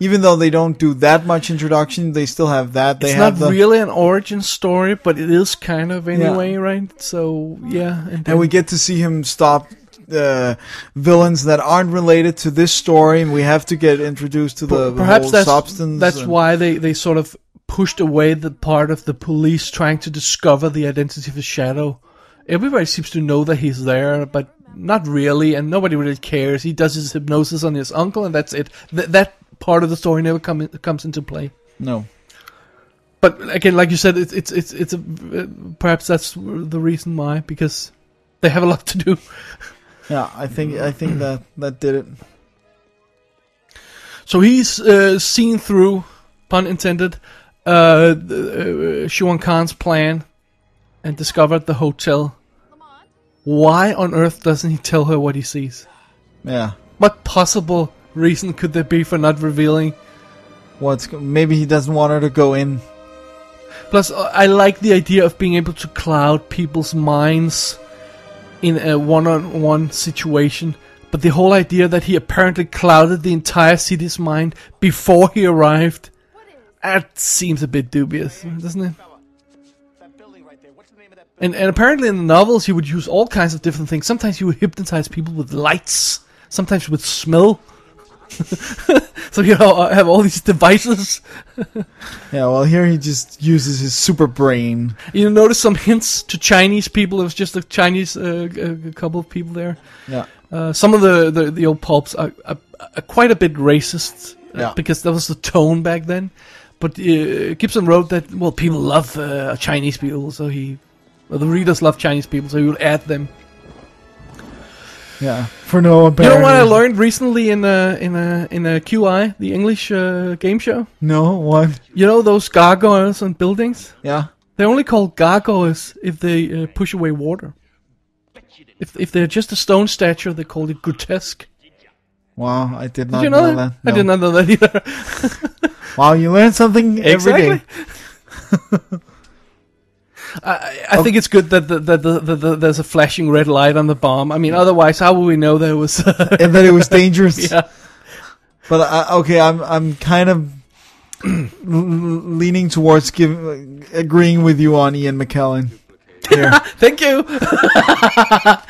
Speaker 4: even though they don't do that much introduction, they still have that. They
Speaker 3: it's
Speaker 4: have
Speaker 3: not
Speaker 4: the,
Speaker 3: really an origin story, but it is kind of anyway, right? So yeah, then-
Speaker 4: and we get to see him stop. Uh, villains that aren't related to this story, and we have to get introduced to the, the
Speaker 3: perhaps
Speaker 4: whole
Speaker 3: that's
Speaker 4: substance.
Speaker 3: that's
Speaker 4: and-
Speaker 3: why they they sort of pushed away the part of the police trying to discover the identity of the shadow. Everybody seems to know that he's there, but not really, and nobody really cares. He does his hypnosis on his uncle, and that's it. Th- that part of the story never come in, comes into play.
Speaker 4: no.
Speaker 3: But again, like you said, it's it's it's it's a, uh, perhaps that's the reason why because they have a lot to do.
Speaker 4: Yeah, I think I think that that did it.
Speaker 3: So he's uh, seen through, pun intended, uh, the, uh, Shuan Khan's plan and discovered the hotel. Why on earth doesn't he tell her what he sees?
Speaker 4: Yeah.
Speaker 3: What possible reason could there be for not revealing?
Speaker 4: What's maybe he doesn't want her to go in.
Speaker 3: Plus, uh, I like the idea of being able to cloud people's minds in a one on one situation. But the whole idea that he apparently clouded the entire city's mind before he arrived, that seems a bit dubious, doesn't it?
Speaker 7: That building right there. What's the name of that building?
Speaker 3: And, and apparently in the novels he would use all kinds of different things. Sometimes he would hypnotize people with lights, sometimes with smell. so you know, I have all these devices.
Speaker 4: Yeah, well here he just uses his super brain.
Speaker 3: You notice some hints to Chinese people. It was just a Chinese uh, g- a couple of people there.
Speaker 4: Yeah.
Speaker 3: Uh, some of the, the, the old pulps are, are, are quite a bit racist uh,
Speaker 4: Yeah.
Speaker 3: because that was the tone back then. But uh, Gibson wrote that well, people love uh, Chinese people, so he, well, the readers love Chinese people, so he would add them.
Speaker 4: Yeah. For no
Speaker 3: You
Speaker 4: apparent
Speaker 3: know what I
Speaker 4: reason.
Speaker 3: learned recently in a in a in a QI, the English uh, game show.
Speaker 4: No, what?
Speaker 3: You know those gargoyles on buildings?
Speaker 4: Yeah.
Speaker 3: They're only called gargoyles if they uh, push away water. If if they're just a stone statue, they call it grotesque.
Speaker 4: Wow, I did not
Speaker 3: Did you know,
Speaker 4: that.
Speaker 3: that? I did
Speaker 4: No.
Speaker 3: not know that either.
Speaker 4: Wow, you learn something every day.
Speaker 3: I think it's good that the, that the, the, the, there's a flashing red light on the bomb. I mean, otherwise, how would we know there was?
Speaker 4: And that it was dangerous.
Speaker 3: yeah.
Speaker 4: But I, okay, I'm I'm kind of leaning towards giving agreeing with you on Ian McKellen. Yeah.
Speaker 3: Thank you.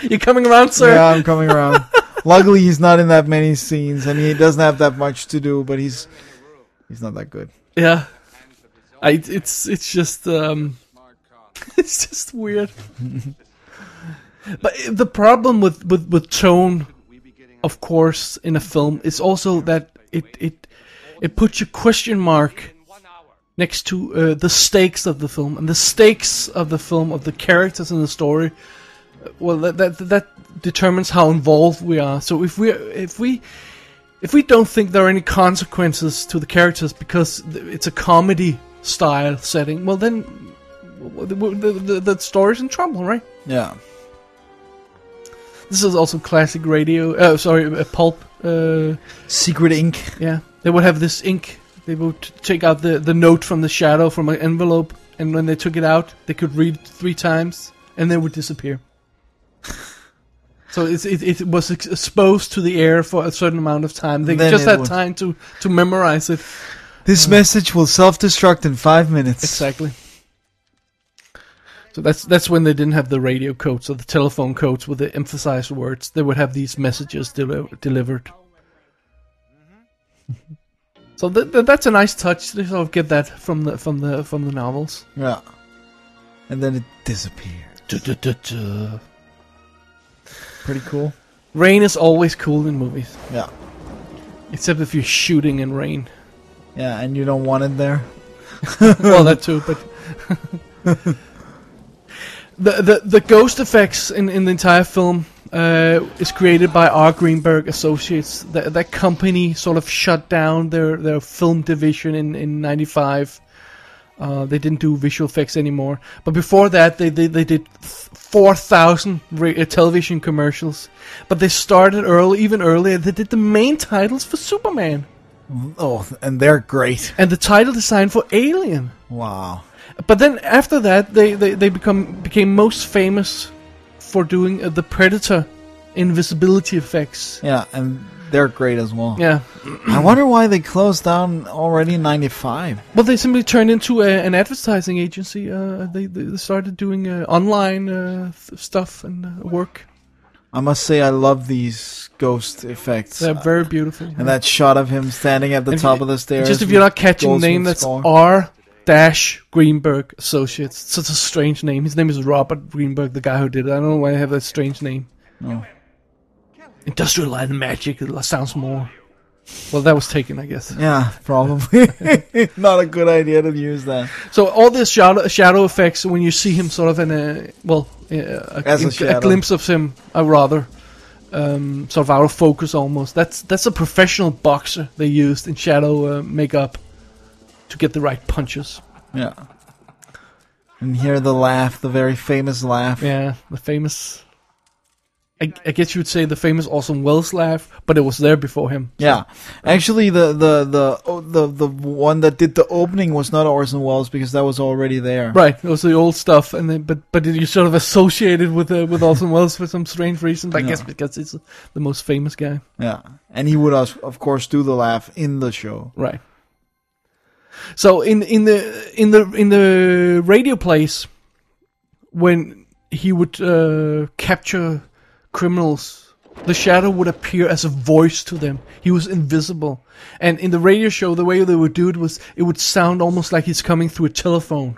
Speaker 3: You're coming around, sir.
Speaker 4: Yeah, I'm coming around. Luckily, he's not in that many scenes, and he doesn't have that much to do. But he's he's not that good.
Speaker 3: Yeah. I, it's it's just um, it's just weird. but i- the problem with, with, with tone, of course, in a film is also that it it it puts a question mark next to uh, the stakes of the film and the stakes of the film of the characters in the story. uh, Well, that that that determines how involved we are. So if we if we if we don't think there are any consequences to the characters because th- it's a comedy style setting, well then w- w- the, the, the story's in trouble, right?
Speaker 4: Yeah,
Speaker 3: This is also classic radio. Uh, sorry, uh, pulp. Uh,
Speaker 4: Secret Ink.
Speaker 3: yeah, they would have this ink. They would t- take out the, the note from the shadow from an envelope, and when they took it out, they could read it three times, and then it would disappear. so it's, it it was ex- exposed to the air for a certain amount of time. They
Speaker 4: Then
Speaker 3: just
Speaker 4: it
Speaker 3: had
Speaker 4: would-
Speaker 3: time to to memorize it.
Speaker 4: This message will self-destruct in five minutes.
Speaker 3: Exactly. So that's that's when they didn't have the radio codes or the telephone codes with the emphasized words. They would have these messages deli- delivered. So th- th- that's a nice touch. They sort of get that from the from the from the novels.
Speaker 4: Yeah, and then it disappeared. Pretty cool.
Speaker 3: Rain is always cool in movies,
Speaker 4: Yeah,
Speaker 3: except if you're shooting in rain.
Speaker 4: yeah, and you don't want it there.
Speaker 3: well, that too, but. the the the ghost effects in in the entire film uh, is created by R. Greenberg Associates. That that company sort of shut down their their film division in in '95. Uh, they didn't do visual effects anymore. But before that, they they, they did four thousand ra- uh, television commercials. But they started early, even earlier. They did the main titles for Superman
Speaker 4: Oh, and they're great.
Speaker 3: and the title design for Alien.
Speaker 4: Wow.
Speaker 3: But then after that, they, they, they become became most famous for doing uh, the Predator invisibility effects.
Speaker 4: Yeah, and they're great as well.
Speaker 3: Yeah.
Speaker 4: I wonder why they closed down already in 95.
Speaker 3: Well, they simply turned into a, an advertising agency. Uh, they, they started doing uh, online uh, th- stuff and uh, work.
Speaker 4: I must say, I love these ghost effects.
Speaker 3: They're very beautiful.
Speaker 4: and that shot of him standing at the
Speaker 3: If
Speaker 4: top
Speaker 3: you-
Speaker 4: of the stairs.
Speaker 3: Just if
Speaker 4: with
Speaker 3: you're not catching the
Speaker 4: Goldsmith
Speaker 3: name, that's
Speaker 4: skull.
Speaker 3: R. Dash Greenberg Associates. Such a strange name. His name is Robert Greenberg, the guy who did it. I don't know why they have that strange name. Industrial Light and Magic it sounds more. Well, that was taken, I guess.
Speaker 4: Yeah, probably. not a good idea to use that.
Speaker 3: So all this shadow, shadow effects when you see him sort of in a well, uh, a,
Speaker 4: As a
Speaker 3: glim-
Speaker 4: shadow.
Speaker 3: glimpse of him, I rather um, sort of out of focus almost. That's that's a professional boxer they used in shadow uh, makeup to get the right punches.
Speaker 4: Yeah. And hear the laugh, the very famous laugh.
Speaker 3: Yeah, the famous. I, I guess you would say the famous Orson Welles laugh, but it was there before him.
Speaker 4: Yeah, actually, the the the oh, the the one that did the opening was not Orson Welles because that was already there.
Speaker 3: Right, it was the old stuff, and then, but but you sort of associated with uh, with Orson Welles for some strange reason. I guess because it's the most famous guy.
Speaker 4: Yeah, and he would of of course do the laugh in the show.
Speaker 3: Right. So in in the in the in the radio plays, when he would uh, capture criminals, the shadow would appear as a voice to them. He was invisible, and in the radio show, the way they would do it was it would sound almost like he's coming through a telephone.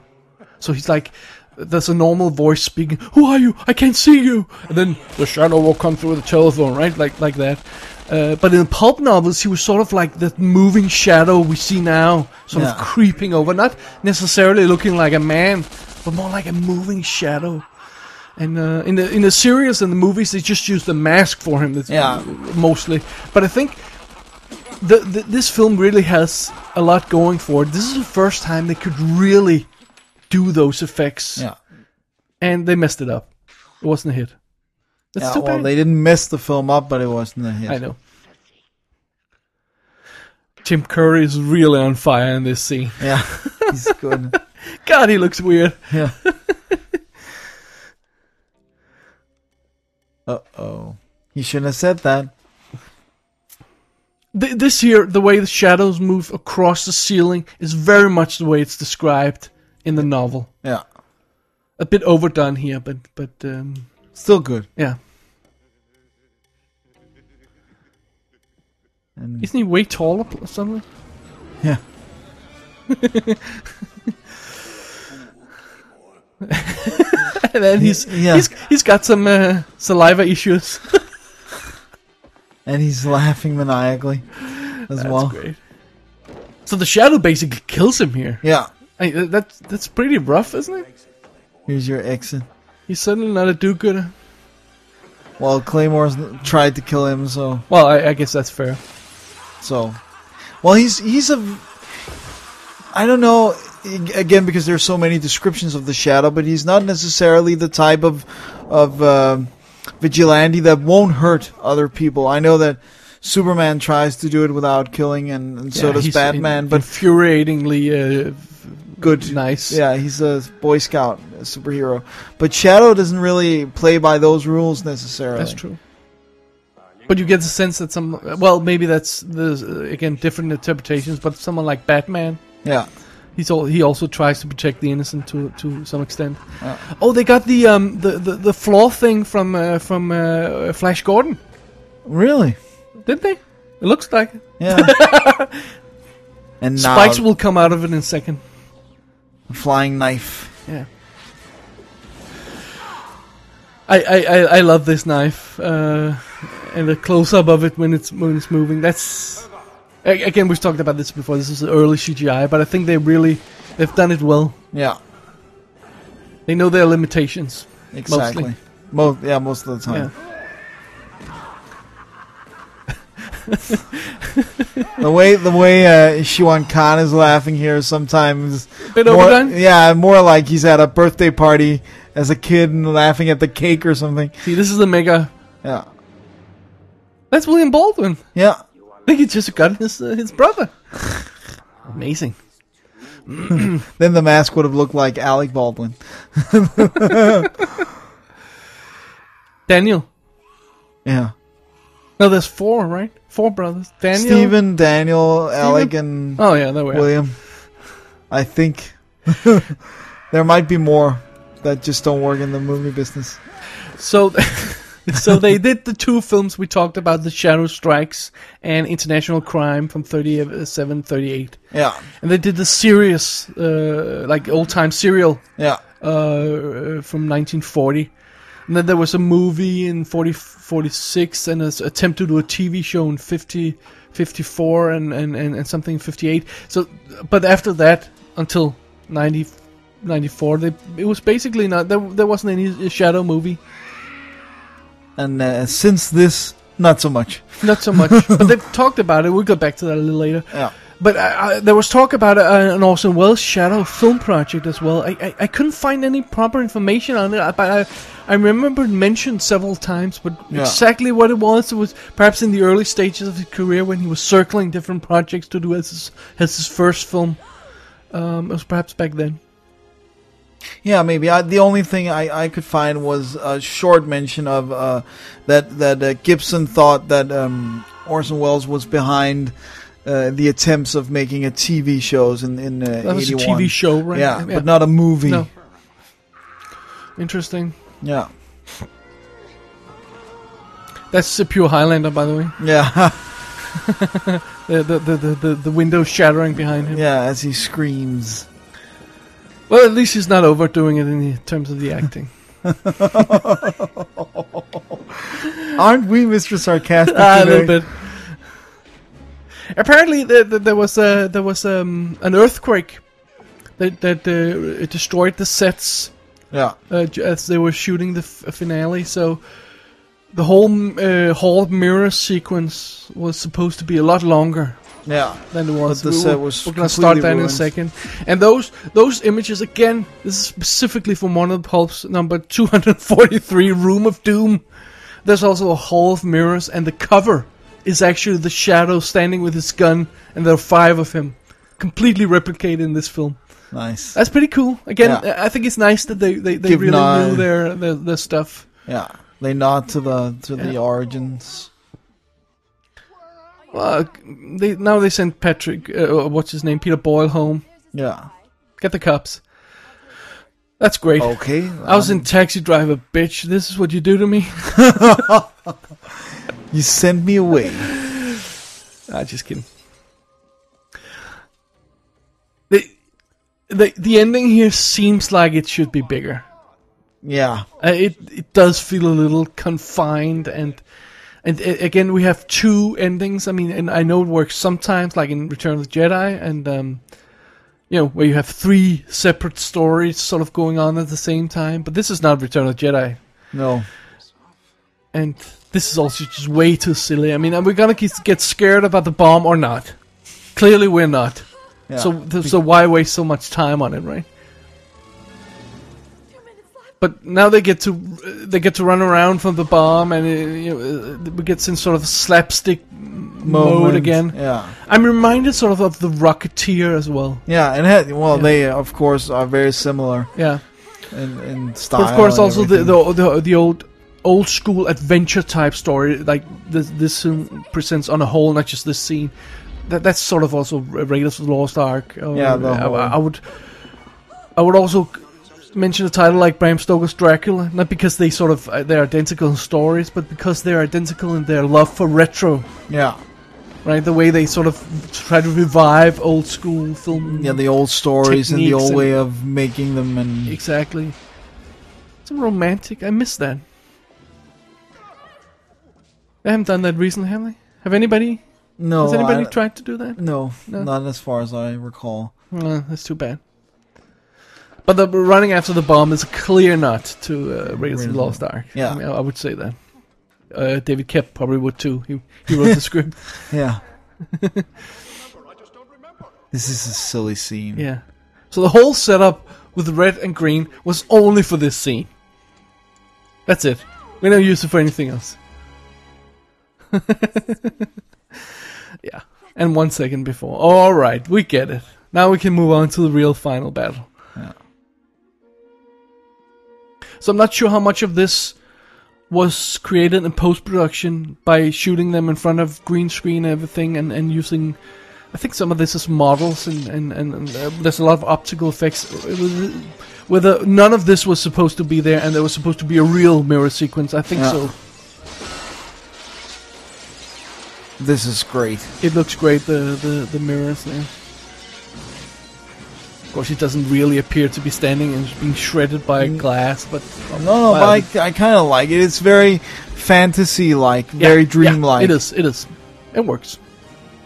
Speaker 3: So he's like. There's a normal voice speaking. Who are you? I can't see you. And then the shadow will come through the telephone, right? Like like that. Uh, but in pulp novels, he was sort of like that moving shadow we see now, sort of
Speaker 4: Yeah.
Speaker 3: creeping over, not necessarily looking like a man, but more like a moving shadow. And uh, in the in the series and the movies, they just use the mask for him. That's
Speaker 4: Yeah.
Speaker 3: mostly. But I think the, the this film really has a lot going for it. This is the first time they could really do those effects,
Speaker 4: Yeah,
Speaker 3: and they messed it up. It wasn't a hit. That's
Speaker 4: yeah.
Speaker 3: too
Speaker 4: Well,
Speaker 3: bad.
Speaker 4: they didn't mess the film up, but it wasn't a hit.
Speaker 3: I know. Tim Curry is really on fire in this scene.
Speaker 4: Yeah, he's good.
Speaker 3: God, he looks weird.
Speaker 4: Yeah. uh oh, he shouldn't have said that.
Speaker 3: Th- this here, the way the shadows move across the ceiling is very much the way it's described in the novel.
Speaker 4: Yeah,
Speaker 3: A bit overdone here, but but um,
Speaker 4: still good.
Speaker 3: yeah.
Speaker 4: And
Speaker 3: Isn't he way taller pl- or something?
Speaker 4: yeah,
Speaker 3: And then he's
Speaker 4: yeah.
Speaker 3: he's he's got some uh, saliva issues.
Speaker 4: and he's laughing maniacally as well.
Speaker 3: great. So the shadow basically kills him here.
Speaker 4: Yeah,
Speaker 3: I, uh, that's that's pretty rough, isn't it?
Speaker 4: here's your exit.
Speaker 3: He's certainly not a do-gooder.
Speaker 4: Well, Claymore's tried to kill him, so
Speaker 3: Well, I, I guess that's fair.
Speaker 4: so. Well, he's he's a. I don't know again because there's so many descriptions of the shadow, but he's not necessarily the type of of um vigilante that won't hurt other people. I know that Superman tries to do it without killing, and, and so
Speaker 3: Yeah,
Speaker 4: does
Speaker 3: he's in-
Speaker 4: Batman. but
Speaker 3: infuriatingly uh,
Speaker 4: good,
Speaker 3: nice.
Speaker 4: Yeah, he's a Boy Scout a superhero, but Shadow doesn't really play by those rules necessarily.
Speaker 3: That's true. But you get the sense that some, well, maybe that's there's uh, again different interpretations. But someone like Batman,
Speaker 4: Yeah.
Speaker 3: he's all, he also tries to protect the innocent to to some extent. Oh, they got the um the the, the floor thing from uh, from uh, Flash Gordon,
Speaker 4: Really.
Speaker 3: didn't they? It looks like it.
Speaker 4: Yeah. and now
Speaker 3: spikes will come out of it in a second.
Speaker 4: flying knife.
Speaker 3: Yeah. I, I, I, I love this knife uh, and the close up of it when it's when it's moving. That's a- again we've talked about this before. This is early CGI, but I think they really they've done it well.
Speaker 4: Yeah.
Speaker 3: They know their limitations.
Speaker 4: Exactly. Mo- Oh, yeah, most of the time. the way the way uh, Shiwan Khan is laughing here sometimes.
Speaker 3: Bit
Speaker 4: more-
Speaker 3: overdone?
Speaker 4: Yeah, more like he's at a birthday party as a kid and laughing at the cake or something.
Speaker 3: See, this is the mega.
Speaker 4: Yeah,
Speaker 3: That's William Baldwin.
Speaker 4: yeah.
Speaker 3: I think he just got his uh, his brother. Amazing.
Speaker 4: Then the mask would have looked like Alec Baldwin.
Speaker 3: Daniel.
Speaker 4: Yeah,
Speaker 3: No, there's four, right? Four brothers. Daniel.
Speaker 4: Stephen, Daniel, Alec, and
Speaker 3: Oh yeah, that way.
Speaker 4: William. I think there might be more that just don't work in the movie business.
Speaker 3: So, so they did the two films we talked about: The Shadow Strikes and International Crime from 37, 38.
Speaker 4: Yeah,
Speaker 3: and they did the serious, uh, like old time serial
Speaker 4: yeah,
Speaker 3: uh, from 1940. And then there was a movie in 40, 46 and an attempt to do a TV show in 50, 54 and, and, and, and something in 58. So, but after that, until 90, 94, they, it was basically not, there, there wasn't any shadow movie.
Speaker 4: and uh, since this, not so much.
Speaker 3: Not so much, but they've talked about it. We'll go back to that a little later.
Speaker 4: Yeah.
Speaker 3: But I, I, there was talk about uh, an Orson Welles Shadow film project as well. I, I, I couldn't find any proper information on it, but I, I remember it mentioned several times. But
Speaker 4: Yeah.
Speaker 3: exactly what it was, it was perhaps in the early stages of his career when he was circling different projects to do as his, as his first film. Um, it was perhaps back then.
Speaker 4: Yeah, maybe. I, the only thing I, I could find was a short mention of uh, that that uh, Gibson thought that um, Orson Welles was behind uh, the attempts of making a TV shows in in uh,
Speaker 3: That was
Speaker 4: 81.
Speaker 3: a TV show, right?
Speaker 4: Yeah, but not a movie.
Speaker 3: No. Interesting.
Speaker 4: Yeah,
Speaker 3: That's a pure Highlander, by the way.
Speaker 4: yeah,
Speaker 3: The the the the, the, the window shattering behind him.
Speaker 4: yeah. As he screams.
Speaker 3: Well, at least he's not overdoing it in the terms of the acting.
Speaker 4: Aren't we, Mr. Sarcastic?
Speaker 3: Ah, a
Speaker 4: today?
Speaker 3: little bit. Apparently, there, there, there was a there was um, an earthquake that that uh, it destroyed the sets
Speaker 4: Yeah,
Speaker 3: uh, j- as they were shooting the f- finale. So the whole m- uh, hall mirror sequence was supposed to be a lot longer
Speaker 4: yeah,
Speaker 3: than it was.
Speaker 4: the
Speaker 3: We-
Speaker 4: set
Speaker 3: we-
Speaker 4: was
Speaker 3: We're gonna start
Speaker 4: completely
Speaker 3: that in a
Speaker 4: ruined.
Speaker 3: second. And those those images again. This is specifically from one of the pulps number two hundred forty three, Room of Doom. There's also a hall of mirrors, and the cover is actually the shadow standing with his gun, and there are five of him, completely replicated in this film.
Speaker 4: nice.
Speaker 3: That's pretty cool. Again,
Speaker 4: Yeah.
Speaker 3: I I think it's nice that they they, they
Speaker 4: Give
Speaker 3: really
Speaker 4: nine.
Speaker 3: knew their, their their stuff.
Speaker 4: Yeah, they nod to the to the
Speaker 3: Yeah.
Speaker 4: origins.
Speaker 3: Uh, they now they sent Patrick, uh, what's his name, Peter Boyle home.
Speaker 4: Yeah.
Speaker 3: Get the cups. That's great.
Speaker 4: Okay.
Speaker 3: I was
Speaker 4: um,
Speaker 3: in taxi driver, bitch. This is what you do to me.
Speaker 4: You send me away.
Speaker 3: I just kidding. The, the the ending here seems like it should be bigger.
Speaker 4: Yeah.
Speaker 3: Uh, it it does feel a little confined and and uh, again we have two endings. I mean, and I know it works sometimes, like in Return of the Jedi, and um, you know where you have three separate stories sort of going on at the same time. But this is not Return of the Jedi.
Speaker 4: No.
Speaker 3: and this is also just way too silly. I mean, are we gonna get get scared about the bomb or not? Clearly, we're not.
Speaker 4: Yeah.
Speaker 3: So, th- so why waste so much time on it, right? But now they get to uh, they get to run around from the bomb, and uh, you know, uh, we get in sort of slapstick m- mode
Speaker 4: Moment.
Speaker 3: again.
Speaker 4: Yeah.
Speaker 3: I'm reminded sort of of the Rocketeer as well.
Speaker 4: Yeah, and had, well, they of course are very similar
Speaker 3: Yeah,
Speaker 4: in, in style.
Speaker 3: but of course
Speaker 4: and
Speaker 3: also the,
Speaker 4: everything.
Speaker 3: the the the old old school adventure type story like this this film presents on a whole, not just this scene. That that's sort of also Ra- Raiders of the Lost Ark. Or,
Speaker 4: Yeah, the
Speaker 3: I,
Speaker 4: whole-
Speaker 3: I would I would also mention a title like Bram Stoker's Dracula, not because they sort of uh, they're identical in stories, but because they're identical in their love for retro.
Speaker 4: yeah,
Speaker 3: Right, the way they sort of try to revive old school film.
Speaker 4: yeah, the old stories and the
Speaker 3: Techniques
Speaker 4: old
Speaker 3: and-
Speaker 4: way of making them, and
Speaker 3: Exactly. It's romantic. I miss that. I haven't done that recently, have I? Have anybody?
Speaker 4: no,
Speaker 3: has anybody
Speaker 4: I-
Speaker 3: tried to do that?
Speaker 4: no,
Speaker 3: No.
Speaker 4: not as far as I recall.
Speaker 3: Uh, that's too bad. But the running after the bomb is a clear nod to uh, Raiders of the Lost Ark.
Speaker 4: Yeah.
Speaker 3: I, mean, I I would say that. Uh, David Kep probably would too. He he wrote the script.
Speaker 4: Yeah. this is a silly scene.
Speaker 3: Yeah. So the whole setup with red and green was only for this scene. That's it. We don't use it for anything else. yeah. And one second before. All right, we get it. Now we can move on to the real final battle. So I'm not sure how much of this was created in post production by shooting them in front of green screen and everything and, and using I think some of this is models and and, and, and uh, there's a lot of optical effects. It was- Whether none of this was supposed to be there and there was supposed to be a real mirror sequence, I think
Speaker 4: Yeah.
Speaker 3: so.
Speaker 4: This is great.
Speaker 3: It looks great. The the the mirrors there. Of course, it doesn't really appear to be standing and being shredded by glass, but
Speaker 4: Mm. No, no,
Speaker 3: Wow.
Speaker 4: but I, I kind of like it. It's very fantasy like,
Speaker 3: Yeah,
Speaker 4: very
Speaker 3: yeah,
Speaker 4: dreamlike.
Speaker 3: it is. It is. It works.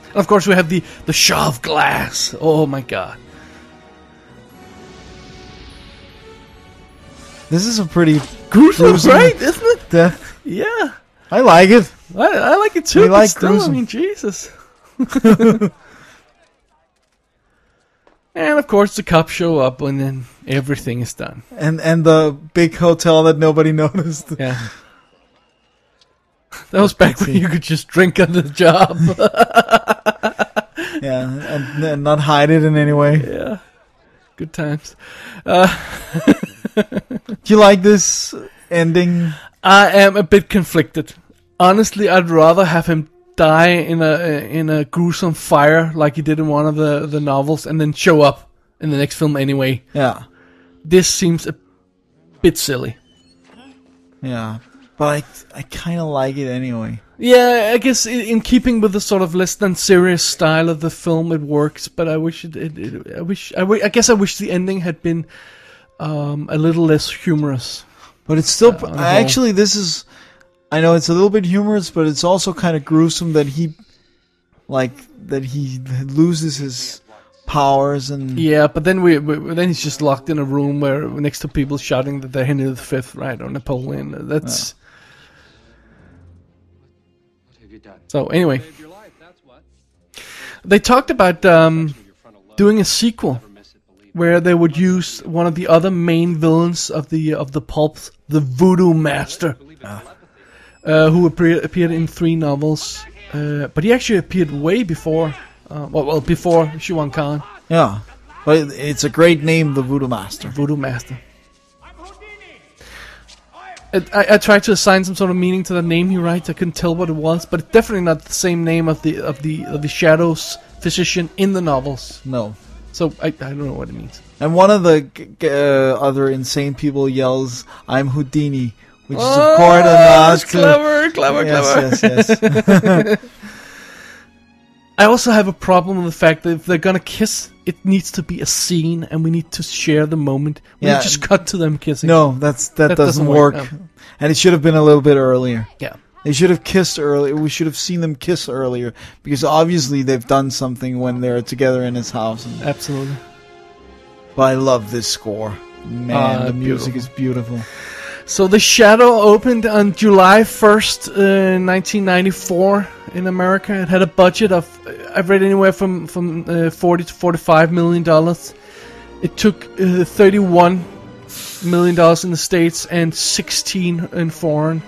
Speaker 3: And of course, we have the the shah of glass. Oh my god!
Speaker 4: This is a pretty
Speaker 3: Gruesome,
Speaker 4: Gruesome.
Speaker 3: right? Isn't it?
Speaker 4: death.
Speaker 3: Yeah,
Speaker 4: I like it.
Speaker 3: I, I like it too.
Speaker 4: We
Speaker 3: but
Speaker 4: like
Speaker 3: still,
Speaker 4: gruesome.
Speaker 3: I mean, Jesus. and of course, the cops show up, and then everything is done.
Speaker 4: And and the big hotel that nobody noticed.
Speaker 3: Yeah. That was back when you could just drink on the job.
Speaker 4: Yeah, and, and not hide it in any way.
Speaker 3: yeah. Good times.
Speaker 4: Do you like this ending?
Speaker 3: I am a bit conflicted. Honestly, I'd rather have him die in a in a gruesome fire like he did in one of the, the novels and then show up in the next film anyway.
Speaker 4: Yeah,
Speaker 3: This seems a bit silly.
Speaker 4: yeah. But I, I kind of like it anyway.
Speaker 3: Yeah, I guess in, in keeping with the sort of less than serious style of the film, it works. But I wish it. it, it I wish. I, wi- I guess I wish the ending had been um, a little less humorous.
Speaker 4: But it's still.
Speaker 3: on the
Speaker 4: I
Speaker 3: whole.
Speaker 4: actually, this is. I know it's a little bit humorous, but it's also kind of gruesome that he, like, that he loses his powers and.
Speaker 3: Yeah, but then we, we then he's just locked in a room where next to people shouting that they're Henry V, right, or Napoleon. That's so. Anyway, they talked about um, doing a sequel where they would use one of the other main villains of the of the pulps, the Voodoo Master, uh, who appear, appeared in three novels, uh, but he actually appeared way before. Uh, well, well, before Shuan Khan.
Speaker 4: Yeah. But it- it's a great name, the Voodoo Master.
Speaker 3: Voodoo Master.
Speaker 7: I'm Houdini.
Speaker 3: I, I, I tried to assign some sort of meaning to the name he writes. I couldn't tell what it was, but it's definitely not the same name of the of the of the shadows physician in the novels.
Speaker 4: No.
Speaker 3: So I, I don't know what it means.
Speaker 4: And one of the g- g- uh, other insane people yells, "I'm Houdini," which is
Speaker 3: Oh,
Speaker 4: of course a nod to.
Speaker 3: clever, clever, clever.
Speaker 4: Yes, yes, yes.
Speaker 3: I also have a problem with the fact that if they're gonna kiss, it needs to be a scene, and we need to share the moment. We
Speaker 4: Yeah.
Speaker 3: just cut to them kissing.
Speaker 4: no, that's that,
Speaker 3: That doesn't
Speaker 4: doesn't,
Speaker 3: work,
Speaker 4: work.
Speaker 3: no.
Speaker 4: And it should have been a little bit earlier.
Speaker 3: Yeah.
Speaker 4: They should have kissed earlier. We should have seen them kiss earlier because obviously they've done something when they're together in his house. And,
Speaker 3: Absolutely.
Speaker 4: but I love this score. Man,
Speaker 3: Ah,
Speaker 4: the music is beautiful.
Speaker 3: So the Shadow opened on July first, uh, nineteen ninety four, in America. It had a budget of, uh, I've read anywhere from from uh, forty to forty five million dollars. It took uh, thirty one million dollars in the states and sixteen in foreign.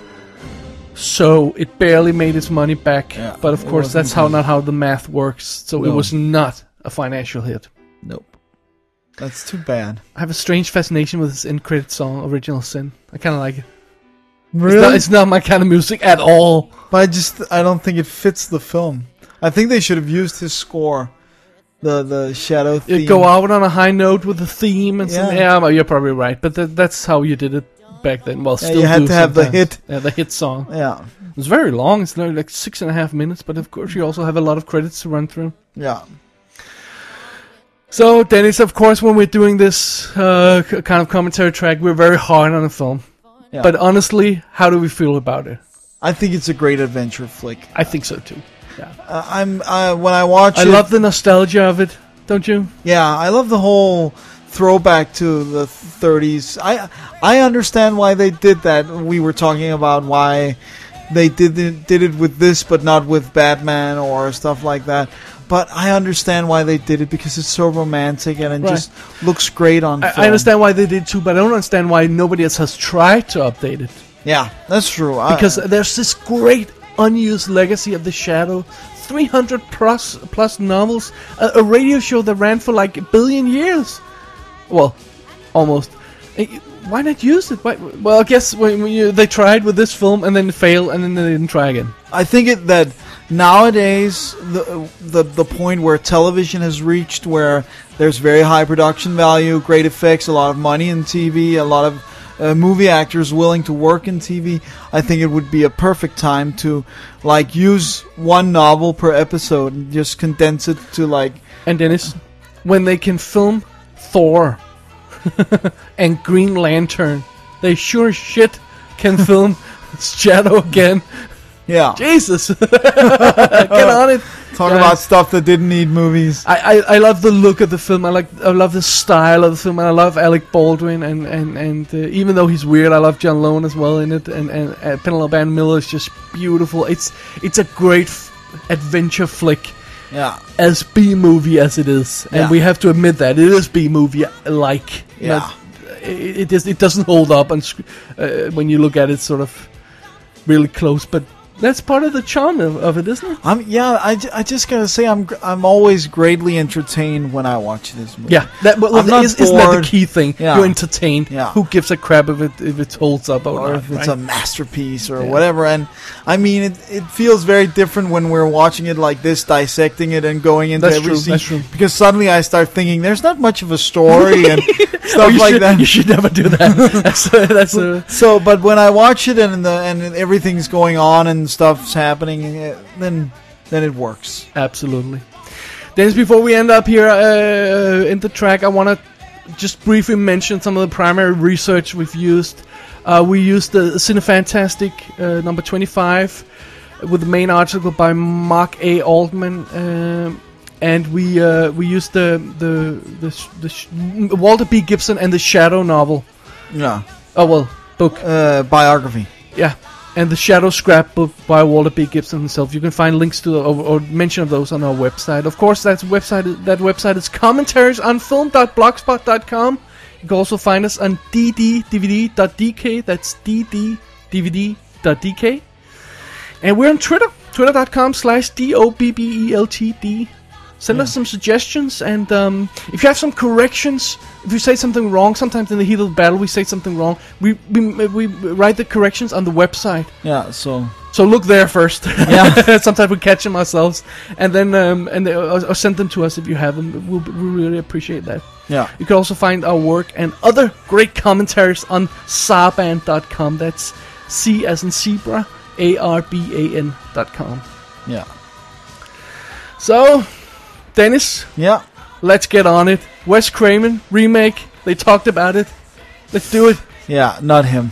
Speaker 3: So it barely made its money back.
Speaker 4: Yeah,
Speaker 3: but of
Speaker 4: it
Speaker 3: course, that's
Speaker 4: wasn't
Speaker 3: how
Speaker 4: good.
Speaker 3: not how the math works. So it
Speaker 4: No.
Speaker 3: was not a financial hit.
Speaker 4: Nope, that's too bad.
Speaker 3: I have a strange fascination with this end credit song, "Original Sin." I kind of like it.
Speaker 4: Really?
Speaker 3: It's, not, it's not my kind of music at all.
Speaker 4: But I just I don't think it fits the film. I think they should have used his score, the the shadow
Speaker 3: you
Speaker 4: theme.
Speaker 3: go out on a high note with a theme and some,
Speaker 4: Yeah.
Speaker 3: yeah, well, you're probably right. But that, that's how you did it back then. Well,
Speaker 4: Yeah,
Speaker 3: still
Speaker 4: you had
Speaker 3: do
Speaker 4: to have the
Speaker 3: sometimes.
Speaker 4: hit.
Speaker 3: yeah, the hit song.
Speaker 4: Yeah,
Speaker 3: It was very long. It's only like six and a half minutes. But of course, you also have a lot of credits to run through.
Speaker 4: yeah.
Speaker 3: So, Dennis, of course, when we're doing this uh, k- kind of commentary track, we're very hard on the film.
Speaker 4: Yeah.
Speaker 3: But honestly, how do we feel about it?
Speaker 4: I think it's a great adventure flick.
Speaker 3: I think so too.
Speaker 4: Uh, I'm uh, when I watch
Speaker 3: I
Speaker 4: it,
Speaker 3: love the nostalgia of it, don't you?
Speaker 4: yeah, I love the whole throwback to the 30s. I I understand why they did that. We were talking about why they did it, did it with this, but not with Batman or stuff like that. But I understand why they did it because it's so romantic and it
Speaker 3: Right.
Speaker 4: just looks great on.
Speaker 3: I,
Speaker 4: film.
Speaker 3: I understand why they did too, but I don't understand why nobody else has tried to update it.
Speaker 4: Yeah, that's true. I-
Speaker 3: because there's this great unused legacy of the shadow 300 plus plus novels a, a radio show that ran for like a billion years well almost Eh, why not use it why, well i guess when, when you, they tried with this film and then failed and then they didn't try again
Speaker 4: I think it, that nowadays the, the the point where television has reached where there's very high production value, great effects, a lot of money in TV, a lot of uh, movie actors willing to work in TV. I think it would be a perfect time to like use one novel per episode and just condense it to like
Speaker 3: and dennis when they can film thor and green lantern they sure as shit can film shadow again
Speaker 4: yeah,
Speaker 3: jesus get on it
Speaker 4: talk
Speaker 3: guys.
Speaker 4: about stuff that didn't need movies.
Speaker 3: I, I, I love the look of the film. I like I love the style of the film. I love Alec Baldwin, and and and uh, even though he's weird, I love John Lone as well in it. And and uh, Penelope Ann Miller is just beautiful. It's it's a great f- adventure flick,
Speaker 4: Yeah.
Speaker 3: as B movie as it is, and
Speaker 4: Yeah.
Speaker 3: we have to admit that it is B movie like.
Speaker 4: Yeah.
Speaker 3: it it, is, it doesn't hold up on sc- uh, when you look at it sort of really close, but that's part of the charm of, of it, isn't it?
Speaker 4: I'm yeah, I, ju- I just gotta say I'm gr- I'm always greatly entertained when I watch this movie.
Speaker 3: Yeah, that well,
Speaker 4: I'm not
Speaker 3: is, isn't that the
Speaker 4: bored.
Speaker 3: key thing?
Speaker 4: Yeah.
Speaker 3: You're entertained.
Speaker 4: Yeah.
Speaker 3: Who gives a crap if it if it holds up or,
Speaker 4: or
Speaker 3: not?
Speaker 4: if it's
Speaker 3: right?
Speaker 4: a masterpiece or whatever. And I mean, it, it feels very different when we're watching it like this, dissecting it and going into
Speaker 3: That's
Speaker 4: every
Speaker 3: true,
Speaker 4: scene.
Speaker 3: that's true.
Speaker 4: Because suddenly I start thinking there's not much of a story and
Speaker 3: Oh,
Speaker 4: stuff
Speaker 3: you
Speaker 4: like
Speaker 3: should,
Speaker 4: that.
Speaker 3: You should never do that. that's a, that's a,
Speaker 4: So, but when I watch it and the and everything's going on and stuff's happening, eh, then then it works.
Speaker 3: absolutely. Dennis, before we end up here uh, in the track, I want to just briefly mention some of the primary research we've used. Uh, we used the Cinefantastic uh, number 25 with the main article by Mark A. Altman. Um, and we uh, we used the the the, sh- the sh- Walter B. Gibson and the Shadow novel
Speaker 4: Yeah,
Speaker 3: Oh well, book.
Speaker 4: uh, biography.
Speaker 3: Yeah, and the Shadow Scrapbook by Walter B. Gibson himself. You can find links to the, or, or mention of those on our website. Of course, that website that website is commentaries.on.film.blogspot.com. You can also find us on dddvd.dk. That's dddvd.dk. And we're on Twitter, twitter.com slash E D-O-B-B-E-L-T-D. Send us some suggestions, and um, if you have some corrections, if you say something wrong, sometimes in the heat of the battle we say something wrong, we, we, we write the corrections on the website.
Speaker 4: Yeah, so
Speaker 3: So look there first.
Speaker 4: Yeah.
Speaker 3: Sometimes we catch them ourselves, and then um, and or, or send them to us if you have them. We'll, we really appreciate that.
Speaker 4: yeah,
Speaker 3: You can also find our work and other great commentaries on Saban.com. That's C as in zebra, A R B A N dot com.
Speaker 4: yeah,
Speaker 3: So, Dennis,
Speaker 4: yeah.
Speaker 3: let's get on it. Wes Craven remake. They talked about it. Let's do it.
Speaker 4: Yeah, not him.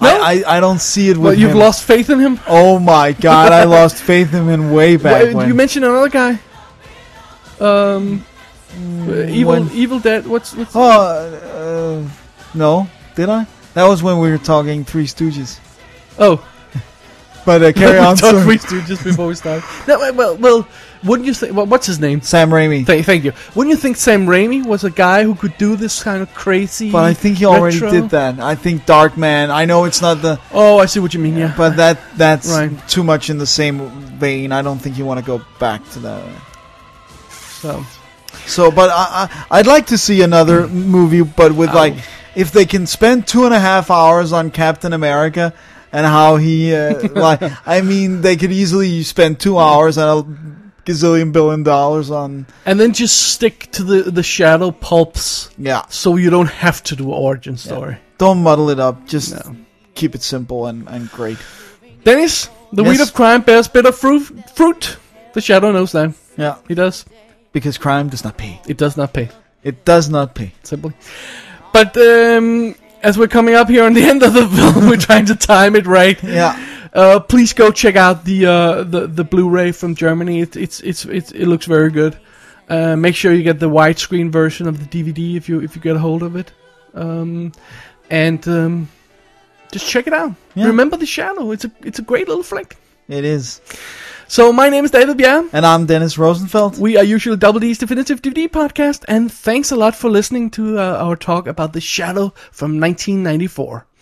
Speaker 3: No?
Speaker 4: I, I, I don't see it with
Speaker 3: Well, you've
Speaker 4: him.
Speaker 3: lost faith in him.
Speaker 4: Oh my god, I lost faith in him way back
Speaker 3: Wait,
Speaker 4: when.
Speaker 3: You mentioned another guy. Um, evil,
Speaker 4: Mm, when-
Speaker 3: Evil Dead. What's, what's
Speaker 4: oh, uh, no, did I? That was when we were talking Three Stooges.
Speaker 3: oh
Speaker 4: But uh, carry
Speaker 3: we
Speaker 4: on,
Speaker 3: talked
Speaker 4: sir.
Speaker 3: Three Stooges before we start. No, well, well, well, wouldn't you think? Well, what's his name?
Speaker 4: Sam Raimi.
Speaker 3: Thank, thank you. Wouldn't you think Sam Raimi was a guy who could do this kind of crazy?
Speaker 4: But I think he already
Speaker 3: retro?
Speaker 4: did that. I think Dark Man. I know it's not the,
Speaker 3: Oh, I see what you mean. Yeah,
Speaker 4: but that that's
Speaker 3: Right.
Speaker 4: too much in the same vein. I don't think you want to go back to that.
Speaker 3: so
Speaker 4: So, but I, I, I'd like to see another movie, but with like, if they can spend two and a half hours on Captain America and how he, uh, like, I mean, they could easily spend two hours and a gazillion billion dollars on,
Speaker 3: and then just stick to the the shadow pulps,
Speaker 4: yeah,
Speaker 3: so you don't have to do origin story.
Speaker 4: don't muddle it up, just
Speaker 3: No.
Speaker 4: keep it simple and, and great.
Speaker 3: Dennis, the
Speaker 4: Yes.
Speaker 3: weed of crime bears bitter fruit. Fruit. The shadow knows that.
Speaker 4: Yeah,
Speaker 3: He does.
Speaker 4: because crime does not pay.
Speaker 3: It does not pay.
Speaker 4: It does not pay.
Speaker 3: simply. But um, as we're coming up here on the end of the film, we're trying to time it right.
Speaker 4: Yeah,
Speaker 3: Uh, please go check out the uh, the the Blu-ray from Germany. It, it's it's it's it looks very good. Uh, make sure you get the widescreen version of the DVD if you if you get a hold of it, um, and um, just check it out.
Speaker 4: Yeah.
Speaker 3: Remember the Shadow. It's a it's a great little flick.
Speaker 4: It is.
Speaker 3: So my name is David Bier.
Speaker 4: And I'm Dennis Rosenfeld.
Speaker 3: We are usually Double D's Definitive DVD podcast, and thanks a lot for listening to uh, our talk about the Shadow from 1994.